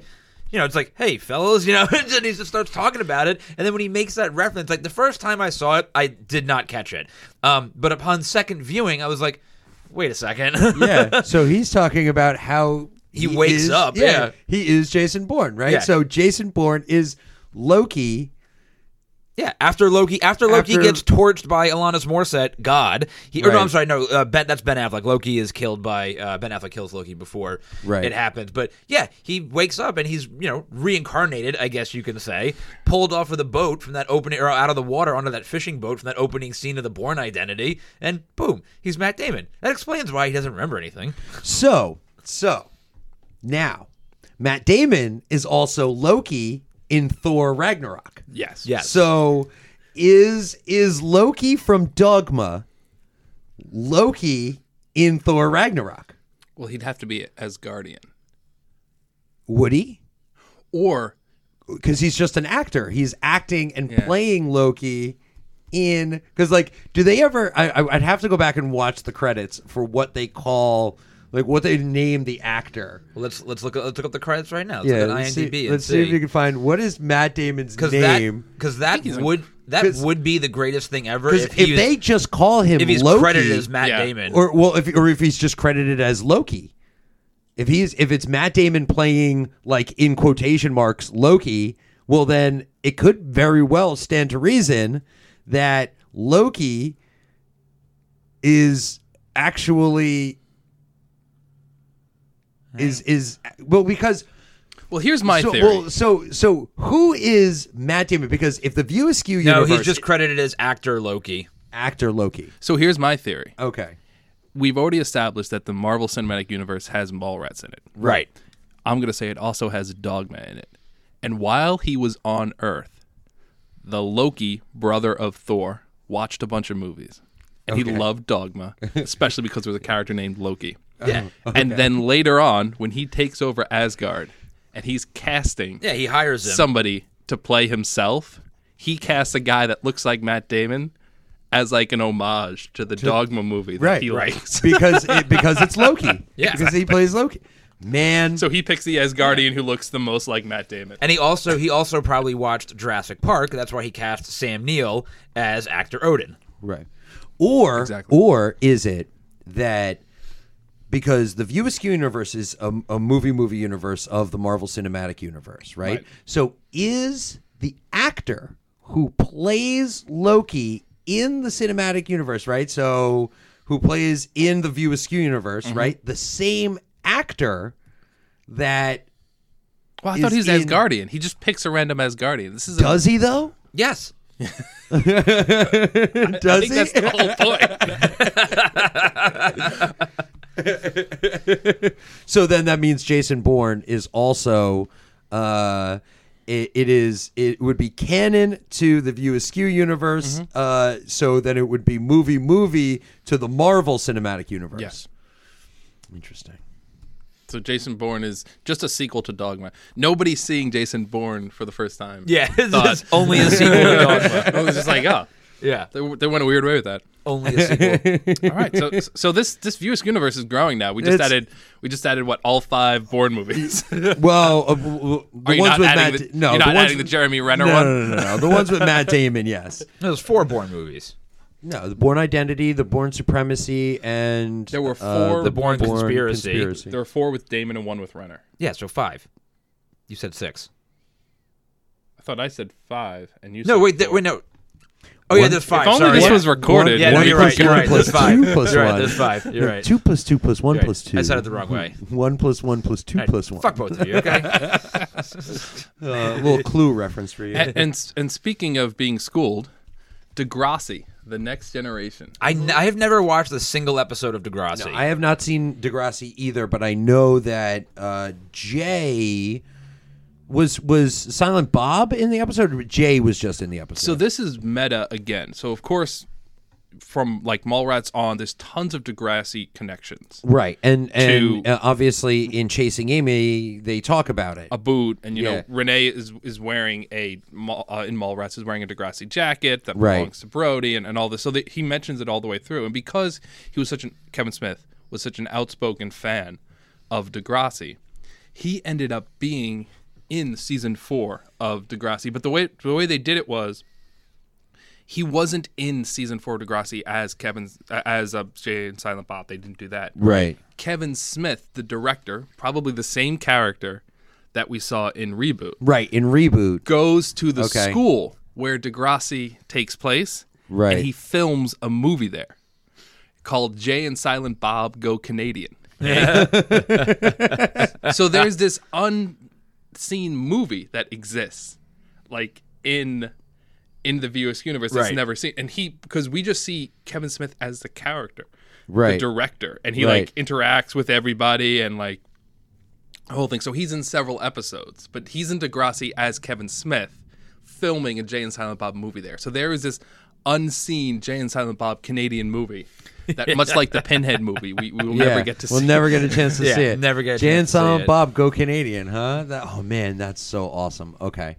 Speaker 4: you know, it's like, hey, fellas, [LAUGHS] you know, and he just starts talking about it. And then when he makes that reference, like the first time I saw it, I did not catch it. Um, but upon second viewing, I was like, wait a second. [LAUGHS]
Speaker 3: yeah. [LAUGHS] So he's talking about how
Speaker 4: He wakes
Speaker 3: is-
Speaker 4: up, yeah.
Speaker 3: he is Jason Bourne, right?
Speaker 4: Yeah.
Speaker 3: So Jason Bourne is Loki.
Speaker 4: Yeah, after Loki, after Loki
Speaker 3: After-
Speaker 4: gets torched by Alanis Morissette, God, he or no,
Speaker 3: Right.
Speaker 4: I'm sorry, no, uh, Ben, that's Ben Affleck. Loki is killed by uh, Ben Affleck kills Loki before
Speaker 3: Right.
Speaker 4: it happens. But yeah, he wakes up and he's you know reincarnated, I guess you can say, pulled off of the boat from that opening or out of the water onto that fishing boat from that opening scene of the Born Identity, and boom, he's Matt Damon. That explains why he doesn't remember anything.
Speaker 3: So so now Matt Damon is also Loki in Thor Ragnarok.
Speaker 2: Yes.
Speaker 4: Yes.
Speaker 3: So is is Loki from Dogma Loki in Thor Ragnarok?
Speaker 2: Well, he'd have to be as Guardian
Speaker 3: Would he?
Speaker 2: or
Speaker 3: because he's just an actor. He's acting and playing Loki in because like do they ever? I, I I'd have to go back and watch the credits for what they call like what they name the actor.
Speaker 4: Well, let's let's look let's look up the credits right now. Let's yeah,
Speaker 3: let's,
Speaker 4: IMDb.
Speaker 3: see,
Speaker 4: and
Speaker 3: let's see. if you can find what is Matt Damon's
Speaker 4: because
Speaker 3: name.
Speaker 4: that because that
Speaker 2: he's-
Speaker 4: would that
Speaker 3: 'cause-
Speaker 4: would be the greatest thing ever
Speaker 3: Because
Speaker 4: if,
Speaker 3: if,
Speaker 4: he was,
Speaker 3: they just call him
Speaker 4: if he's
Speaker 3: Loki,
Speaker 4: credited as Matt
Speaker 2: Yeah.
Speaker 4: Damon.
Speaker 3: or well, if or if he's just credited as Loki. If he's if it's Matt Damon playing like in quotation marks Loki, well then it could very well stand to reason that Loki is actually is
Speaker 4: Hmm.
Speaker 3: is well because
Speaker 2: well, here's my
Speaker 3: so,
Speaker 2: theory.
Speaker 3: well so so who is Matt Damon because if the view is skew
Speaker 4: no,
Speaker 3: universe
Speaker 4: he's just credited as actor Loki.
Speaker 3: actor Loki
Speaker 2: so here's my theory.
Speaker 3: okay
Speaker 2: We've already established that the Marvel Cinematic Universe has Mallrats in it.
Speaker 4: Right.
Speaker 2: I'm going to say it also has Dogma in it. And while he was on Earth, the Loki, brother of Thor, watched a bunch of movies. And he loved Dogma, especially because there was a character named Loki.
Speaker 3: Uh-huh.
Speaker 4: Yeah.
Speaker 2: And then later on, when he takes over Asgard and he's casting
Speaker 4: Yeah, he hires him.
Speaker 2: somebody to play himself, he casts a guy that looks like Matt Damon as like an homage to the Dogma movie that
Speaker 3: Right,
Speaker 2: he [LAUGHS]
Speaker 3: right.
Speaker 2: likes.
Speaker 3: because it, because it's Loki.
Speaker 4: Yeah.
Speaker 3: because he plays Loki. Man,
Speaker 2: so he picks the Asgardian who looks the most like Matt Damon.
Speaker 4: and he also he also probably watched Jurassic Park. That's why he cast Sam Neill as actor Odin.
Speaker 3: right. Or
Speaker 2: Exactly.
Speaker 3: or is it that because the View Askew universe is a, a movie movie universe of the Marvel Cinematic Universe, right?
Speaker 2: Right.
Speaker 3: So is the actor who plays Loki in the cinematic universe, right? So who plays in the View Askew universe,
Speaker 2: Mm-hmm.
Speaker 3: right? The same actor that
Speaker 2: Well, I thought he
Speaker 3: is
Speaker 2: was
Speaker 3: in-
Speaker 2: Asgardian. He just picks a random Asgardian. This is a,
Speaker 3: does he though?
Speaker 4: Yes.
Speaker 3: Does
Speaker 2: I
Speaker 3: he?
Speaker 2: think that's the whole point. [LAUGHS]
Speaker 3: So then that means Jason Bourne is also uh it, it is it would be canon to the View Askew universe,
Speaker 2: Mm-hmm.
Speaker 3: uh so then it would be movie movie to the Marvel cinematic universe.
Speaker 2: yes.
Speaker 3: Interesting.
Speaker 2: So Jason Bourne is just a sequel to Dogma. Nobody's seeing Jason Bourne for the first time.
Speaker 3: [LAUGHS]
Speaker 4: Yeah. [LAUGHS]
Speaker 2: Thought.
Speaker 4: It's
Speaker 3: oh
Speaker 4: only
Speaker 2: [LAUGHS]
Speaker 4: a sequel to Dogma.
Speaker 2: I was just like, oh,
Speaker 4: Yeah.
Speaker 2: they, they went a weird way with that.
Speaker 4: [LAUGHS] Only a
Speaker 3: [LAUGHS]
Speaker 4: sequel.
Speaker 2: All right, so so this this Viewisk universe is growing now. We just
Speaker 3: It's-
Speaker 2: added we just added what all five Bourne
Speaker 3: [LAUGHS]
Speaker 2: movies.
Speaker 3: Well, uh, w- w- the
Speaker 2: [LAUGHS] Are you
Speaker 3: ones
Speaker 2: not
Speaker 3: with Matt
Speaker 2: adding the,
Speaker 3: no,
Speaker 2: you're
Speaker 3: the
Speaker 2: not
Speaker 3: ones
Speaker 2: adding the Jeremy Renner
Speaker 3: no,
Speaker 2: one. [LAUGHS]
Speaker 3: no, no, no, no. The ones with Matt Damon, yes.
Speaker 4: There's four Bourne movies.
Speaker 3: No, the Born Identity, the Born Supremacy, and
Speaker 2: There were
Speaker 3: uh,
Speaker 2: four
Speaker 3: the
Speaker 2: Bourne
Speaker 3: Bourne
Speaker 5: Conspiracy.
Speaker 3: Conspiracy.
Speaker 2: There are four with Damon and one with Renner.
Speaker 5: Yeah, so five. You said six.
Speaker 2: I thought I said five, and you
Speaker 4: No,
Speaker 2: said
Speaker 4: wait,
Speaker 2: four.
Speaker 4: th- wait, no. Oh yeah, there's five.
Speaker 2: If only
Speaker 4: sorry.
Speaker 2: this
Speaker 4: yeah.
Speaker 2: was recorded.
Speaker 4: Yeah, no,
Speaker 2: we'd
Speaker 4: you're
Speaker 2: be
Speaker 4: right. You're
Speaker 2: good.
Speaker 4: right. There's
Speaker 3: plus
Speaker 4: five.
Speaker 3: two plus
Speaker 4: [LAUGHS] you're right.
Speaker 3: one.
Speaker 4: There's five. You're
Speaker 3: No,
Speaker 4: right.
Speaker 3: Two plus two plus one
Speaker 4: You're right.
Speaker 3: plus two.
Speaker 4: I said it the wrong way.
Speaker 3: One plus one plus two plus one.
Speaker 4: Fuck both of you.
Speaker 3: [LAUGHS]
Speaker 4: Okay.
Speaker 3: Uh, little clue reference for you.
Speaker 4: Eh,
Speaker 2: A- and s- and speaking of being schooled, Degrassi, The Next Generation.
Speaker 4: I, n- I have never watched a single episode of Degrassi.
Speaker 3: I have not seen Degrassi either, but I know that uh, Jay was was Silent Bob in the episode. Or Jay was just in the episode.
Speaker 2: So this is meta again. So of course, from like Mallrats on, there's tons of Degrassi connections.
Speaker 3: right, and and
Speaker 2: To-
Speaker 3: uh, obviously in Chasing Amy, they talk about it.
Speaker 2: A boot, and you
Speaker 3: Yeah.
Speaker 2: know Renee is is wearing a Mall- uh, in Mallrats is wearing a Degrassi jacket that
Speaker 3: Right.
Speaker 2: belongs to Brody, and, and all this. So that he mentions it all the way through, and because he was such an Kevin Smith was such an outspoken fan of Degrassi, he ended up being in season four of Degrassi. But the way the way they did it was he wasn't in season four of Degrassi as Kevin's uh, as uh, Jay and Silent Bob. They didn't do that.
Speaker 3: Right.
Speaker 2: Kevin Smith, the director, probably the same character that we saw in reboot,
Speaker 3: Right in reboot.
Speaker 2: goes to the
Speaker 3: Okay.
Speaker 2: school where Degrassi takes place.
Speaker 3: Right.
Speaker 2: And he films a movie there called Jay and Silent Bob Go Canadian. so there's this unseen movie that exists, like in in the VOS universe that's
Speaker 4: Right.
Speaker 2: never seen. And he because we just see Kevin Smith as the character.
Speaker 3: Right.
Speaker 2: The director. And he
Speaker 3: Right.
Speaker 2: like interacts with everybody and like the whole thing. So he's in several episodes, but he's in Degrassi as Kevin Smith filming a Jay and Silent Bob movie there. So there is this unseen Jay and Silent Bob Canadian movie
Speaker 3: [LAUGHS]
Speaker 2: that much like the Pinhead movie, we, we will never get to
Speaker 3: we'll
Speaker 2: see.
Speaker 3: never get a chance to
Speaker 4: Yeah,
Speaker 3: see it.
Speaker 4: never get a
Speaker 3: Jay
Speaker 4: chance
Speaker 3: and
Speaker 4: to see
Speaker 3: Silent
Speaker 4: it.
Speaker 3: Bob go Canadian, huh? That, oh man, that's so awesome. Okay,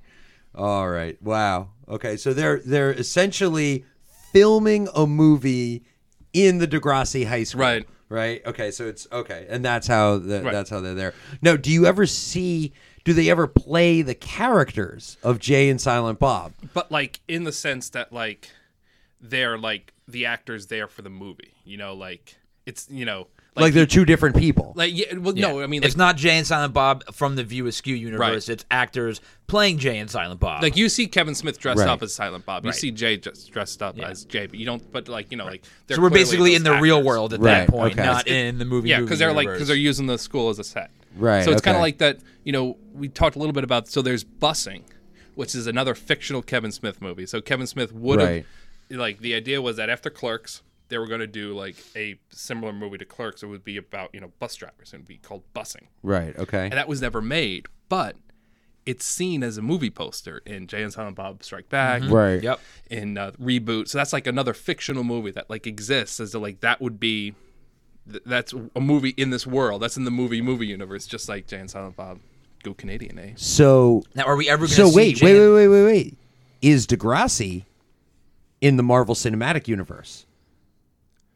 Speaker 3: all right, wow. Okay, so they're they're essentially filming a movie in the Degrassi High School,
Speaker 2: Right.
Speaker 3: Right. Okay, so it's okay, and that's how the,
Speaker 2: Right.
Speaker 3: that's how they're there. Now, do you ever see? Do they ever play the characters of Jay and Silent Bob?
Speaker 2: but like in the sense that like they're like the actors there for the movie. You know, like it's you know
Speaker 3: Like, they're two different people.
Speaker 2: like yeah, well no, I mean like
Speaker 4: it's not Jay and Silent Bob from the View Askew universe. It's actors playing Jay and Silent Bob.
Speaker 2: Like you see Kevin Smith dressed
Speaker 3: Right.
Speaker 2: up as Silent Bob. You see Jay just dressed up as Jay, but you don't. But like you know, like they're
Speaker 4: so we're
Speaker 2: clearly
Speaker 4: basically
Speaker 2: those
Speaker 4: in the real
Speaker 2: actors.
Speaker 4: world at
Speaker 3: Right,
Speaker 4: that point,
Speaker 3: okay.
Speaker 4: not in the movie.
Speaker 2: Yeah,
Speaker 4: because
Speaker 2: because they're like because they're using the school as a set.
Speaker 3: Right,
Speaker 2: So it's kind
Speaker 3: okay.
Speaker 2: of like that. You know, we talked a little bit about. So there's busing, which is another fictional Kevin Smith movie. So Kevin Smith would have
Speaker 3: Right.
Speaker 2: like the idea was that after Clerks, they were going to do like a similar movie to Clerks. It would be about you know bus drivers and it would be called busing.
Speaker 3: right. Okay.
Speaker 2: And that was never made, but it's seen as a movie poster in Jay and Silent Bob Strike Back
Speaker 3: Right.
Speaker 4: Yep.
Speaker 2: in uh, reboot. So that's like another fictional movie that like exists as to like that would be th- that's a movie in this world. That's in the movie movie universe, just like Jay and Silent Bob Go Canadian, eh?
Speaker 3: So
Speaker 4: Now, are we ever going to
Speaker 3: So
Speaker 4: see
Speaker 3: wait,
Speaker 4: Jay
Speaker 3: wait,
Speaker 4: and-
Speaker 3: wait, wait, wait, wait. Is Degrassi in the Marvel Cinematic Universe?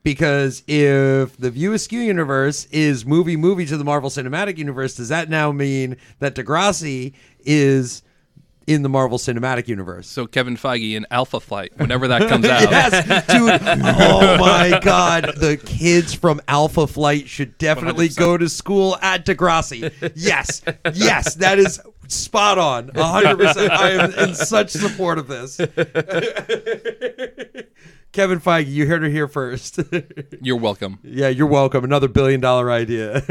Speaker 3: Because if the View Askew universe is movie movie to the Marvel Cinematic Universe, does that now mean that Degrassi is in the Marvel Cinematic Universe?
Speaker 2: So Kevin Feige in Alpha Flight, whenever that
Speaker 3: [LAUGHS]
Speaker 2: comes out.
Speaker 3: Yes, dude. Oh my God. The kids from Alpha Flight should definitely go to school at Degrassi. Yes. Yes. That is spot on. 100%. I am in such support of this. Kevin Feige, you heard her here first. [LAUGHS]
Speaker 2: You're welcome.
Speaker 3: yeah, you're welcome. Another billion dollar idea. [LAUGHS]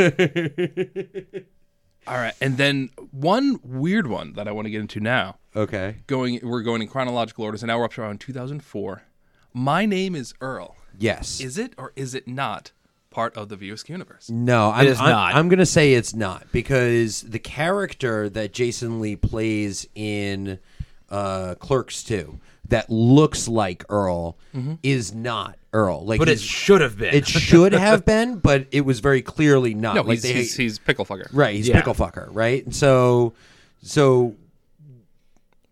Speaker 2: All right, and then one weird one that I want to get into now.
Speaker 3: okay.
Speaker 2: Going, we're going in chronological order, so now we're up to around 2004. My name is Earl.
Speaker 3: Yes.
Speaker 2: Is it or is it not part of the Viewisk universe?
Speaker 3: No, I'm,
Speaker 4: is
Speaker 3: I'm-
Speaker 4: not.
Speaker 3: I'm going to say it's not because the character that Jason Lee plays in uh, Clerks 2 that looks like Earl is not Earl. Like,
Speaker 4: Mm-hmm. But it
Speaker 3: he's-
Speaker 4: should have been.
Speaker 3: it should have been, but it was very clearly not.
Speaker 2: No,
Speaker 3: like
Speaker 2: he's,
Speaker 3: they-
Speaker 2: he's, he's pickle fucker.
Speaker 3: right. He's
Speaker 4: Yeah.
Speaker 3: pickle fucker, right? And so, so.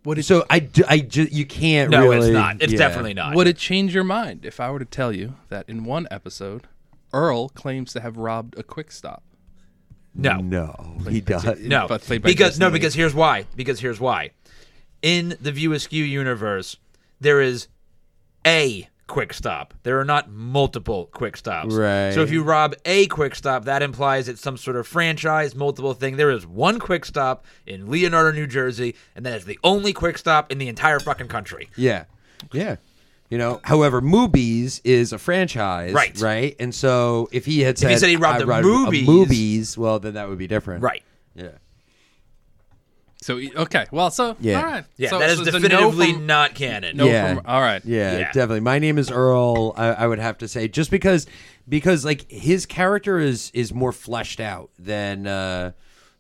Speaker 3: What is so I, d- I ju- you can't
Speaker 4: [LAUGHS] no,
Speaker 3: really
Speaker 4: it's not. It's
Speaker 3: yeah.
Speaker 4: definitely not.
Speaker 2: Would it change your mind if I were to tell you that in one episode, Earl claims to have robbed a quick stop?
Speaker 4: no.
Speaker 3: no he does
Speaker 4: No,
Speaker 2: But played by
Speaker 4: because
Speaker 2: Jason
Speaker 4: no,
Speaker 2: Lee.
Speaker 4: because here's why. Because here's why. In the View Askew universe, there is a quick stop. There are not multiple quick stops.
Speaker 3: Right.
Speaker 4: So if you rob a quick stop, that implies it's some sort of franchise, multiple thing. There is one quick stop in Leonardo, New Jersey, and that is the only quick stop in the entire fucking country.
Speaker 3: Yeah. Yeah. You know, however, Movies is a franchise,
Speaker 4: Right.
Speaker 3: Right, and so if he had said,
Speaker 4: he said he robbed
Speaker 3: "I
Speaker 4: a
Speaker 3: a
Speaker 4: Movies-
Speaker 3: Movies," well, then that would be different,
Speaker 4: Right.
Speaker 3: Yeah,
Speaker 2: So e- okay, well, so
Speaker 3: Yeah.
Speaker 2: all right,
Speaker 4: Yeah,
Speaker 2: so,
Speaker 4: that is
Speaker 2: so it's a no
Speaker 4: definitively
Speaker 2: from-
Speaker 4: not canon.
Speaker 2: No
Speaker 3: Yeah.
Speaker 2: from- all right.
Speaker 3: yeah,
Speaker 4: Yeah.
Speaker 3: definitely. My name is Earl. I, I would have to say just because, because like his character is is more fleshed out than uh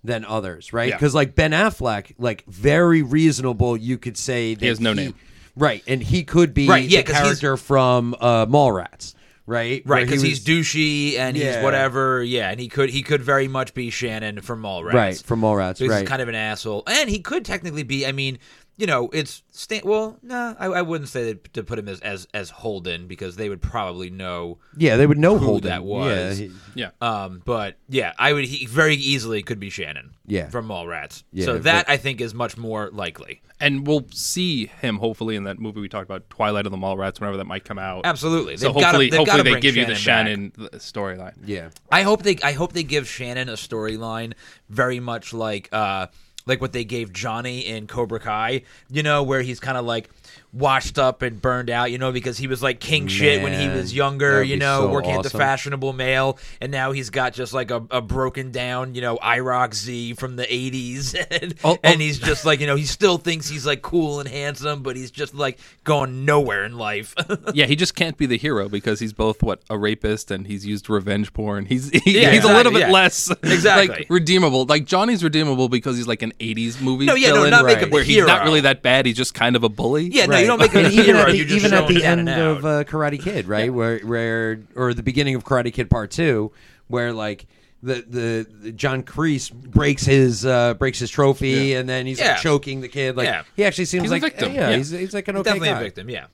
Speaker 3: than others, right?
Speaker 2: Yeah.
Speaker 3: Because like Ben Affleck, like very reasonable, you could say that
Speaker 2: has no name.
Speaker 3: right? And he could be
Speaker 4: Right, yeah,
Speaker 3: the
Speaker 4: 'cause he's-
Speaker 3: character from uh, Mallrats, right? Where
Speaker 4: Right, because
Speaker 3: he
Speaker 4: he's
Speaker 3: was-
Speaker 4: douchey and
Speaker 3: Yeah.
Speaker 4: he's whatever. Yeah, and he could he could very much be Shannon from Mallrats.
Speaker 3: Right, from Mallrats,
Speaker 4: So he's
Speaker 3: right.
Speaker 4: kind of an asshole, and he could technically be. I mean, you know, it's Stan- well, nah, I, I wouldn't say that to put him as, as as Holden because they would probably know.
Speaker 3: yeah, they would know
Speaker 4: who
Speaker 3: Holden.
Speaker 4: that was.
Speaker 3: Yeah, he-
Speaker 2: Yeah. uh,
Speaker 4: Um, but yeah, I would he very easily could be Shannon.
Speaker 3: Yeah.
Speaker 4: from Mallrats.
Speaker 3: Yeah,
Speaker 4: so that I think is much more likely.
Speaker 2: and we'll see him hopefully in that movie we talked about, Twilight of the Mallrats, whenever that might come out.
Speaker 4: Absolutely.
Speaker 2: So
Speaker 4: They've gotta-
Speaker 2: hopefully,
Speaker 4: they've
Speaker 2: hopefully
Speaker 4: gotta
Speaker 2: they
Speaker 4: bring
Speaker 2: give you the
Speaker 4: Shannon
Speaker 2: Shannon th- storyline.
Speaker 3: yeah.
Speaker 4: I hope they I hope they give Shannon a storyline very much like uh like what they gave Johnny in Cobra Kai, you know, where he's kind of like washed up and burned out, you know, because he was like king shit when he
Speaker 3: Man,
Speaker 4: was
Speaker 3: that
Speaker 4: younger,
Speaker 3: would
Speaker 4: you
Speaker 3: be
Speaker 4: know,
Speaker 3: so
Speaker 4: working at the
Speaker 3: awesome.
Speaker 4: fashionable male, and now he's got just like a, a broken down, you know, IROC Z from the 80s. [LAUGHS] And,
Speaker 2: Oh, oh.
Speaker 4: and he's just like, you know, he still thinks he's like cool and handsome, but he's just like going nowhere in life. [LAUGHS]
Speaker 2: Yeah, he just can't be the hero because he's both what a rapist and he's used revenge porn. He's he-
Speaker 4: Yeah,
Speaker 2: he's a little
Speaker 4: exactly,
Speaker 2: bit
Speaker 4: yeah.
Speaker 2: less
Speaker 4: Exactly.
Speaker 2: like redeemable. Like Johnny's redeemable because he's like an '80s movie.
Speaker 4: No, yeah, no,
Speaker 2: villain
Speaker 4: not make him the
Speaker 2: where he's not
Speaker 4: hero.
Speaker 2: really that bad. He's just kind of a bully.
Speaker 4: yeah, no, you
Speaker 3: Right. [LAUGHS]
Speaker 4: don't make him
Speaker 3: and
Speaker 4: a
Speaker 3: even
Speaker 4: hero.
Speaker 3: at the,
Speaker 4: you just
Speaker 3: even
Speaker 4: show
Speaker 3: at
Speaker 4: him
Speaker 3: the
Speaker 4: down and
Speaker 3: end
Speaker 4: out.
Speaker 3: of uh, Karate Kid, right? Where where or the beginning of Karate Kid Part Two, where like the the, the John Kreese breaks his uh, breaks his trophy and then he's
Speaker 4: Yeah.
Speaker 3: like choking the kid. Like
Speaker 4: Yeah.
Speaker 3: he actually seems
Speaker 2: He's a
Speaker 3: like
Speaker 2: victim,
Speaker 3: yeah,
Speaker 2: yeah.
Speaker 3: He's, he's like an okay
Speaker 4: definitely
Speaker 3: guy.
Speaker 4: a victim. Yeah.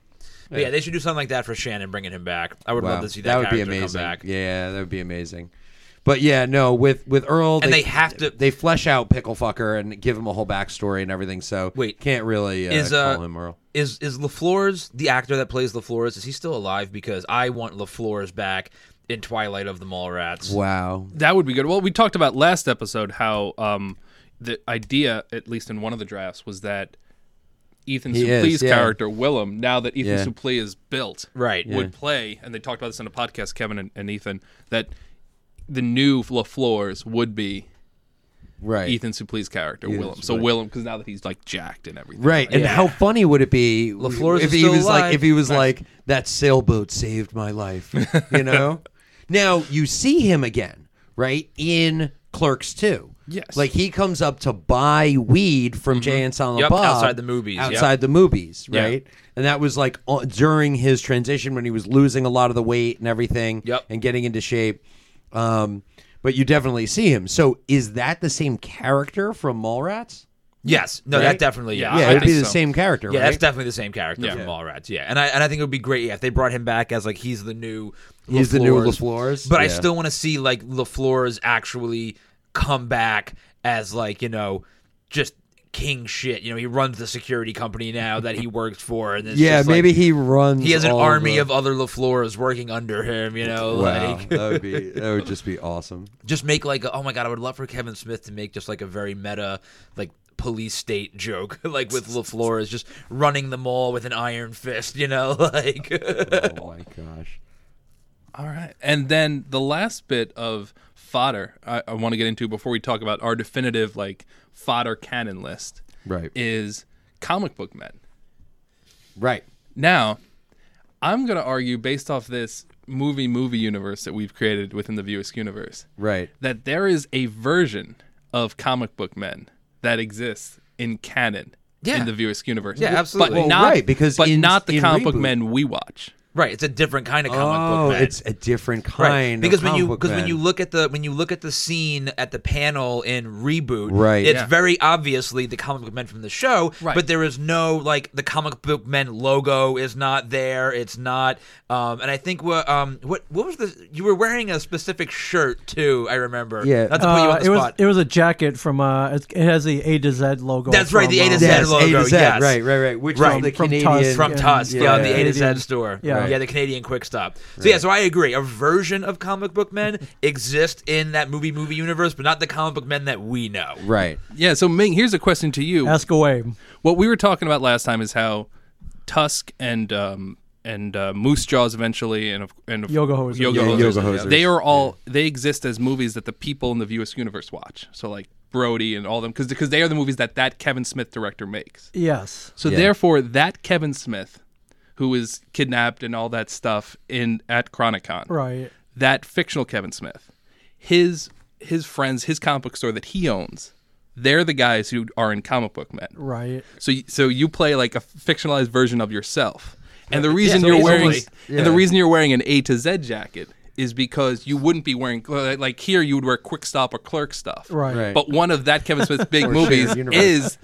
Speaker 4: But yeah, they should do something like that for Shannon, bringing him back. I would
Speaker 3: Wow,
Speaker 4: love to see that,
Speaker 3: that would be
Speaker 4: character
Speaker 3: amazing.
Speaker 4: come back.
Speaker 3: Yeah, that would be amazing. But yeah, no, with with Earl,
Speaker 4: And they have to-
Speaker 3: they flesh out Pickle Fucker and give him a whole backstory and everything. So
Speaker 4: Wait,
Speaker 3: can't really uh,
Speaker 4: is, uh,
Speaker 3: call him Earl.
Speaker 4: Is is LaFleur's the actor that plays LaFleur's? Is he still alive? Because I want LaFleur's back in Twilight of the Mallrats.
Speaker 3: Wow,
Speaker 2: That would be good. Well, we talked about last episode how um, the idea, at least in one of the drafts, was that Ethan
Speaker 3: He is,
Speaker 2: Suplee's
Speaker 3: yeah.
Speaker 2: character Willem, now that Ethan
Speaker 3: Yeah.
Speaker 2: Suplee is built,
Speaker 4: Right.
Speaker 2: would play. And they talked about this in a podcast, Kevin and, and Ethan, that the new LaFleur's would be
Speaker 3: right?
Speaker 2: Ethan Suplee's character Willem. So Willem, because now that he's like jacked and everything,
Speaker 3: Right, and
Speaker 4: Yeah.
Speaker 3: how funny would it be
Speaker 4: LaFleur's
Speaker 3: if
Speaker 4: is
Speaker 3: he
Speaker 4: still
Speaker 3: was
Speaker 4: alive.
Speaker 3: like if he was like that sailboat saved my life, you
Speaker 4: [LAUGHS]
Speaker 3: know? now you see him again, right? In Clerks 2.
Speaker 2: Yes.
Speaker 3: Like he comes up to buy weed from Jay and Silent
Speaker 4: Yep,
Speaker 3: Bob
Speaker 4: Mm-hmm. outside the movies, yep.
Speaker 3: Outside the movies,
Speaker 2: Yeah.
Speaker 3: right? And that was like o- during his transition when he was losing a lot of the weight and everything
Speaker 4: Yep.
Speaker 3: and getting into shape. Um but you definitely see him. So is that the same character from Mallrats?
Speaker 4: Yes. No, that
Speaker 3: Right?
Speaker 4: definitely. Yeah.
Speaker 2: Yeah,
Speaker 3: Yeah,
Speaker 2: I
Speaker 3: it'd be
Speaker 2: think
Speaker 3: the
Speaker 2: so.
Speaker 3: same character,
Speaker 4: Yeah,
Speaker 3: right?
Speaker 4: that's definitely the same character
Speaker 2: Yeah.
Speaker 4: from
Speaker 2: Yeah.
Speaker 4: Mallrats. Yeah, and I and I think it would be great yeah, if they brought him back as like he's the new
Speaker 3: He's the new
Speaker 4: LaFleur's.
Speaker 3: LaFleur's?
Speaker 4: But I
Speaker 3: Yeah.
Speaker 4: still want to see like LaFleur's actually come back as like you know just king shit. You know, he runs the security company now that he works for, and it's
Speaker 3: Yeah,
Speaker 4: just, like,
Speaker 3: maybe he runs.
Speaker 4: he has an
Speaker 3: all
Speaker 4: army
Speaker 3: the-
Speaker 4: of other LaFleur's working under him. You know,
Speaker 3: [LAUGHS] Wow,
Speaker 4: like
Speaker 3: that would be that would just be
Speaker 4: [LAUGHS]
Speaker 3: awesome.
Speaker 4: just make like a, oh my god, I would love for Kevin Smith to make just like a very meta like police state [LAUGHS] joke like with LaFleur is just running them all with an iron fist, you know, [LAUGHS] like
Speaker 3: Oh my gosh!
Speaker 2: All right. And then the last bit of fodder I, I want to get into before we talk about our definitive like fodder canon list
Speaker 3: Right.
Speaker 2: is comic book men.
Speaker 3: Right.
Speaker 2: Now, I'm going to argue based off this movie movie universe that we've created within the Viewisk universe
Speaker 3: Right.
Speaker 2: that there is a version of comic book men that exists in canon
Speaker 4: Yeah.
Speaker 2: in the Viewisk universe.
Speaker 4: Yeah, absolutely.
Speaker 2: But
Speaker 3: Well,
Speaker 2: not
Speaker 3: right, because
Speaker 2: but
Speaker 3: in-
Speaker 2: not the
Speaker 3: in
Speaker 2: comic book
Speaker 3: Reboot-
Speaker 2: men we watch.
Speaker 4: right, it's a different kind of comic
Speaker 3: Oh,
Speaker 4: book. man.
Speaker 3: it's a different
Speaker 4: Right,
Speaker 3: kind.
Speaker 4: because
Speaker 3: of
Speaker 4: when you
Speaker 3: comic book
Speaker 4: because when
Speaker 3: man.
Speaker 4: you look at the when you look at the scene at the panel in reboot,
Speaker 3: Right.
Speaker 4: it's
Speaker 2: Yeah.
Speaker 4: very obviously the comic book men from the show,
Speaker 2: Right.
Speaker 4: but there is no like the comic book men logo is not there. It's not, um, and I think what um what what was the you were wearing a specific shirt too. I remember,
Speaker 3: Yeah.
Speaker 4: not to put you on the
Speaker 6: Uh, it was
Speaker 4: spot.
Speaker 6: it was a jacket from uh, it's- it has the A to Z logo.
Speaker 4: That's right,
Speaker 6: from,
Speaker 4: the A to
Speaker 6: um,
Speaker 4: Z
Speaker 3: yes,
Speaker 4: logo,
Speaker 3: A to Z,
Speaker 4: yes.
Speaker 3: right, right, right. Which
Speaker 4: Right,
Speaker 3: is the
Speaker 6: from
Speaker 3: Canadian
Speaker 6: Tusk.
Speaker 4: from
Speaker 6: Yeah.
Speaker 4: Tusk, yeah,
Speaker 3: Yeah.
Speaker 4: the A to Z
Speaker 6: Canadian.
Speaker 4: store.
Speaker 6: Yeah,
Speaker 3: Right.
Speaker 4: Yeah, the Canadian Quick Stop. So yeah, so I agree. A version of comic book men
Speaker 3: [LAUGHS]
Speaker 4: exists in that movie movie universe, but not the comic book men that we know.
Speaker 7: Right.
Speaker 2: Yeah, so Ming, here's a question to you.
Speaker 6: Ask away.
Speaker 2: what we were talking about last time is how Tusk and um, and uh, Moose Jaws eventually and of- and of-
Speaker 6: Yoga Hosers.
Speaker 2: Yoga
Speaker 7: Yeah,
Speaker 2: Hosers,
Speaker 7: Yoga Hosers.
Speaker 2: they are all they exist as movies that the people in the viewers universe watch. So like Brody and all them because because they are the movies that that Kevin Smith director makes.
Speaker 6: Yes.
Speaker 2: So therefore, that Kevin Smith, who was kidnapped and all that stuff in at Chronicon,
Speaker 6: Right.
Speaker 2: that fictional Kevin Smith, his his friends, his comic book store that he owns, they're the guys who are in comic book men.
Speaker 6: Right.
Speaker 2: So y- so you play like a fictionalized version of yourself, and the reason
Speaker 4: so
Speaker 2: you're
Speaker 4: it's
Speaker 2: wearing
Speaker 4: almost-
Speaker 2: and the reason you're wearing an A to Z jacket is because you wouldn't be wearing like like here you would wear Quick Stop or Clerk stuff,
Speaker 6: Right. Right.
Speaker 2: But one of that Kevin Smith's
Speaker 7: [LAUGHS]
Speaker 2: big movies
Speaker 7: shared universe.
Speaker 2: is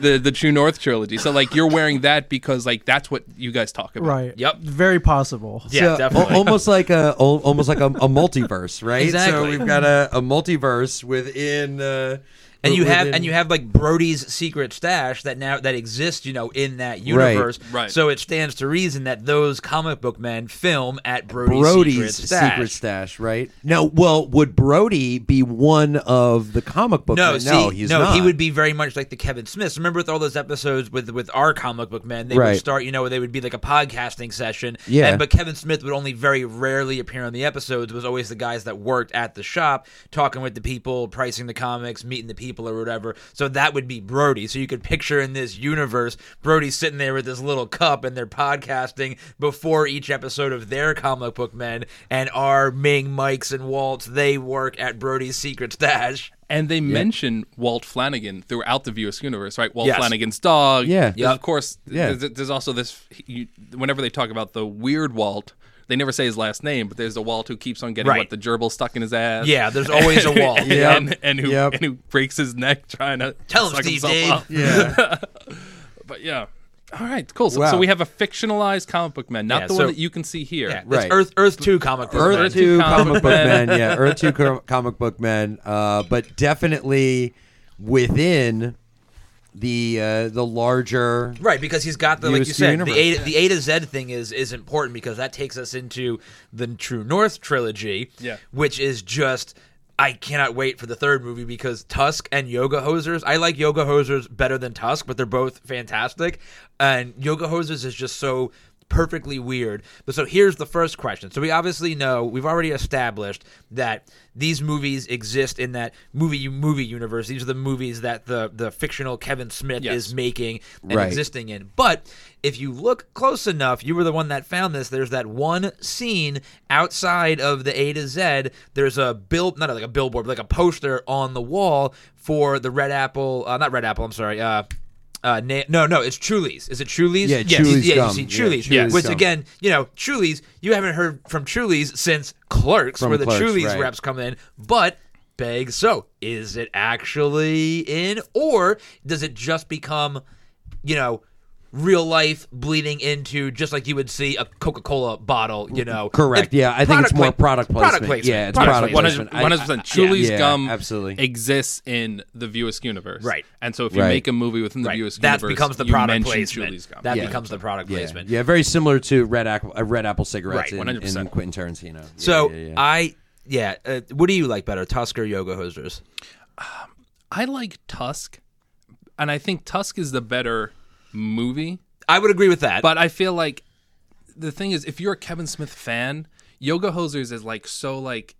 Speaker 2: the the True North trilogy. So like you're wearing that because like that's what you guys talk about,
Speaker 6: Right.
Speaker 4: Yep.
Speaker 6: Very possible.
Speaker 4: Yeah,
Speaker 7: So,
Speaker 4: definitely.
Speaker 7: al- almost like a al- almost like a, a multiverse, right? So
Speaker 4: Exactly.
Speaker 7: we've got a, a multiverse within, uh,
Speaker 4: and you have
Speaker 7: within-
Speaker 4: and you have like Brody's secret stash that now that exists, you know, in that universe.
Speaker 2: Right.
Speaker 4: So it stands to reason that those comic book men film at Brody's,
Speaker 7: Brody's
Speaker 4: secret stash.
Speaker 7: secret stash, right? No, well, would Brody be one of the comic book?
Speaker 4: no,
Speaker 7: men?
Speaker 4: see,
Speaker 7: no, he's
Speaker 4: no,
Speaker 7: not.
Speaker 4: he [LAUGHS] would be very much like the Kevin Smiths. Remember with all those episodes with with our comic book men, they
Speaker 7: Right.
Speaker 4: would start, you know, they would be like a podcasting session.
Speaker 7: Yeah.
Speaker 4: And, but Kevin Smith would only very rarely appear on the episodes. It was always the guys that worked at the shop, talking with the people, pricing the comics, meeting the people or whatever. So that would be Brody. So you could picture in this universe, Brody sitting there with this little cup and they're podcasting before each episode of their comic book men and our Ming, Mikes, and Waltz, they work at Brody's secret stash.
Speaker 2: And they mention Walt Flanagan throughout the VS universe, right? Walt
Speaker 4: Yes.
Speaker 2: Flanagan's dog.
Speaker 7: Yeah.
Speaker 2: There's,
Speaker 7: Yeah.
Speaker 2: Of course,
Speaker 7: Yeah.
Speaker 2: there's, there's also this. You, whenever they talk about the weird Walt, they never say his last name, but there's the Walt who keeps on getting what
Speaker 4: Right.
Speaker 2: the gerbil stuck in his ass.
Speaker 4: Yeah, there's
Speaker 7: [LAUGHS]
Speaker 4: always a
Speaker 2: [LAUGHS]
Speaker 4: wall.
Speaker 2: And, and, and who
Speaker 7: Yep.
Speaker 2: and who breaks his neck trying to
Speaker 4: Tell him,
Speaker 2: suck
Speaker 4: Steve,
Speaker 2: himself
Speaker 4: Dave.
Speaker 2: up.
Speaker 7: Yeah.
Speaker 2: But yeah. All right, cool. So,
Speaker 7: Wow.
Speaker 2: so we have a fictionalized comic book man, not
Speaker 4: Yeah,
Speaker 2: the one
Speaker 4: so-
Speaker 2: that you can see here.
Speaker 4: Yeah,
Speaker 7: Right.
Speaker 4: It's Earth Earth Two comic book.
Speaker 7: Earth
Speaker 4: [LAUGHS] Earth
Speaker 7: two comic book men, yeah, Earth
Speaker 4: [LAUGHS]
Speaker 7: two co- comic book men, uh, but definitely within the uh, the larger
Speaker 4: Right, because he's got the like you
Speaker 7: USU
Speaker 4: said
Speaker 7: universe.
Speaker 4: the a, the a to Z thing is is important because that takes us into the True North trilogy,
Speaker 2: Yeah.
Speaker 4: which is just. I cannot wait for the third movie because Tusk and Yoga Hosers. I like Yoga Hosers better than Tusk, but they're both fantastic. And Yoga Hosers is just so perfectly weird. But so here's the first question. So we obviously know we've already established that these movies exist in that movie movie universe. These are the movies that the the fictional Kevin Smith
Speaker 2: Yes.
Speaker 4: is making and
Speaker 7: Right.
Speaker 4: existing in. But if you look close enough, you were the one that found this. There's that one scene outside of the A to Z. There's a bill, not like a billboard, but like a poster on the wall for the Red Apple. Uh, not Red Apple. I'm sorry. Uh, uh, na- no, no, it's Truly's. Is it Truly's?
Speaker 7: Yeah,
Speaker 4: yes.
Speaker 7: Truly's
Speaker 4: yeah,
Speaker 7: gum.
Speaker 4: you see
Speaker 7: Yeah,
Speaker 4: Truly's.
Speaker 7: Truly's
Speaker 4: Which
Speaker 7: gum.
Speaker 4: again, you know, Truly's. You haven't heard from Truly's since Clerks,
Speaker 7: From
Speaker 4: where the
Speaker 7: Clerks,
Speaker 4: Truly's
Speaker 7: right.
Speaker 4: reps come in. But beg, so is it actually in, or does it just become, you know, real life bleeding into just like you would see a Coca Cola bottle? You know,
Speaker 7: Mm, Correct. Yeah, I think it's more product placement. Yeah, it's product
Speaker 2: One
Speaker 7: placement.
Speaker 2: hundred
Speaker 7: I-
Speaker 2: percent.
Speaker 7: I-
Speaker 2: Truly's
Speaker 7: yeah,
Speaker 2: gum
Speaker 7: absolutely.
Speaker 2: exists in the Viewers universe,
Speaker 4: Right.
Speaker 2: And so if you
Speaker 7: Right.
Speaker 2: make a movie within the
Speaker 4: Right.
Speaker 2: Viewers
Speaker 4: That
Speaker 2: universe,
Speaker 4: becomes the
Speaker 2: you
Speaker 4: product
Speaker 2: mention
Speaker 4: placement.
Speaker 2: Truly's gum.
Speaker 4: That
Speaker 7: Yeah.
Speaker 4: becomes the product
Speaker 7: yeah,
Speaker 4: placement.
Speaker 7: yeah, very similar to red apple, uh, red apple cigarettes
Speaker 4: Right,
Speaker 7: in- in,
Speaker 2: 100%.
Speaker 7: Quentin Tarantino. Yeah,
Speaker 4: So
Speaker 7: yeah, yeah.
Speaker 4: I, yeah. Uh, what do you like better, Tusker Yoga Hosers?
Speaker 2: I like Tusk, and I think Tusk is the better movie.
Speaker 4: I would agree with that.
Speaker 2: But I feel like the thing is, if you're a Kevin Smith fan, Yoga Hosers is like so like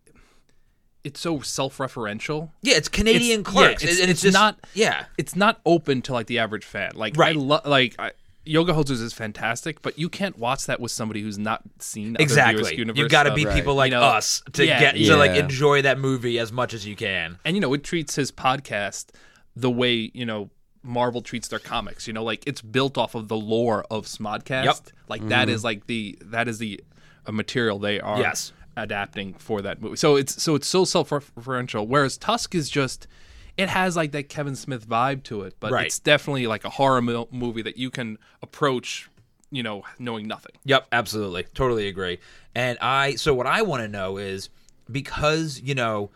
Speaker 2: it's so self-referential.
Speaker 4: yeah, it's Canadian
Speaker 2: It's-
Speaker 4: Clerks,
Speaker 2: yeah, it's-
Speaker 4: and
Speaker 2: it's
Speaker 4: it's, just
Speaker 2: not-
Speaker 4: Yeah,
Speaker 2: It's not open to like the average fan. Like I
Speaker 4: Right.
Speaker 2: love like. I, Yoga Hosers is fantastic, but you can't watch that with somebody who's not seen other
Speaker 4: exactly.
Speaker 2: Viewers universe
Speaker 4: You got to
Speaker 2: stuff.
Speaker 4: be people like
Speaker 2: You know,
Speaker 4: us to
Speaker 2: yeah,
Speaker 4: get
Speaker 2: yeah.
Speaker 4: to like
Speaker 7: Yeah.
Speaker 4: enjoy that movie as much as you can.
Speaker 2: and you know it treats his podcast the way you know Marvel treats their comics. You know, like it's built off of the lore of Smodcast.
Speaker 4: Yep.
Speaker 2: Like that is like the that is the uh, material they are
Speaker 4: Yes.
Speaker 2: adapting for that movie. So it's so it's so self-referential. Whereas Tusk is just it has like that Kevin Smith vibe to it, but
Speaker 4: Right.
Speaker 2: it's definitely like a horror mil- movie that you can approach, you know, knowing nothing.
Speaker 4: Yep, absolutely. Totally agree. And I so what I want to know is because, you know,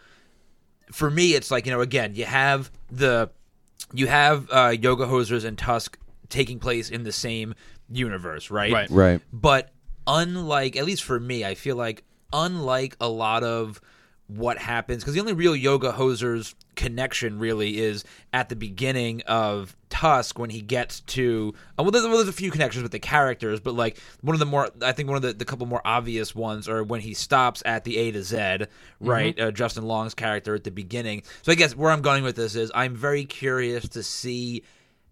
Speaker 4: for me it's like, you know, again, you have the you have uh Yoga Hosers and Tusk taking place in the same universe, right?
Speaker 2: Right.
Speaker 7: right.
Speaker 4: But unlike at least for me, I feel like unlike a lot of what happens because the only real yoga hoser's connection really is at the beginning of Tusk when he gets to uh, well, there's, well, there's a few connections with the characters, but like one of the more I think one of the, the couple more obvious ones are when he stops at the A to Z, right? Uh, Justin Long's character at the beginning. So I guess where I'm going with this is I'm very curious to see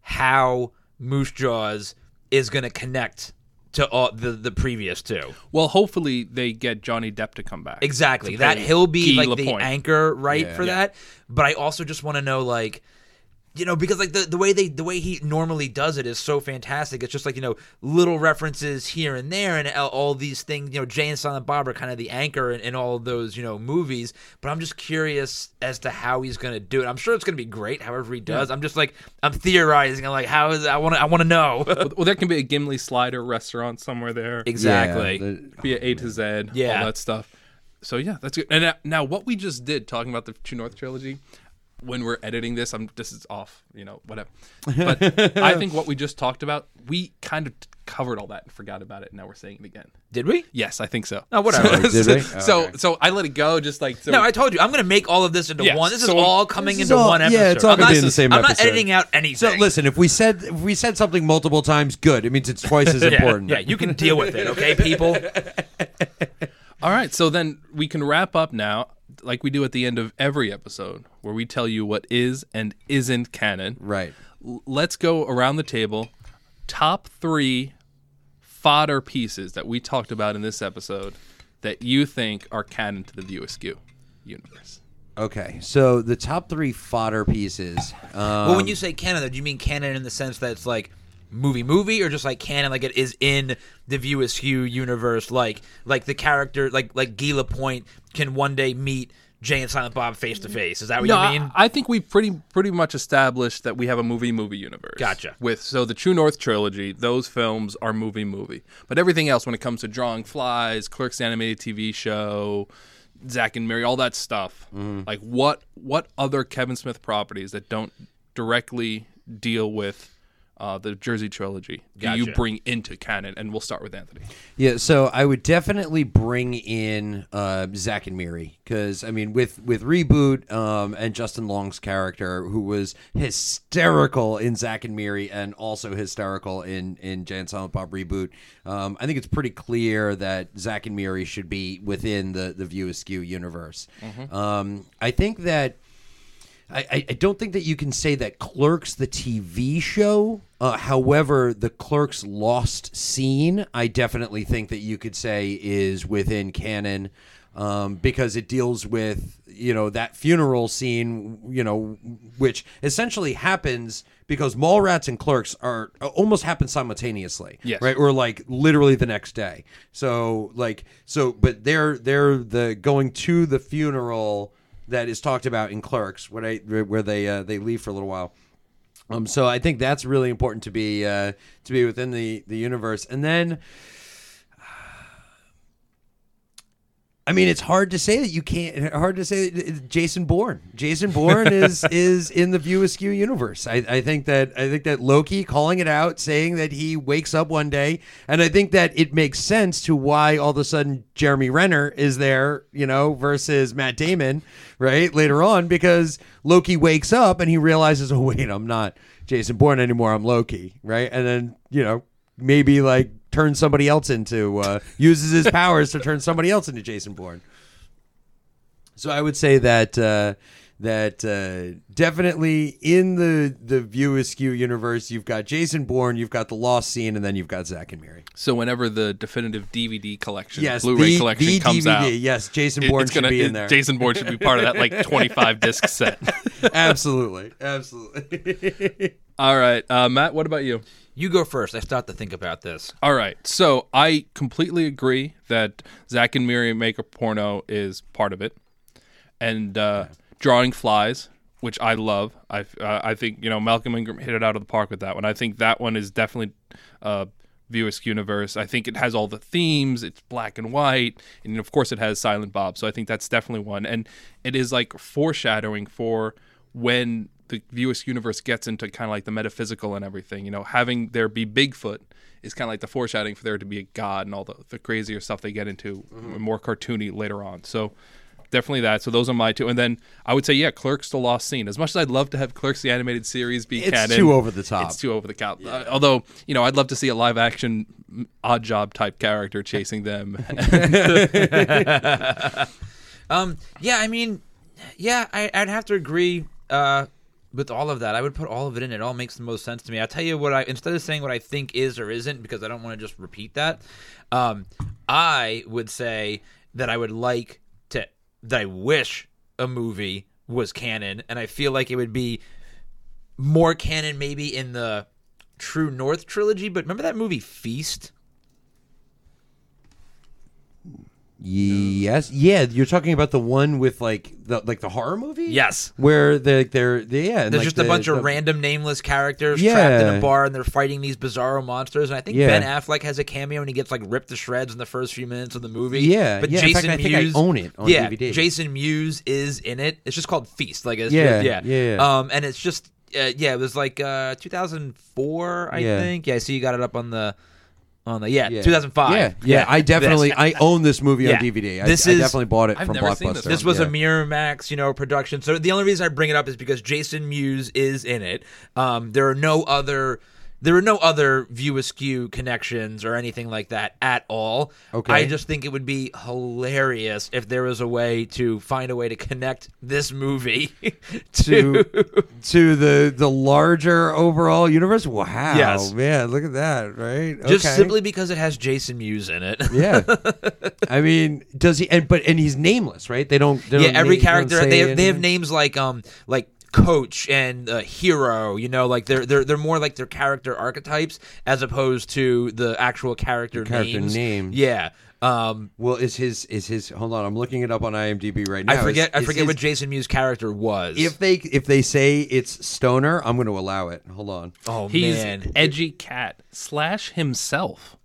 Speaker 4: how Moose Jaws is going to connect to all the the previous two.
Speaker 2: Well, hopefully they get Johnny Depp to come back.
Speaker 4: Exactly. That
Speaker 2: play
Speaker 4: he'll be
Speaker 2: Guy
Speaker 4: like the
Speaker 2: Lapointe.
Speaker 4: anchor, right, for
Speaker 2: Yeah.
Speaker 4: that. But I also just want to know like you know, because like the, the way they the way he normally does it is so fantastic. It's just like you know little references here and there, and all, all these things. You know, Jay and Silent Bob are kind of the anchor in, in all of those you know movies. But I'm just curious as to how he's gonna do it. I'm sure it's gonna be great, however he does. I'm just like I'm theorizing. I'm like, how is I want to I want to know
Speaker 2: [LAUGHS] Well, there can be a Gimli Slider restaurant somewhere there.
Speaker 4: exactly.
Speaker 3: Yeah, the-
Speaker 2: Be an A to Z,
Speaker 4: Yeah.
Speaker 2: all that stuff. So yeah, that's good. And now, now what we just did talking about the True North trilogy, when we're editing this, I'm this is off, you know, whatever. But I think what we just talked about, we kind of covered all that and forgot about it. And now we're saying it again.
Speaker 4: Did we?
Speaker 2: Yes, I think so.
Speaker 4: Oh,
Speaker 2: [LAUGHS]
Speaker 4: whatever.
Speaker 2: so,
Speaker 3: we?
Speaker 2: so, so I let it go, just like so
Speaker 4: No, I told you, I'm going to make all of this into
Speaker 2: Yes,
Speaker 4: one. This is
Speaker 2: so-
Speaker 4: all coming
Speaker 3: This is
Speaker 4: into
Speaker 3: all-
Speaker 4: one
Speaker 3: yeah,
Speaker 4: episode.
Speaker 3: it's all
Speaker 4: I'm
Speaker 3: gonna
Speaker 4: not,
Speaker 3: be in the same
Speaker 4: I'm
Speaker 3: episode.
Speaker 4: not editing out anything.
Speaker 3: So listen, if we said if we said something multiple times, good. It means it's twice as
Speaker 4: [LAUGHS] yeah,
Speaker 3: important.
Speaker 4: yeah, you can deal with it,
Speaker 3: [LAUGHS]
Speaker 4: okay, people?
Speaker 2: All right, so then we can wrap up now, like we do at the end of every episode, where we tell you what is and isn't canon.
Speaker 3: Right.
Speaker 2: L- Let's go around the table. Top three fodder pieces that we talked about in this episode that you think are canon to the View Askew universe.
Speaker 3: Okay. So the top three fodder pieces. Um,
Speaker 4: well, when you say canon, though, do you mean canon in the sense that it's like movie movie or just like canon like it is in the view askew universe like like the character like like Gila Point can one day meet Jay and Silent Bob face to face is that what
Speaker 2: No,
Speaker 4: you mean
Speaker 2: I, I think we pretty pretty much established that we have a movie movie universe.
Speaker 4: Gotcha.
Speaker 2: With so the True North trilogy, those films are movie movie. But everything else, when it comes to drawing flies, Clerks animated TV show, Zack and Mary, all that stuff,
Speaker 4: Mm-hmm.
Speaker 2: like what what other Kevin Smith properties that don't directly deal with uh, the Jersey trilogy do you
Speaker 4: Gotcha.
Speaker 2: bring into canon? And we'll start with Anthony.
Speaker 3: Yeah, so I would definitely bring in uh, Zach and Miri because I mean, with with reboot um, and Justin Long's character, who was hysterical in Zach and Miri, and also hysterical in in Jan Silent Bob reboot, um, I think it's pretty clear that Zach and Miri should be within the the View Askew universe. Um, I think that. I, I- I don't think that you can say that Clerks, the TV show. Uh, however, the Clerks lost scene, I definitely think that you could say is within canon um, because it deals with you know that funeral scene, you know, which essentially happens because Mallrats and Clerks are almost happen simultaneously,
Speaker 2: Yes.
Speaker 3: right? or like literally the next day. So like so but they're they're the going to the funeral that is talked about in Clerks where they where they uh, they leave for a little while. Um so I think that's really important to be uh to be within the the universe. And then I mean, it's hard to say that you can't. Hard to say that Jason Bourne. Jason Bourne is is in the View Askew universe. I, I think that I think that Loki calling it out, saying that he wakes up one day, and I think that it makes sense to why all of a sudden Jeremy Renner is there, you know, versus Matt Damon, right later on, because Loki wakes up and he realizes, oh wait, I'm not Jason Bourne anymore. I'm Loki, right? And then you know maybe like turn somebody else into uh, uses his powers to turn somebody else into Jason Bourne. So I would say that uh, that uh, definitely in the the View Askew universe, you've got Jason Bourne, you've got the lost scene, and then you've got Zach and Mary.
Speaker 2: So whenever the definitive DVD collection,
Speaker 3: Yes,
Speaker 2: Blu-ray
Speaker 3: the,
Speaker 2: collection
Speaker 3: the
Speaker 2: comes
Speaker 3: DVD.
Speaker 2: out,
Speaker 3: Yes, Jason
Speaker 2: it-
Speaker 3: Bourne
Speaker 2: it's
Speaker 3: should
Speaker 2: gonna
Speaker 3: be in
Speaker 2: it-
Speaker 3: there.
Speaker 2: Jason [LAUGHS] Bourne should be part of that
Speaker 3: [LAUGHS]
Speaker 2: like 25 disc set. [LAUGHS]
Speaker 3: absolutely, absolutely.
Speaker 2: All right, uh, Matt. What about you?
Speaker 4: you go first I start to think about this
Speaker 2: All right, so I completely agree that Zach and Miri make a porno is part of it, and uh, drawing flies, which I love. I uh, I think you know Malcolm Ingram hit it out of the park with that one. I think that one is definitely uh, Viewisk universe. I think it has all the themes. It's black and white, and of course it has Silent Bob. So I think that's definitely one, and it is like foreshadowing for when the Viewisk universe gets into kind of like the metaphysical and everything. You know, having there be Bigfoot is kind of like the foreshadowing for there to be a god and all the, the crazier stuff they get into more cartoony later on. So definitely that. So those are my two. And then I would say, yeah, Clerks the Lost Scene. As much as I'd love to have Clerks the animated series be
Speaker 3: It's
Speaker 2: canon,
Speaker 3: too over the top.
Speaker 2: It's too over the top. Uh, although you know, I'd love to see a live action odd job type character chasing [LAUGHS] them.
Speaker 4: Um, yeah, I mean, yeah, I, I'd have to agree uh, with all of that. I would put all of it in. It all makes the most sense to me. I'll tell you what I instead of saying what I think is or isn't because I don't want to just repeat that. Um, I would say that I would like to that I wish a movie was canon, and I feel like it would be more canon maybe in the True North trilogy. But remember that movie Feast?
Speaker 3: Yes. Yeah, you're talking about the one with like the like the horror movie.
Speaker 4: Yes.
Speaker 3: where the they're they, yeah. and,
Speaker 4: There's
Speaker 3: like,
Speaker 4: just a
Speaker 3: the-
Speaker 4: bunch
Speaker 3: the-
Speaker 4: of random nameless characters trapped in
Speaker 3: Yeah.
Speaker 4: a bar and they're fighting these bizarro monsters. And I think
Speaker 3: Yeah.
Speaker 4: Ben Affleck has a cameo and he gets like ripped to shreds in the first few minutes of the movie.
Speaker 3: Yeah,
Speaker 4: But
Speaker 3: yeah. In
Speaker 4: Jason
Speaker 3: fact, I think I
Speaker 4: Mewes,
Speaker 3: own it on
Speaker 4: yeah,
Speaker 3: DVD.
Speaker 4: Jason Mewes is in it. It's just called Feast. Like it's
Speaker 3: Yeah,
Speaker 4: yeah.
Speaker 3: yeah.
Speaker 4: Um and it's just uh, yeah, it was like uh 2004, I
Speaker 3: Yeah.
Speaker 4: think. Yeah, I see you got it up on the on the yeah,
Speaker 3: Yeah.
Speaker 4: 2005.
Speaker 3: Yeah, yeah.
Speaker 4: [LAUGHS]
Speaker 3: I definitely
Speaker 4: This.
Speaker 3: I own this movie
Speaker 4: Yeah.
Speaker 3: on DVD. I,
Speaker 4: This
Speaker 3: I
Speaker 4: is-
Speaker 3: definitely bought it
Speaker 2: I've
Speaker 3: from
Speaker 2: never
Speaker 3: Blockbuster.
Speaker 2: seen this.
Speaker 4: This
Speaker 3: [LAUGHS]
Speaker 4: was
Speaker 3: yeah.
Speaker 4: a Miramax, you know, production. So the only reason I bring it up is because Jason Mewes is in it. Um, there are no other, there are no other View Askew connections or anything like that at all.
Speaker 3: Okay.
Speaker 4: I just think it would be hilarious if there was a way to find a way to connect this movie [LAUGHS] to.
Speaker 3: to to the the larger overall universe. Wow,
Speaker 4: Yes.
Speaker 3: man, look at that, right?
Speaker 4: Just
Speaker 3: Okay.
Speaker 4: simply because it has Jason Mewes in it. [LAUGHS]
Speaker 3: yeah. I mean, does he? And but and he's nameless, right? They don't. They
Speaker 4: yeah,
Speaker 3: don't
Speaker 4: every
Speaker 3: name- don't
Speaker 4: character
Speaker 3: say
Speaker 4: they have, they have
Speaker 3: anything.
Speaker 4: names like um like coach and uh, hero. You know, like they're they're they're more like their character archetypes as opposed to the actual character
Speaker 3: character
Speaker 4: names.
Speaker 3: names.
Speaker 4: Yeah. Um,
Speaker 3: Well, is his is his? Hold on, I'm looking it up on IMDb right now.
Speaker 4: I
Speaker 3: Is-
Speaker 4: forget I
Speaker 3: is
Speaker 4: forget
Speaker 3: his-
Speaker 4: what Jason Mew's character was.
Speaker 3: If they if they say it's Stoner, I'm going to allow it. Hold on.
Speaker 4: oh
Speaker 2: He's
Speaker 4: man.
Speaker 2: edgy cat slash himself.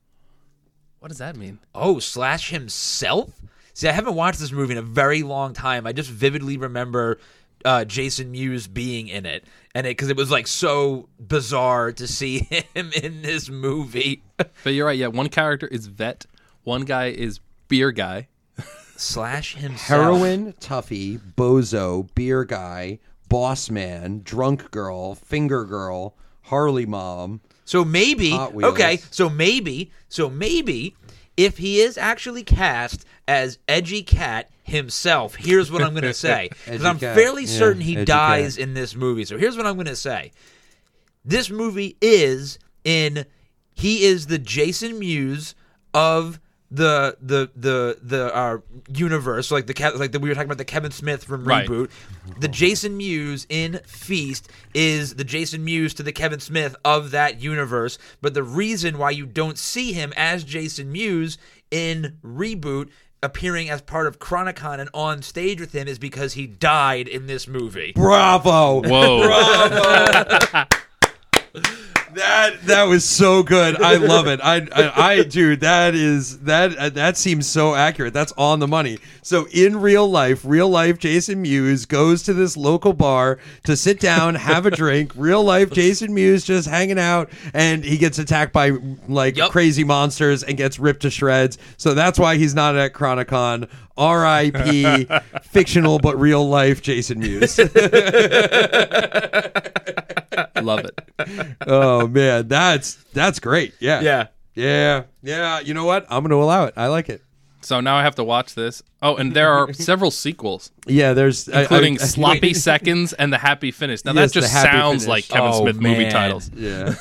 Speaker 2: What does that mean?
Speaker 4: Oh, slash himself. See, I haven't watched this movie in a very long time. I just vividly remember uh, Jason Mewes being in it, and it because it was like so bizarre to see [LAUGHS] him in this movie. [LAUGHS]
Speaker 2: But you're right. Yeah, one character is vet. One guy is beer guy.
Speaker 4: slash himself.
Speaker 3: Heroin, Tuffy, Bozo, Beer Guy, Boss Man, Drunk Girl, Finger Girl, Harley Mom.
Speaker 4: So maybe
Speaker 3: Hot Wheels.
Speaker 4: okay. So maybe so maybe if he is actually cast as Edgy Cat himself, here's what I'm
Speaker 3: [LAUGHS]
Speaker 4: going to say because
Speaker 3: Edgy
Speaker 4: I'm
Speaker 3: Cat,
Speaker 4: fairly
Speaker 3: yeah,
Speaker 4: certain he
Speaker 3: Edgy
Speaker 4: dies in this movie. So here's what I'm going to say: this movie is in he is the Jason Mewes of the the the the uh, universe like the Ke- like the, we were talking about the Kevin Smith from
Speaker 2: Right.
Speaker 4: reboot. The Jason Mewes in Feast is the Jason Mewes to the Kevin Smith of that universe. But the reason why you don't see him as Jason Mewes in reboot appearing as part of Chronicon and on stage with him is because he died in this movie.
Speaker 3: Bravo!
Speaker 2: Whoa!
Speaker 3: That that was so good. I love it. I I, I dude, that is that uh, that seems so accurate. That's on the money. So in real life, real life Jason Mewes goes to this local bar to sit down, have a drink. Real life Jason Mewes just hanging out and he gets attacked by like
Speaker 4: Yup.
Speaker 3: crazy monsters and gets ripped to shreds. So that's why he's not at Chronicon. R.I.P. fictional but real life Jason Mewes.
Speaker 2: Love it. [LAUGHS]
Speaker 3: oh man, that's that's great. Yeah.
Speaker 4: Yeah.
Speaker 3: Yeah. Yeah. You know what? I'm gonna allow it. I like it.
Speaker 2: So now I have to watch this. Oh, and there are several sequels,
Speaker 3: Yeah, there's I- I-
Speaker 2: including
Speaker 3: [LAUGHS] I-
Speaker 2: Sloppy Seconds and The Happy Finish. Now
Speaker 3: Yes,
Speaker 2: that just
Speaker 3: The Happy
Speaker 2: sounds
Speaker 3: Finish.
Speaker 2: like Kevin
Speaker 4: Oh,
Speaker 2: Smith movie
Speaker 4: man.
Speaker 2: titles.
Speaker 3: Yeah.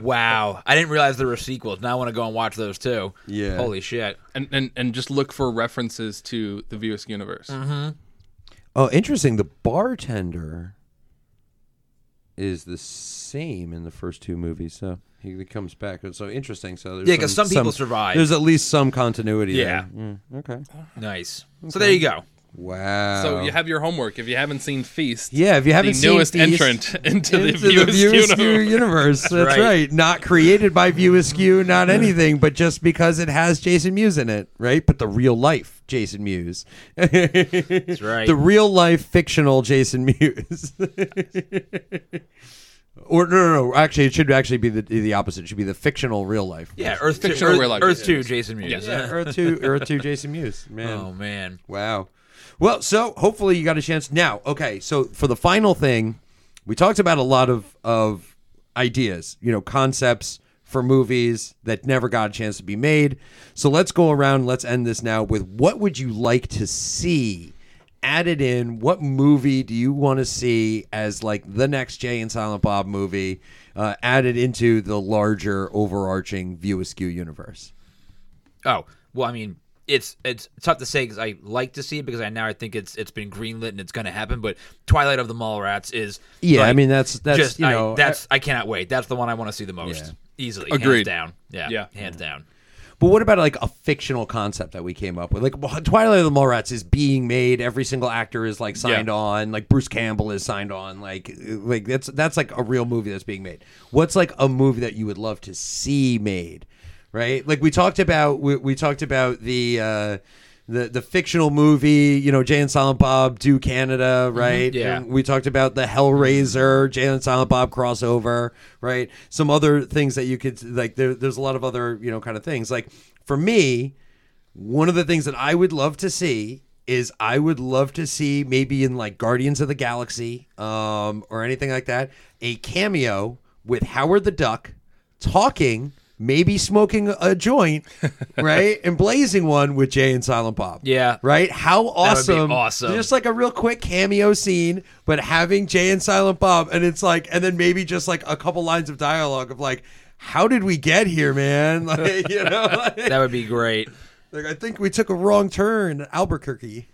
Speaker 4: Wow. I didn't realize there were sequels. Now I want to go and watch those too.
Speaker 3: Yeah.
Speaker 4: Holy shit.
Speaker 2: And, and and just look for references to the Viewers universe.
Speaker 3: Uh-huh. Oh, interesting. The bartender is the same in the first two movies, so he comes back. So interesting. So there's
Speaker 4: Yeah, 'cause some people survive.
Speaker 3: There's at least some continuity.
Speaker 4: Yeah.
Speaker 3: there. Mm, okay.
Speaker 4: Nice. So there you go.
Speaker 3: Wow.
Speaker 2: So you have your homework if you haven't seen Feast.
Speaker 3: Oh. Yeah, if you haven't
Speaker 2: the
Speaker 3: seen
Speaker 2: newest
Speaker 3: Feast-
Speaker 2: entrant [LAUGHS] into, the
Speaker 3: Into
Speaker 2: Viewers universe.
Speaker 3: Askew universe. That's,
Speaker 4: right.
Speaker 3: right. Not created by View Askew, not anything, but just because it has Jason Mewes in it, right? But the real life Jason Mewes. [LAUGHS]
Speaker 4: That's right.
Speaker 3: The real life fictional Jason Mewes. [LAUGHS] Or no, no, no. Actually, it should actually be the the opposite. It should be the fictional real life.
Speaker 8: Yeah, Earth Two.
Speaker 2: Fictional
Speaker 8: Earth,
Speaker 2: real life.
Speaker 8: Earth Two. Jason Mewes.
Speaker 3: Yeah, Earth two, Earth two, Jason Mewes. Man,
Speaker 8: Oh man.
Speaker 3: Wow. Well, so hopefully you got a chance now. Okay, so for the final thing, we talked about a lot of of ideas, you know, concepts for movies that never got a chance to be made. So let's go around, let's end this now with what would you like to see added in? What movie do you want to see as like the next Jay and Silent Bob movie uh, added into the larger overarching View Askew universe?
Speaker 4: Oh well, I mean, it's it's tough to say because I like to see it because I now I think it's it's been greenlit and it's going to happen. But Twilight of the Mallrats is
Speaker 3: Yeah, I
Speaker 4: like,
Speaker 3: mean that's that's
Speaker 4: just
Speaker 3: you know
Speaker 4: I, that's I, cannot wait. That's the one I want to see the most easily.
Speaker 2: Agreed.
Speaker 4: Hands down. Yeah.
Speaker 2: Yeah.
Speaker 4: Hands down.
Speaker 3: But what about like a fictional concept that we came up with? Like Twilight of the Mallrats is being made. Every single actor is like signed
Speaker 2: Yeah.
Speaker 3: on. Like Bruce Campbell is signed on. Like like that's that's like a real movie that's being made. What's like a movie that you would love to see made? Right? Like we talked about we, we talked about the uh the, the fictional movie, you know, Jay and Silent Bob do Canada, right?
Speaker 4: yeah.
Speaker 3: And we talked about the Hellraiser, Jay and Silent Bob crossover, right? Some other things that you could like. There, there's a lot of other you know kind of things. Like for me, one of the things that I would love to see is I would love to see maybe in like Guardians of the Galaxy um, or anything like that a cameo with Howard the Duck talking. Maybe smoking a
Speaker 4: [LAUGHS]
Speaker 3: joint, right, and blazing one with Jay and Silent Bob.
Speaker 4: Yeah.
Speaker 3: right. How awesome!
Speaker 4: awesome.
Speaker 3: Just like a real quick cameo scene, but having Jay and Silent Bob, and it's like, and then maybe just like a couple lines of dialogue of like, "How did we get here, man?" [LAUGHS] Like, you know, like,
Speaker 4: That would be great.
Speaker 3: like, I think we took a wrong turn at Albuquerque.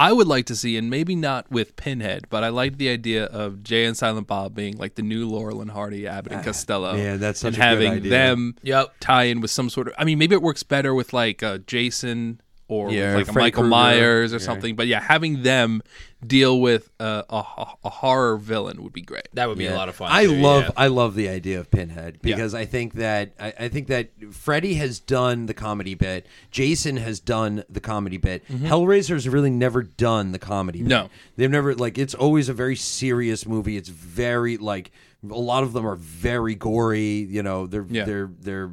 Speaker 2: I would like to see, and maybe not with Pinhead, but I like the idea of Jay and Silent Bob being like the new Laurel and Hardy, Abbott and Costello.
Speaker 3: man, Ah, that's
Speaker 2: and
Speaker 3: such a good
Speaker 2: having
Speaker 3: idea.
Speaker 2: them
Speaker 4: Yep.
Speaker 2: tie in with some sort of. I mean, maybe it works better with like uh, Jason or
Speaker 3: Yeah,
Speaker 2: with, like a
Speaker 3: Freddy
Speaker 2: Michael
Speaker 3: Krueger.
Speaker 2: Myers or something. But yeah, having them deal with uh, a, a a horror villain would be great.
Speaker 4: That would be a lot of fun.
Speaker 3: I
Speaker 4: too,
Speaker 3: love
Speaker 4: yeah.
Speaker 3: I love the idea of Pinhead because I think that I, I think that Freddy has done the comedy bit. Jason has done the comedy bit.
Speaker 4: Mm-hmm.
Speaker 3: Hellraiser's really never done the comedy bit.
Speaker 2: No.
Speaker 3: They've never like it's always a very serious movie. It's very like a lot of them are very gory, you know, they're
Speaker 2: Yeah.
Speaker 3: they're they're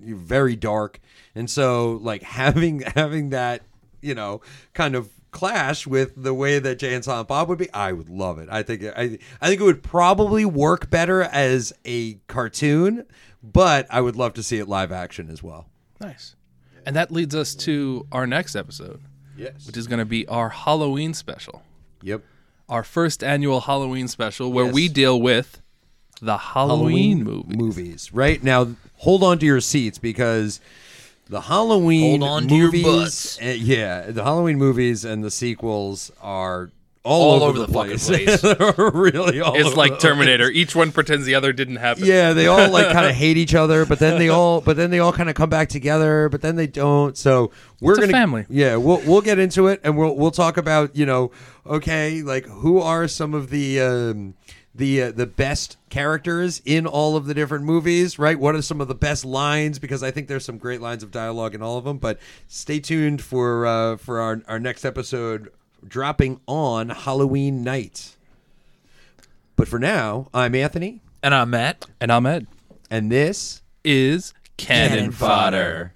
Speaker 3: very dark. And so like [LAUGHS] having having that, you know, kind of clash with the way that Jay and Silent Bob would be, I would love it. I think I I think it would probably work better as a cartoon, but I would love to see it live action as well.
Speaker 2: Nice. And that leads us to our next episode,
Speaker 3: Yes.
Speaker 2: which is going to be our Halloween special,
Speaker 3: Yep.
Speaker 2: our first annual Halloween special, where
Speaker 3: Yes.
Speaker 2: we deal with the Halloween, movie.
Speaker 3: movies. Right now, hold on to your seats because the Halloween
Speaker 8: Hold on to your
Speaker 3: movies,
Speaker 8: butts.
Speaker 3: eh, yeah, the Halloween movies and the sequels are all,
Speaker 4: All
Speaker 3: over,
Speaker 4: over
Speaker 3: the,
Speaker 4: the fucking
Speaker 3: place. [LAUGHS] They're really all
Speaker 2: It's
Speaker 3: over
Speaker 2: like
Speaker 3: the-
Speaker 2: Terminator. Each one pretends the other didn't happen.
Speaker 3: Yeah, they all
Speaker 2: [LAUGHS]
Speaker 3: like kind of hate each other, but then they all but then they all kind of come back together, but then they don't. So we're
Speaker 2: It's a
Speaker 3: gonna
Speaker 2: family.
Speaker 3: Yeah, we'll we'll get into it and we'll we'll talk about you know okay like who are some of the um, the uh, the best characters in all of the different movies, right? What are some of the best lines? Because I think there's some great lines of dialogue in all of them. But stay tuned for uh, for our our next episode dropping on Halloween night. But for now, I'm Anthony
Speaker 4: And I'm Matt.
Speaker 2: And Ahmed
Speaker 3: and this
Speaker 2: is cannon fodder.
Speaker 4: Fodder.